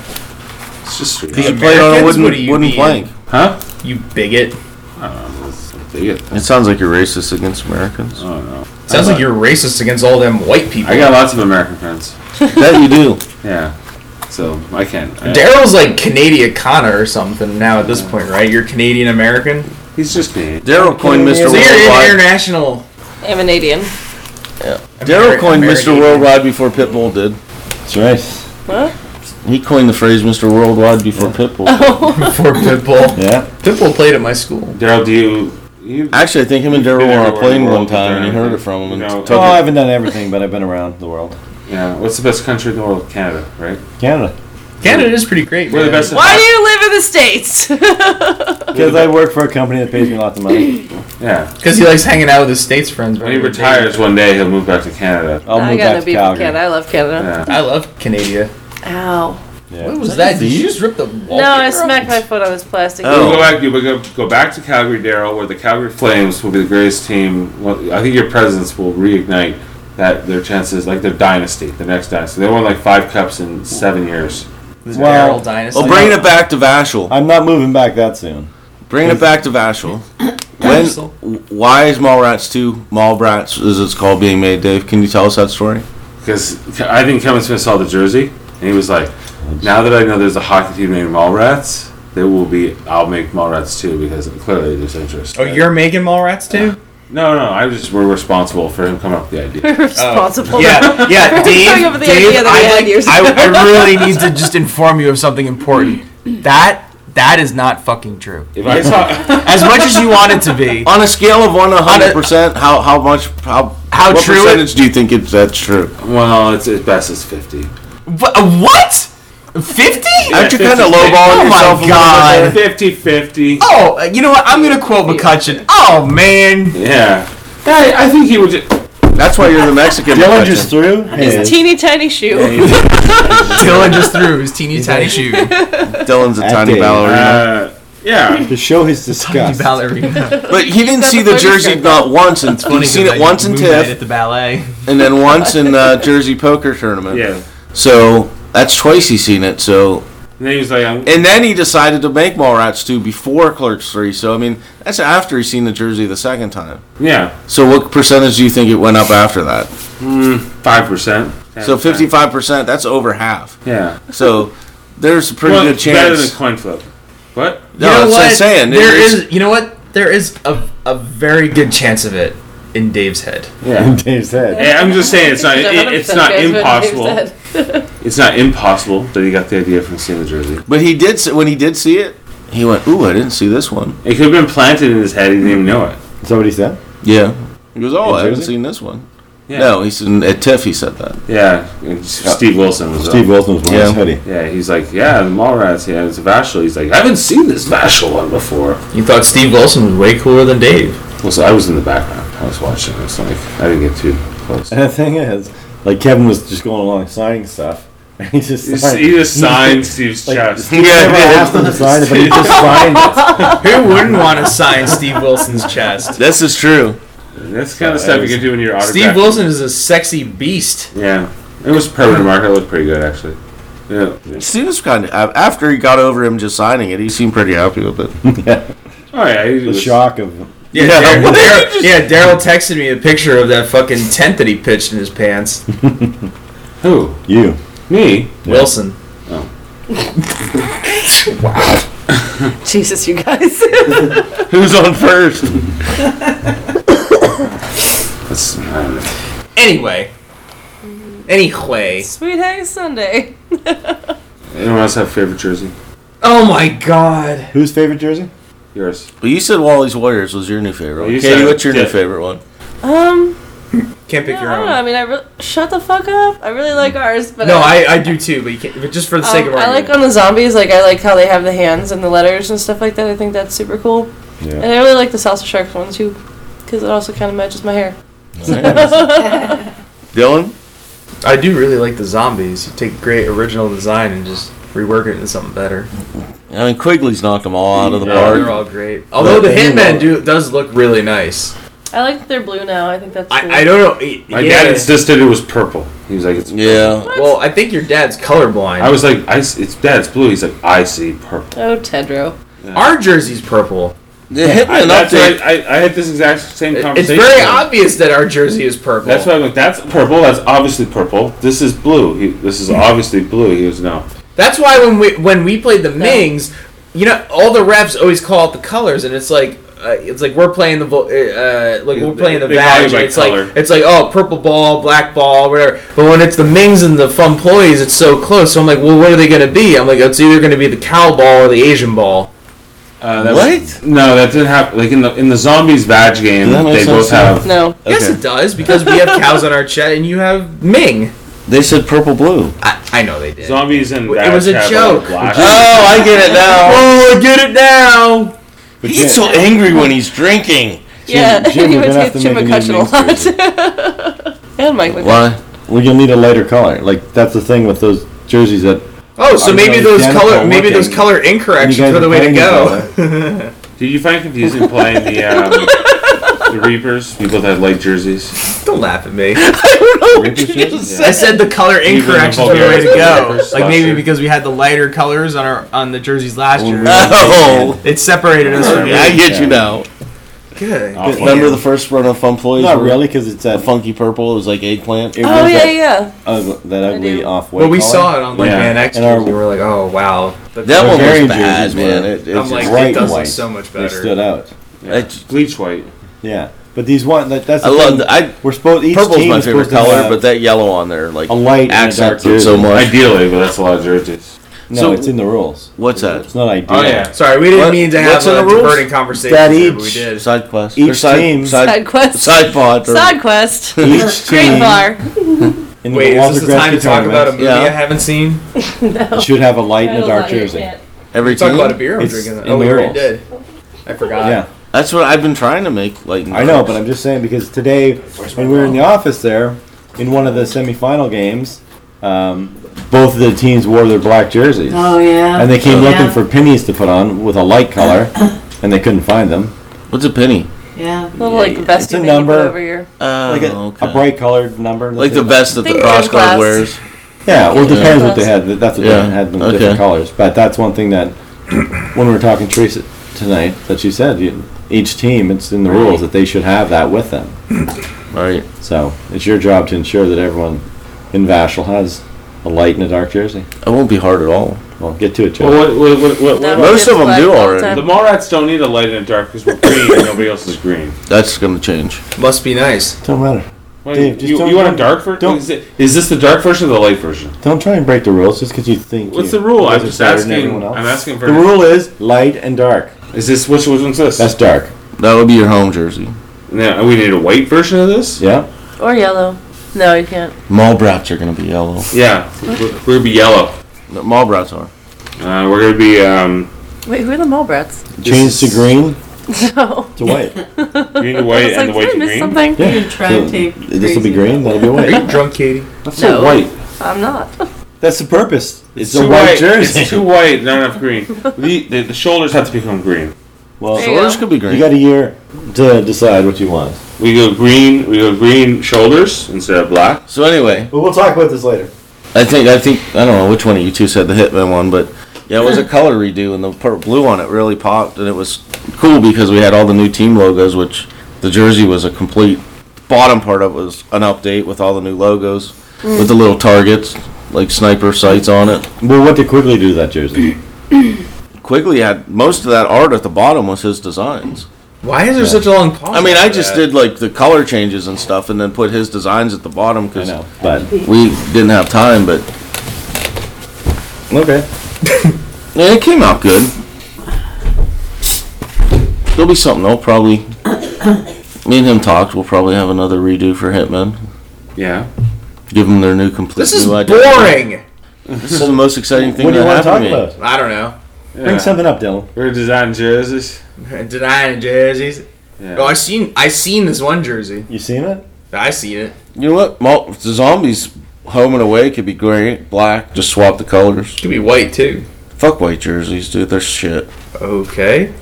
Speaker 4: it's just
Speaker 1: He
Speaker 4: strange.
Speaker 2: Yeah.
Speaker 1: played on a
Speaker 2: Americans?
Speaker 1: wooden,
Speaker 2: What do you
Speaker 1: wooden
Speaker 2: mean?
Speaker 1: plank.
Speaker 4: Huh?
Speaker 2: You bigot.
Speaker 4: I don't know. It's like they get-
Speaker 1: It sounds like you're racist against Americans.
Speaker 4: I don't know.
Speaker 2: Sounds
Speaker 4: I
Speaker 2: like you're racist against all them white people.
Speaker 4: I got lots of American friends.
Speaker 1: that you do.
Speaker 4: Yeah. So I can't. I-
Speaker 2: Daryl's like Canadian Connor or something now at this point, right? You're Canadian American.
Speaker 4: He's just Canadian.
Speaker 1: Daryl coined Mr.
Speaker 2: So you're in
Speaker 1: Worldwide.
Speaker 2: international.
Speaker 14: I'm an Indian.
Speaker 1: Daryl
Speaker 2: Ameri-
Speaker 1: coined Mr.
Speaker 2: American.
Speaker 1: Worldwide before Pitbull did.
Speaker 5: That's right.
Speaker 1: He coined the phrase Mr. Worldwide before Pitbull. did.
Speaker 2: before Pitbull.
Speaker 5: Yeah.
Speaker 2: Pitbull played at my school.
Speaker 4: Daryl, do you? you
Speaker 1: Actually, I think him and Daryl
Speaker 4: Been
Speaker 1: were on a
Speaker 4: everywhere in
Speaker 1: plane
Speaker 4: the
Speaker 1: one
Speaker 4: world,
Speaker 1: time, and he
Speaker 4: apparently.
Speaker 1: heard it from him.
Speaker 4: You know,
Speaker 1: And
Speaker 5: Oh,
Speaker 1: took
Speaker 5: I
Speaker 1: it.
Speaker 5: haven't done everything, but I've been around the world.
Speaker 4: yeah. What's the best country in the world? Canada, right?
Speaker 5: Canada.
Speaker 2: Canada is pretty great.
Speaker 4: We're the
Speaker 2: man.
Speaker 4: best. in
Speaker 14: Why do you live in the States?
Speaker 5: Because I work for a company that pays me lots of money.
Speaker 4: Yeah.
Speaker 2: Because he likes hanging out with his states friends.
Speaker 4: When he retires one day, he'll move back to Canada.
Speaker 5: I'll
Speaker 14: I
Speaker 5: move
Speaker 14: got
Speaker 5: back to
Speaker 14: no beef with
Speaker 5: Calgary.
Speaker 14: Canada. I love Canada.
Speaker 4: Yeah.
Speaker 2: I love Canada.
Speaker 14: Ow.
Speaker 2: What
Speaker 5: Yeah.
Speaker 2: was that? Did you just rip the wall?
Speaker 14: No, I smacked my foot on this plastic.
Speaker 1: Oh.
Speaker 4: We'll go back. We'll go, go back to Calgary, Daryl, where the Calgary Flames will be the greatest team. Well, I think your presence will reignite that their chances, like their dynasty, the next dynasty. They won like five cups in seven years.
Speaker 5: Well,
Speaker 2: Daryl Dynasty.
Speaker 1: Well, bringing it back to Vashel.
Speaker 5: I'm not moving back that soon.
Speaker 1: Bringing it back to Vashel. When, why is Mallrats 2 Mallrats, as it's called, being made, Dave? Can you tell us that story?
Speaker 4: Because I think Kevin Smith saw the jersey, and he was like, "Now that I know there's a hockey team named Mallrats, there will be. I'll make Mallrats too because clearly there's interest."
Speaker 2: Oh, you're making Mallrats too?
Speaker 4: No, no. I just we're responsible for him coming up with the idea.
Speaker 14: Responsible.
Speaker 2: Yeah, yeah,
Speaker 14: Going
Speaker 2: Dave.
Speaker 14: over the
Speaker 2: Dave,
Speaker 14: idea that we
Speaker 2: I,
Speaker 14: had
Speaker 2: like,
Speaker 14: years
Speaker 2: I, I really need to just inform you of something important. That that is not fucking true.
Speaker 4: If I saw,
Speaker 2: As much as you want it to be,
Speaker 1: On a scale of 1 to
Speaker 2: a-
Speaker 1: 100%, how, how much, how,
Speaker 2: How
Speaker 1: what
Speaker 2: true it-
Speaker 1: percentage do you think it's, that's true?
Speaker 4: well, it's at best it's fifty.
Speaker 2: Wh- uh, what? Fifty?
Speaker 1: Aren't you kind of
Speaker 4: 50.
Speaker 1: lowballing
Speaker 2: Oh my
Speaker 1: yourself a little
Speaker 2: God.
Speaker 1: bit there?
Speaker 4: 50-50.
Speaker 2: Oh, uh, you know what? I'm gonna quote McCutcheon. Oh man,
Speaker 4: Yeah. I, I think he would. Just,
Speaker 1: That's why you're the Mexican.
Speaker 5: Dylan
Speaker 1: Mexican.
Speaker 5: just threw his
Speaker 14: Teeny tiny shoe.
Speaker 2: Dylan just threw his teeny tiny shoe.
Speaker 1: Dylan's a
Speaker 5: At
Speaker 1: tiny
Speaker 5: Dave.
Speaker 1: ballerina.
Speaker 4: uh, yeah.
Speaker 5: to show his disgust.
Speaker 2: Ballerina.
Speaker 1: But he didn't
Speaker 14: That's
Speaker 1: see
Speaker 14: a
Speaker 1: the
Speaker 14: funny
Speaker 1: jersey
Speaker 14: joke.
Speaker 1: not once, and he's seen it once in
Speaker 2: Moonlight at
Speaker 1: TIFF,
Speaker 2: the ballet.
Speaker 1: and then once in uh, Jersey Poker Tournament.
Speaker 4: Yeah.
Speaker 1: So that's twice he's seen it. So
Speaker 4: And then he was like, I'm,
Speaker 1: and then he decided to make Mallrats two before Clerks three. So I mean, that's after he's seen the jersey the second time.
Speaker 4: yeah,
Speaker 1: So what percentage do you think it went up after that?
Speaker 4: five percent.
Speaker 1: So fifty five percent. That's over half.
Speaker 4: Yeah.
Speaker 1: So there's a pretty
Speaker 4: Well,
Speaker 1: good
Speaker 4: it's better than
Speaker 1: chance.
Speaker 4: coin flip. What?
Speaker 1: no, that's what I'm saying.
Speaker 2: There
Speaker 1: It's-
Speaker 2: is, you know what? There is a, a very good chance of it in Dave's head.
Speaker 5: in
Speaker 4: Yeah.
Speaker 5: Dave's head.
Speaker 4: I'm just saying it's not. It, it's not
Speaker 14: 100%
Speaker 4: impossible.
Speaker 14: guys what
Speaker 4: It's not impossible that he got the idea from seeing the jersey.
Speaker 1: But he did s- when he did see it. He went, "Ooh, I didn't see this one."
Speaker 4: It could have been planted in his head. He didn't even know it.
Speaker 5: Is that what he said?
Speaker 1: Yeah. He goes, "Oh,
Speaker 5: In
Speaker 1: I haven't
Speaker 5: Jersey?
Speaker 1: seen this one."
Speaker 2: Yeah.
Speaker 1: No, he's in, at TIFF. He said that.
Speaker 4: Yeah, and Steve Wilson was
Speaker 5: Steve
Speaker 4: up.
Speaker 5: Wilson was one
Speaker 1: Yeah.
Speaker 5: of Hoodie.
Speaker 4: Yeah, he's like, yeah, the Mallrats. Yeah, it's Vashel. He's like, I haven't seen this Vashel one before.
Speaker 2: You thought Steve Wilson was way cooler than Dave.
Speaker 4: Well, so I was in the background. I was watching. It's like I didn't get too close.
Speaker 5: And the thing is, like Kevin was just going along signing stuff, and he just
Speaker 4: He just,
Speaker 5: signed-
Speaker 4: he just signed Steve's
Speaker 5: Like,
Speaker 4: chest.
Speaker 5: Steve never asked him to sign it, but he just signed it.
Speaker 2: Who wouldn't want to sign Steve Wilson's chest?
Speaker 1: This is true.
Speaker 4: That's the kind of stuff you can do in your autograph.
Speaker 2: Steve Wilson is a sexy beast.
Speaker 4: Yeah, it was permanent marker. It looked pretty good actually. Yeah.
Speaker 1: Steve was kind of after he got over him just signing it. He seemed pretty happy with it.
Speaker 4: Oh yeah, he
Speaker 5: The
Speaker 4: was-
Speaker 5: shock of
Speaker 2: Yeah,
Speaker 1: Yeah,
Speaker 2: Dar-
Speaker 1: what did
Speaker 2: Dar- yeah. Daryl texted me a picture of that fucking tent that he pitched in his pants.
Speaker 4: Who?
Speaker 5: you.
Speaker 4: Me?
Speaker 2: Wilson.
Speaker 3: Jesus, you guys.
Speaker 1: Who's on first?
Speaker 4: That's, I don't know.
Speaker 2: Anyway. Anyway.
Speaker 3: Sweet Hay Sunday.
Speaker 4: Anyone else have favorite jersey?
Speaker 2: Oh my god.
Speaker 5: Whose favorite jersey?
Speaker 4: Yours.
Speaker 1: But you said Wally's Warriors was your new favorite.
Speaker 4: You
Speaker 1: One.
Speaker 4: said
Speaker 1: Katie,
Speaker 4: it.
Speaker 1: what's your new
Speaker 4: Yeah.
Speaker 1: favorite one?
Speaker 3: Um,
Speaker 2: Can't pick
Speaker 3: yeah, I
Speaker 2: your
Speaker 3: don't know. I
Speaker 2: own.
Speaker 3: mean, I re- shut the fuck up. I really like ours, but
Speaker 2: No, I, I do too, but you can't, but just for the sake of
Speaker 3: Um, I like
Speaker 2: argument.
Speaker 3: on the zombies, like I like how they have the hands and the letters and stuff like that. I think that's super cool. And I really like the salsa sharks one too, because it also kind of matches my hair.
Speaker 1: Dylan?
Speaker 2: I do really like the zombies. You take great original design and just rework it into something better.
Speaker 1: I mean, Quigley's knocked them all out of the
Speaker 4: Yeah.
Speaker 1: park.
Speaker 2: They're all great. Although the Hitman do, does look really nice.
Speaker 3: I like that they're blue now. I think that's. Cool.
Speaker 2: I, I don't know. y-
Speaker 4: My
Speaker 2: yeah.
Speaker 4: dad insisted it was purple. He was like, it's
Speaker 1: Yeah.
Speaker 2: Well, I think your dad's colorblind.
Speaker 4: I was like, I, s- it's dad, it's blue. He's like, I see purple.
Speaker 3: Oh, Tedro.
Speaker 2: Our jersey's purple.
Speaker 1: The Hitman
Speaker 4: I, that's
Speaker 1: update.
Speaker 4: what I, I, I had this exact same
Speaker 2: It- It's
Speaker 4: conversation.
Speaker 2: very
Speaker 4: with him.
Speaker 2: obvious that our jersey is purple.
Speaker 4: That's why I'm like, that's purple. That's obviously purple. This is blue. He, this is obviously blue. He was no.
Speaker 2: That's why when we when we played the Mings, you know, all the refs always call out the colors, and it's like. Uh, it's like we're playing the vo- uh, uh, like we're playing the
Speaker 4: They call you
Speaker 2: badge.
Speaker 4: by
Speaker 2: It's
Speaker 4: color.
Speaker 2: like it's like oh purple ball, black ball, whatever. But when it's the Mings and the Fun Ploys, it's so close. So I'm like, well, what are they gonna be? I'm like, it's either gonna be the cow ball or the Asian ball.
Speaker 4: Uh, that
Speaker 1: What?
Speaker 4: no, that didn't happen. Like in the in the zombies badge game,
Speaker 1: That makes
Speaker 4: they both
Speaker 1: sense.
Speaker 4: have.
Speaker 3: No.
Speaker 2: Yes,
Speaker 1: Okay.
Speaker 2: it does because we have cows on our chat and you have Ming.
Speaker 1: They said purple blue.
Speaker 2: I, I know they did.
Speaker 4: Zombies and
Speaker 2: It was
Speaker 4: badge
Speaker 2: a
Speaker 4: have,
Speaker 2: joke.
Speaker 4: like, black-
Speaker 1: Oh, I get it now.
Speaker 2: Oh, I get it now.
Speaker 5: But
Speaker 1: He gets so angry when he's drinking.
Speaker 3: yeah,
Speaker 5: Jim,
Speaker 3: he
Speaker 5: we're
Speaker 3: would
Speaker 5: gonna
Speaker 3: get
Speaker 5: have to
Speaker 3: Jim
Speaker 5: make a new
Speaker 3: McCutcheon a
Speaker 5: Mings
Speaker 3: lot. and Mike McCutcheon.
Speaker 1: Why?
Speaker 5: well, you'll need a lighter color. Like that's the thing with those jerseys that
Speaker 2: Oh, so
Speaker 5: I'm
Speaker 2: maybe
Speaker 5: gonna
Speaker 2: those
Speaker 5: identify
Speaker 2: color
Speaker 5: one
Speaker 2: maybe those
Speaker 5: thing.
Speaker 2: color
Speaker 5: you
Speaker 2: incorrections
Speaker 5: guys
Speaker 2: are the
Speaker 5: are
Speaker 2: way to
Speaker 5: playing
Speaker 2: go.
Speaker 5: each other.
Speaker 4: Did you find it confusing playing the um, the Reapers? We both had light jerseys.
Speaker 2: Don't laugh at me.
Speaker 4: Reapers jerseys?
Speaker 2: I said the color
Speaker 4: Even the
Speaker 2: incorrections are the way to
Speaker 4: vulgarity
Speaker 2: go.
Speaker 4: first
Speaker 2: Like
Speaker 4: last
Speaker 2: maybe
Speaker 4: year.
Speaker 2: because we had the lighter colors on our on the jerseys last year.
Speaker 1: Oh.
Speaker 2: It separated us from
Speaker 1: Yeah, I
Speaker 2: you.
Speaker 1: get you now.
Speaker 2: Good.
Speaker 4: Awful.
Speaker 1: Remember the first run of Fun Ploys?
Speaker 5: Not
Speaker 1: were
Speaker 5: really, because it's
Speaker 1: A
Speaker 5: that
Speaker 1: funky purple. It was like eggplant.
Speaker 5: it
Speaker 3: Oh
Speaker 5: was
Speaker 3: yeah,
Speaker 5: that,
Speaker 3: yeah.
Speaker 5: ugly- that ugly
Speaker 3: do.
Speaker 5: off white.
Speaker 2: Well, we saw it on like
Speaker 4: Yeah.
Speaker 2: Van X.
Speaker 5: And our-
Speaker 2: We were like, oh wow. The
Speaker 1: That
Speaker 2: color-
Speaker 1: one was
Speaker 5: Bulgarian
Speaker 1: bad,
Speaker 5: jerseys
Speaker 1: man.
Speaker 5: were-
Speaker 1: It, it
Speaker 2: I'm
Speaker 1: just,
Speaker 2: like,
Speaker 5: bright
Speaker 2: it does look
Speaker 5: white.
Speaker 2: so much
Speaker 5: They stood
Speaker 2: better.
Speaker 5: out.
Speaker 1: it-
Speaker 4: bleach white.
Speaker 5: Yeah, but these one that, that's
Speaker 1: I
Speaker 5: the
Speaker 1: love.
Speaker 5: thing.
Speaker 1: The, I
Speaker 5: We're supposed each
Speaker 1: purple's
Speaker 5: team
Speaker 1: my
Speaker 5: is
Speaker 1: favorite
Speaker 5: supposed to
Speaker 1: color,
Speaker 5: have
Speaker 1: but that yellow on there like
Speaker 5: a light
Speaker 1: accents
Speaker 5: and a
Speaker 1: it
Speaker 5: dark
Speaker 1: so
Speaker 5: jersey.
Speaker 1: much.
Speaker 4: Ideally, but that's a lot of jerseys.
Speaker 5: No,
Speaker 1: So- Oh,
Speaker 5: it's in the rules.
Speaker 1: What's
Speaker 5: It's
Speaker 1: that?
Speaker 5: not ideal.
Speaker 2: Sorry, we didn't
Speaker 1: What-
Speaker 2: mean to
Speaker 1: what's
Speaker 2: have
Speaker 1: in
Speaker 2: a
Speaker 1: the rules?
Speaker 2: diverting conversation,
Speaker 5: That
Speaker 2: here, but we
Speaker 5: each-
Speaker 2: did.
Speaker 1: Side quest.
Speaker 5: Each
Speaker 1: Or side,
Speaker 5: team-
Speaker 1: Side,
Speaker 3: Side quest.
Speaker 1: side pod. or-
Speaker 3: Side quest.
Speaker 5: Each
Speaker 3: Green
Speaker 5: team
Speaker 3: bar.
Speaker 5: in the
Speaker 2: Wait,
Speaker 5: Walter
Speaker 2: is this the time
Speaker 5: Gretzky
Speaker 2: to talk about a
Speaker 5: tournament
Speaker 2: movie
Speaker 1: Yeah.
Speaker 2: I haven't seen?
Speaker 5: should have a light and a dark jersey.
Speaker 1: Every
Speaker 2: Talk
Speaker 1: team.
Speaker 2: about a beer I'm
Speaker 5: It's
Speaker 2: drinking.
Speaker 5: in
Speaker 2: Oh, we
Speaker 5: the
Speaker 2: already
Speaker 5: rules.
Speaker 2: did. I forgot.
Speaker 5: Yeah,
Speaker 1: That's what I've been trying to make. Like
Speaker 5: I know, but I'm just saying because today when we were in the office there, in one of the semifinal games, um, both of the teams wore their black jerseys,
Speaker 14: Oh yeah.
Speaker 5: and they came
Speaker 14: yeah.
Speaker 5: looking for pennies to put on with a light color, and they couldn't find them.
Speaker 1: What's a penny?
Speaker 14: Yeah.
Speaker 3: Little like the best
Speaker 5: It's a
Speaker 3: thing you put
Speaker 5: number.
Speaker 3: over here.
Speaker 1: Uh,
Speaker 5: Like a,
Speaker 1: okay.
Speaker 5: a bright colored number. that's
Speaker 1: like the
Speaker 5: it.
Speaker 1: best that the
Speaker 3: Think
Speaker 1: cross
Speaker 3: they're
Speaker 1: guard
Speaker 3: glass.
Speaker 1: wears.
Speaker 5: Yeah, well, it
Speaker 3: Yeah.
Speaker 5: depends what they had. but That's what
Speaker 1: Yeah,
Speaker 5: they had them
Speaker 1: okay.
Speaker 5: different colors. But that's one thing that when we were talking to Teresa tonight, that she said you, each team, it's in the rules that they should have that with them.
Speaker 1: Right.
Speaker 5: So it's your job to ensure that everyone in Vashel has a light and a dark jersey.
Speaker 1: It won't be hard at all.
Speaker 5: Well, get to it, Joe.
Speaker 4: Well, what, what, what, what,
Speaker 3: That one
Speaker 4: what,
Speaker 1: Most
Speaker 3: gets
Speaker 1: of 'em
Speaker 3: black
Speaker 1: do
Speaker 3: all the
Speaker 1: already.
Speaker 4: the
Speaker 3: time.
Speaker 4: Mallrats don't need a light and a dark because we're green and nobody else is green.
Speaker 1: That's gonna change.
Speaker 2: Must be nice.
Speaker 5: Don't matter.
Speaker 4: Wait,
Speaker 5: Dave, just
Speaker 4: you,
Speaker 5: don't-
Speaker 4: you want a dark version?
Speaker 5: don't-
Speaker 4: Is, it, is this the dark version or the light version?
Speaker 5: Don't try and break the rules just because you think.
Speaker 4: What's
Speaker 5: you-
Speaker 4: the rule?
Speaker 5: you guys
Speaker 4: I'm
Speaker 5: are
Speaker 4: just
Speaker 5: better than
Speaker 4: asking-
Speaker 5: everyone else.
Speaker 4: I'm asking for-
Speaker 5: The rule is light and dark.
Speaker 4: Is this which, which one's this?
Speaker 5: That's dark.
Speaker 1: That would be your home jersey.
Speaker 4: Now, we need a white version of this.
Speaker 5: Yeah.
Speaker 3: Or yellow. No, you can't.
Speaker 1: Mallbrats are going to be yellow.
Speaker 4: Yeah, we're, we're gonna be yellow.
Speaker 1: No, Mallbrats are.
Speaker 4: Uh, we're gonna be um,
Speaker 3: Wait, who are the mole brats?
Speaker 5: Change to green
Speaker 3: No.
Speaker 5: to white.
Speaker 4: green to white
Speaker 3: I was like,
Speaker 4: and the
Speaker 3: did
Speaker 4: white
Speaker 3: I
Speaker 4: to
Speaker 3: miss
Speaker 4: green.
Speaker 3: something?
Speaker 5: Yeah.
Speaker 18: Try tape.
Speaker 5: This will be green. That'll be white.
Speaker 2: Drunk Katie.
Speaker 5: That's so
Speaker 3: No.
Speaker 5: white.
Speaker 3: I'm not.
Speaker 5: That's the purpose. It's, a
Speaker 4: too
Speaker 5: white,
Speaker 4: It's
Speaker 5: jersey.
Speaker 4: too white, not enough green. The, the, the shoulders have to become green.
Speaker 3: There
Speaker 5: well,
Speaker 3: you
Speaker 1: Shoulders
Speaker 3: go.
Speaker 1: could be green.
Speaker 5: you got a year to decide what you want.
Speaker 4: We go green. We go green shoulders instead of black.
Speaker 1: so anyway,
Speaker 5: But we'll talk about this later.
Speaker 1: I think I think I don't know which one of you two said the Hitman one, but yeah, it was a color redo, and the per- blue on it really popped, and it was cool because we had all the new team logos, which the jersey was a complete. Bottom part of it was an update with all the new logos, with the little targets like sniper sights on it.
Speaker 5: Well, what did Quigley do to that jersey?
Speaker 1: Quigley had most of that art at the bottom was his designs.
Speaker 2: Why is there such a long pause?
Speaker 1: I mean, I just
Speaker 4: that.
Speaker 1: did like the color changes and stuff, and then put his designs at the bottom
Speaker 5: I
Speaker 1: because
Speaker 5: know, but
Speaker 1: we didn't have time. But
Speaker 5: okay.
Speaker 1: yeah, it came out good. There'll be something. I'll probably me and him talked. We'll probably have another redo for Hitman.
Speaker 4: Yeah.
Speaker 1: Give them their new complete.
Speaker 2: This is
Speaker 1: new identity.
Speaker 2: boring.
Speaker 1: This is the most exciting thing
Speaker 5: What do you
Speaker 1: that
Speaker 5: want to
Speaker 1: happened
Speaker 5: talk
Speaker 1: to me.
Speaker 5: about?
Speaker 2: I don't know.
Speaker 5: Bring something up, Dylan.
Speaker 4: We're gonna design jerseys.
Speaker 2: Denying jerseys.
Speaker 4: Yeah.
Speaker 2: Oh, I seen I seen this one jersey.
Speaker 5: You seen it?
Speaker 2: I seen it.
Speaker 1: You know what? Malt, the zombies home and away could be gray, black. Just swap the colors.
Speaker 19: Could be white too.
Speaker 1: Fuck white jerseys, dude. They're shit.
Speaker 2: Okay.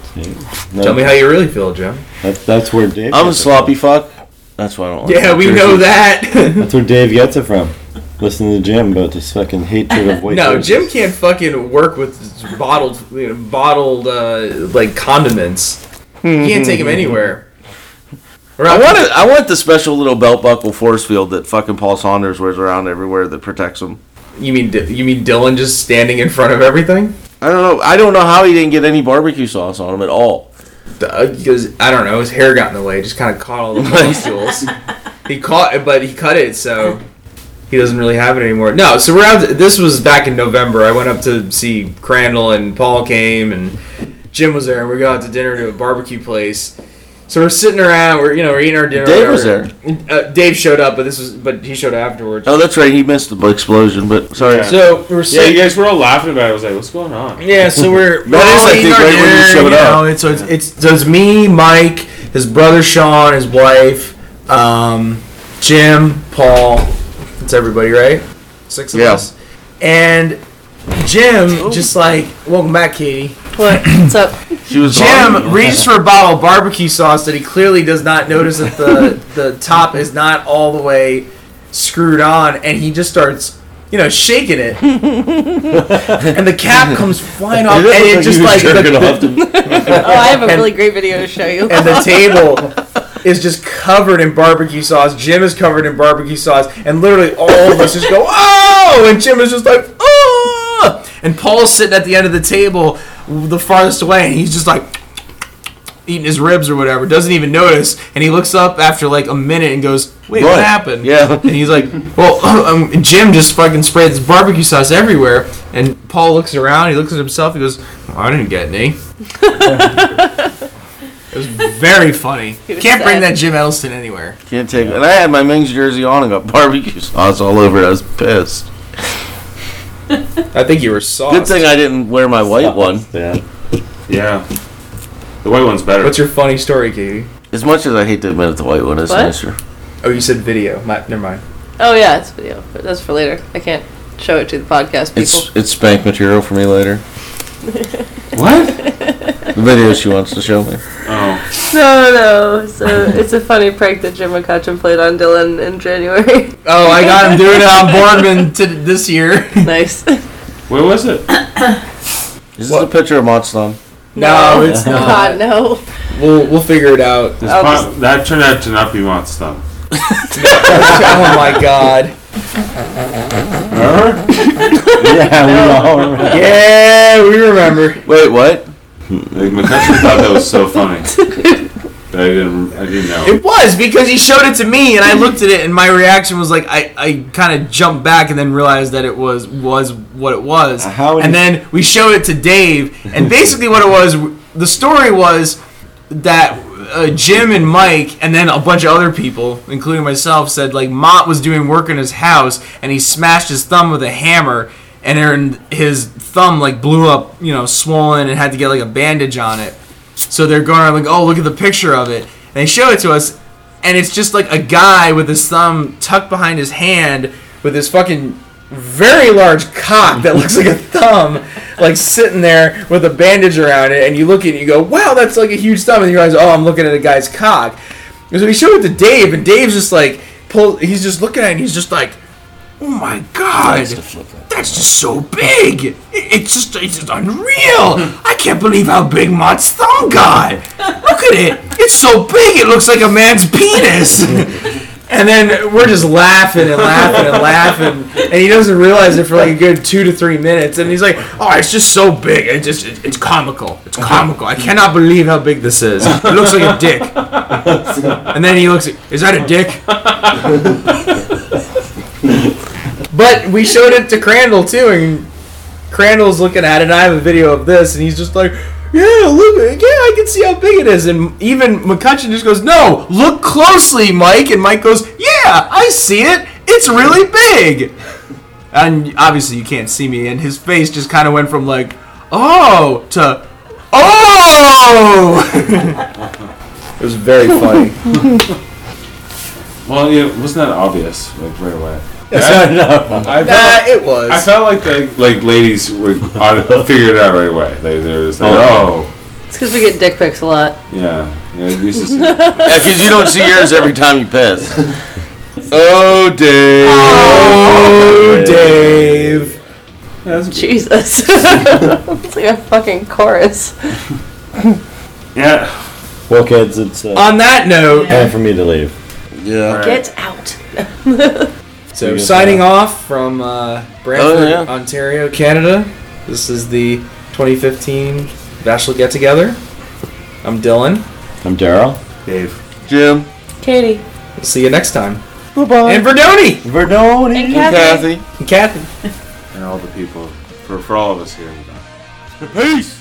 Speaker 5: No,
Speaker 2: Tell me how you really feel, Jim.
Speaker 5: that, that's where Dave.
Speaker 1: I'm a
Speaker 5: gets it
Speaker 1: sloppy fuck. That's why I don't. Like
Speaker 2: Yeah, we
Speaker 1: jerseys.
Speaker 2: know
Speaker 5: from.
Speaker 2: that.
Speaker 5: That's where Dave gets it from. Listen to Jim about this fucking hatred of white.
Speaker 2: no,
Speaker 5: jerseys.
Speaker 2: Jim can't fucking work with bottled, you know, bottled uh, like condiments. You can't take them anywhere. Or
Speaker 1: I
Speaker 2: else-
Speaker 1: want it, I want the special little belt buckle force field that fucking Paul Saunders wears around everywhere that protects him.
Speaker 2: You mean Di- you mean Dylan just standing in front of everything?
Speaker 1: I don't know. I don't know how he didn't get any barbecue sauce on him at all.
Speaker 2: Because uh, I don't know, his hair got in the way, just kind of caught all the molecules. he caught it, but he cut it, so he doesn't really have it anymore. No, so we're out. This was back in November. I went up to see Crandall, and Paul came, and Jim was there, and we go out to dinner to a barbecue place. So we're sitting around, we're you know we're eating our dinner.
Speaker 1: Dave was
Speaker 2: whatever. Uh, Dave showed up, but this was but he showed up afterwards.
Speaker 1: Oh, that's right. He missed the explosion, but sorry.
Speaker 4: Yeah.
Speaker 2: So we're
Speaker 4: Yeah,
Speaker 2: sitting.
Speaker 4: you guys were all laughing about it. I was like, what's going on?
Speaker 2: Yeah, so we're
Speaker 1: That is, I
Speaker 2: eating
Speaker 1: think,
Speaker 2: our
Speaker 1: right when you
Speaker 2: dinner,
Speaker 1: showed up.
Speaker 2: know, it's, so it's, it's so it's me, Mike, his brother Sean, his wife, um, Jim, Paul. It's everybody, right? Six of
Speaker 1: Yeah.
Speaker 2: us. And Jim, just like welcome back, Katie.
Speaker 3: What? What's up?
Speaker 1: She was
Speaker 2: Jim
Speaker 1: on-
Speaker 2: reaches for a bottle of barbecue sauce that he clearly does not notice that the the top is not all the way screwed on, and he just starts, you know, shaking it, and the cap comes flying off, and
Speaker 1: looked
Speaker 2: it
Speaker 1: like
Speaker 2: just
Speaker 1: he was
Speaker 2: like the,
Speaker 1: jerking off to-
Speaker 3: Oh, I have a
Speaker 2: And-
Speaker 3: really great video to show you.
Speaker 2: and the table is just covered in barbecue sauce. Jim is covered in barbecue sauce, and literally all of us just go, "Oh!" And Jim is just like, "Oh!" And Paul's sitting at the end of the table, the farthest away, and he's just like eating his ribs or whatever. Doesn't even notice, and he looks up after like a minute and goes, "Wait, what,
Speaker 1: What?
Speaker 2: happened?"
Speaker 1: Yeah.
Speaker 2: and he's like, "Well, um, Jim just fucking spreads barbecue sauce everywhere." And Paul looks around, he looks at himself, he goes, "Well, "I didn't get any." It was very funny.
Speaker 3: He was
Speaker 2: Can't bring
Speaker 3: sad.
Speaker 2: that Jim Edelston anywhere.
Speaker 1: Can't take it. And I had my Mings jersey on and got barbecue sauce all over it. I was pissed.
Speaker 2: I think you were soft.
Speaker 1: Good thing I didn't wear my white one.
Speaker 5: Yeah.
Speaker 4: Yeah. The white one's better.
Speaker 2: What's your funny story, Katie?
Speaker 1: As much as I hate to admit it, the white one is
Speaker 3: What?
Speaker 1: nicer.
Speaker 2: Oh, you said video. My, never mind.
Speaker 3: Oh yeah, it's video, but that's for later. I can't show it to the podcast people.
Speaker 1: It's it's spank material for me later.
Speaker 4: what?
Speaker 1: The video she wants to show me.
Speaker 4: Oh.
Speaker 3: No, no. So it's a funny prank that Jim McCutcheon played on Dylan in January.
Speaker 2: Oh, I got him doing it on Boardman to this year.
Speaker 3: nice.
Speaker 4: Where was it?
Speaker 1: Is this a picture of Montslam?
Speaker 2: No, it's
Speaker 3: God,
Speaker 2: not.
Speaker 3: no.
Speaker 2: We'll we'll figure it out.
Speaker 4: This
Speaker 3: I'll
Speaker 4: pot- that turned out to not be Monster.
Speaker 2: oh my god.
Speaker 4: Her?
Speaker 5: Yeah, we all remember.
Speaker 2: Yeah, we remember.
Speaker 1: Wait, what?
Speaker 4: Like, McCutcheon thought that was so funny. But I didn't, I didn't know.
Speaker 2: It was because he showed it to me and I looked at it and my reaction was like I, I kind of jumped back and then realized that it was was what it was.
Speaker 5: How
Speaker 2: and
Speaker 5: did-
Speaker 2: then we showed it to Dave and basically what it was the story was that uh, Jim and Mike, and then a bunch of other people, including myself, said like Mott was doing work in his house, and he smashed his thumb with a hammer, and then his thumb like blew up, you know, swollen, and had to get like a bandage on it. So they're going around like, oh, look at the picture of it. And they show it to us, and it's just like a guy with his thumb tucked behind his hand with his fucking very large cock that looks like a thumb, like sitting there with a bandage around it. And you look at it and you go, wow, that's like a huge thumb. And you realize, oh, I'm looking at a guy's cock. And so we show it to Dave, and Dave's just like, pull, he's just looking at it and he's just like, oh my god. That's just so big. It- It's just it's just unreal. I can't believe how big Mott's thumb got. Look at it. It's so big. It looks like a man's penis. And then we're just laughing and laughing and laughing, and he doesn't realize it for like a good two to three minutes. And he's like, "Oh, it's just so big. It's just it- it's comical. It's comical. I cannot believe how big this is. It looks like a dick." And then he looks, "Is that a dick?" But we showed it to Crandall too, and Crandall's looking at it. And I have a video of this, and he's just like, "Yeah, look, yeah, I can see how big it is." And even McCutcheon just goes, "No, look closely, Mike." And Mike goes, "Yeah, I see it. It's really big." And obviously, you can't see me, and his face just kind of went from like, "Oh" to, "Oh." it was very funny.
Speaker 4: Well, yeah, it was not obvious like right away.
Speaker 5: It's
Speaker 4: I-
Speaker 5: not enough.
Speaker 4: I
Speaker 2: Nah,
Speaker 4: felt,
Speaker 2: it was.
Speaker 4: I felt like the like ladies would uh, figure it out right away. They they were just like, oh,
Speaker 3: It's because we get dick pics a lot.
Speaker 4: yeah, yeah. it used to see-
Speaker 1: because you don't see yours every time you piss. Oh, Dave.
Speaker 2: oh, Dave.
Speaker 3: Jesus. it's like a fucking chorus.
Speaker 4: Yeah,
Speaker 5: Well, kids, it's uh,
Speaker 2: On that note.
Speaker 5: time for me to leave.
Speaker 1: Yeah.
Speaker 3: Get out.
Speaker 2: So
Speaker 5: Yeah.
Speaker 2: signing off from uh, Brantford,
Speaker 1: Oh, yeah.
Speaker 2: Ontario, Canada. This is the 2015 Bachelor Get Together. I'm Dylan.
Speaker 5: I'm Daryl.
Speaker 4: Dave.
Speaker 1: Jim.
Speaker 3: Katie.
Speaker 2: See you next time.
Speaker 5: Bye bye.
Speaker 2: And Verdoni
Speaker 5: Verdoni.
Speaker 3: And
Speaker 1: Kathy.
Speaker 2: and Kathy.
Speaker 4: and all the people for for all of us here.
Speaker 1: Peace.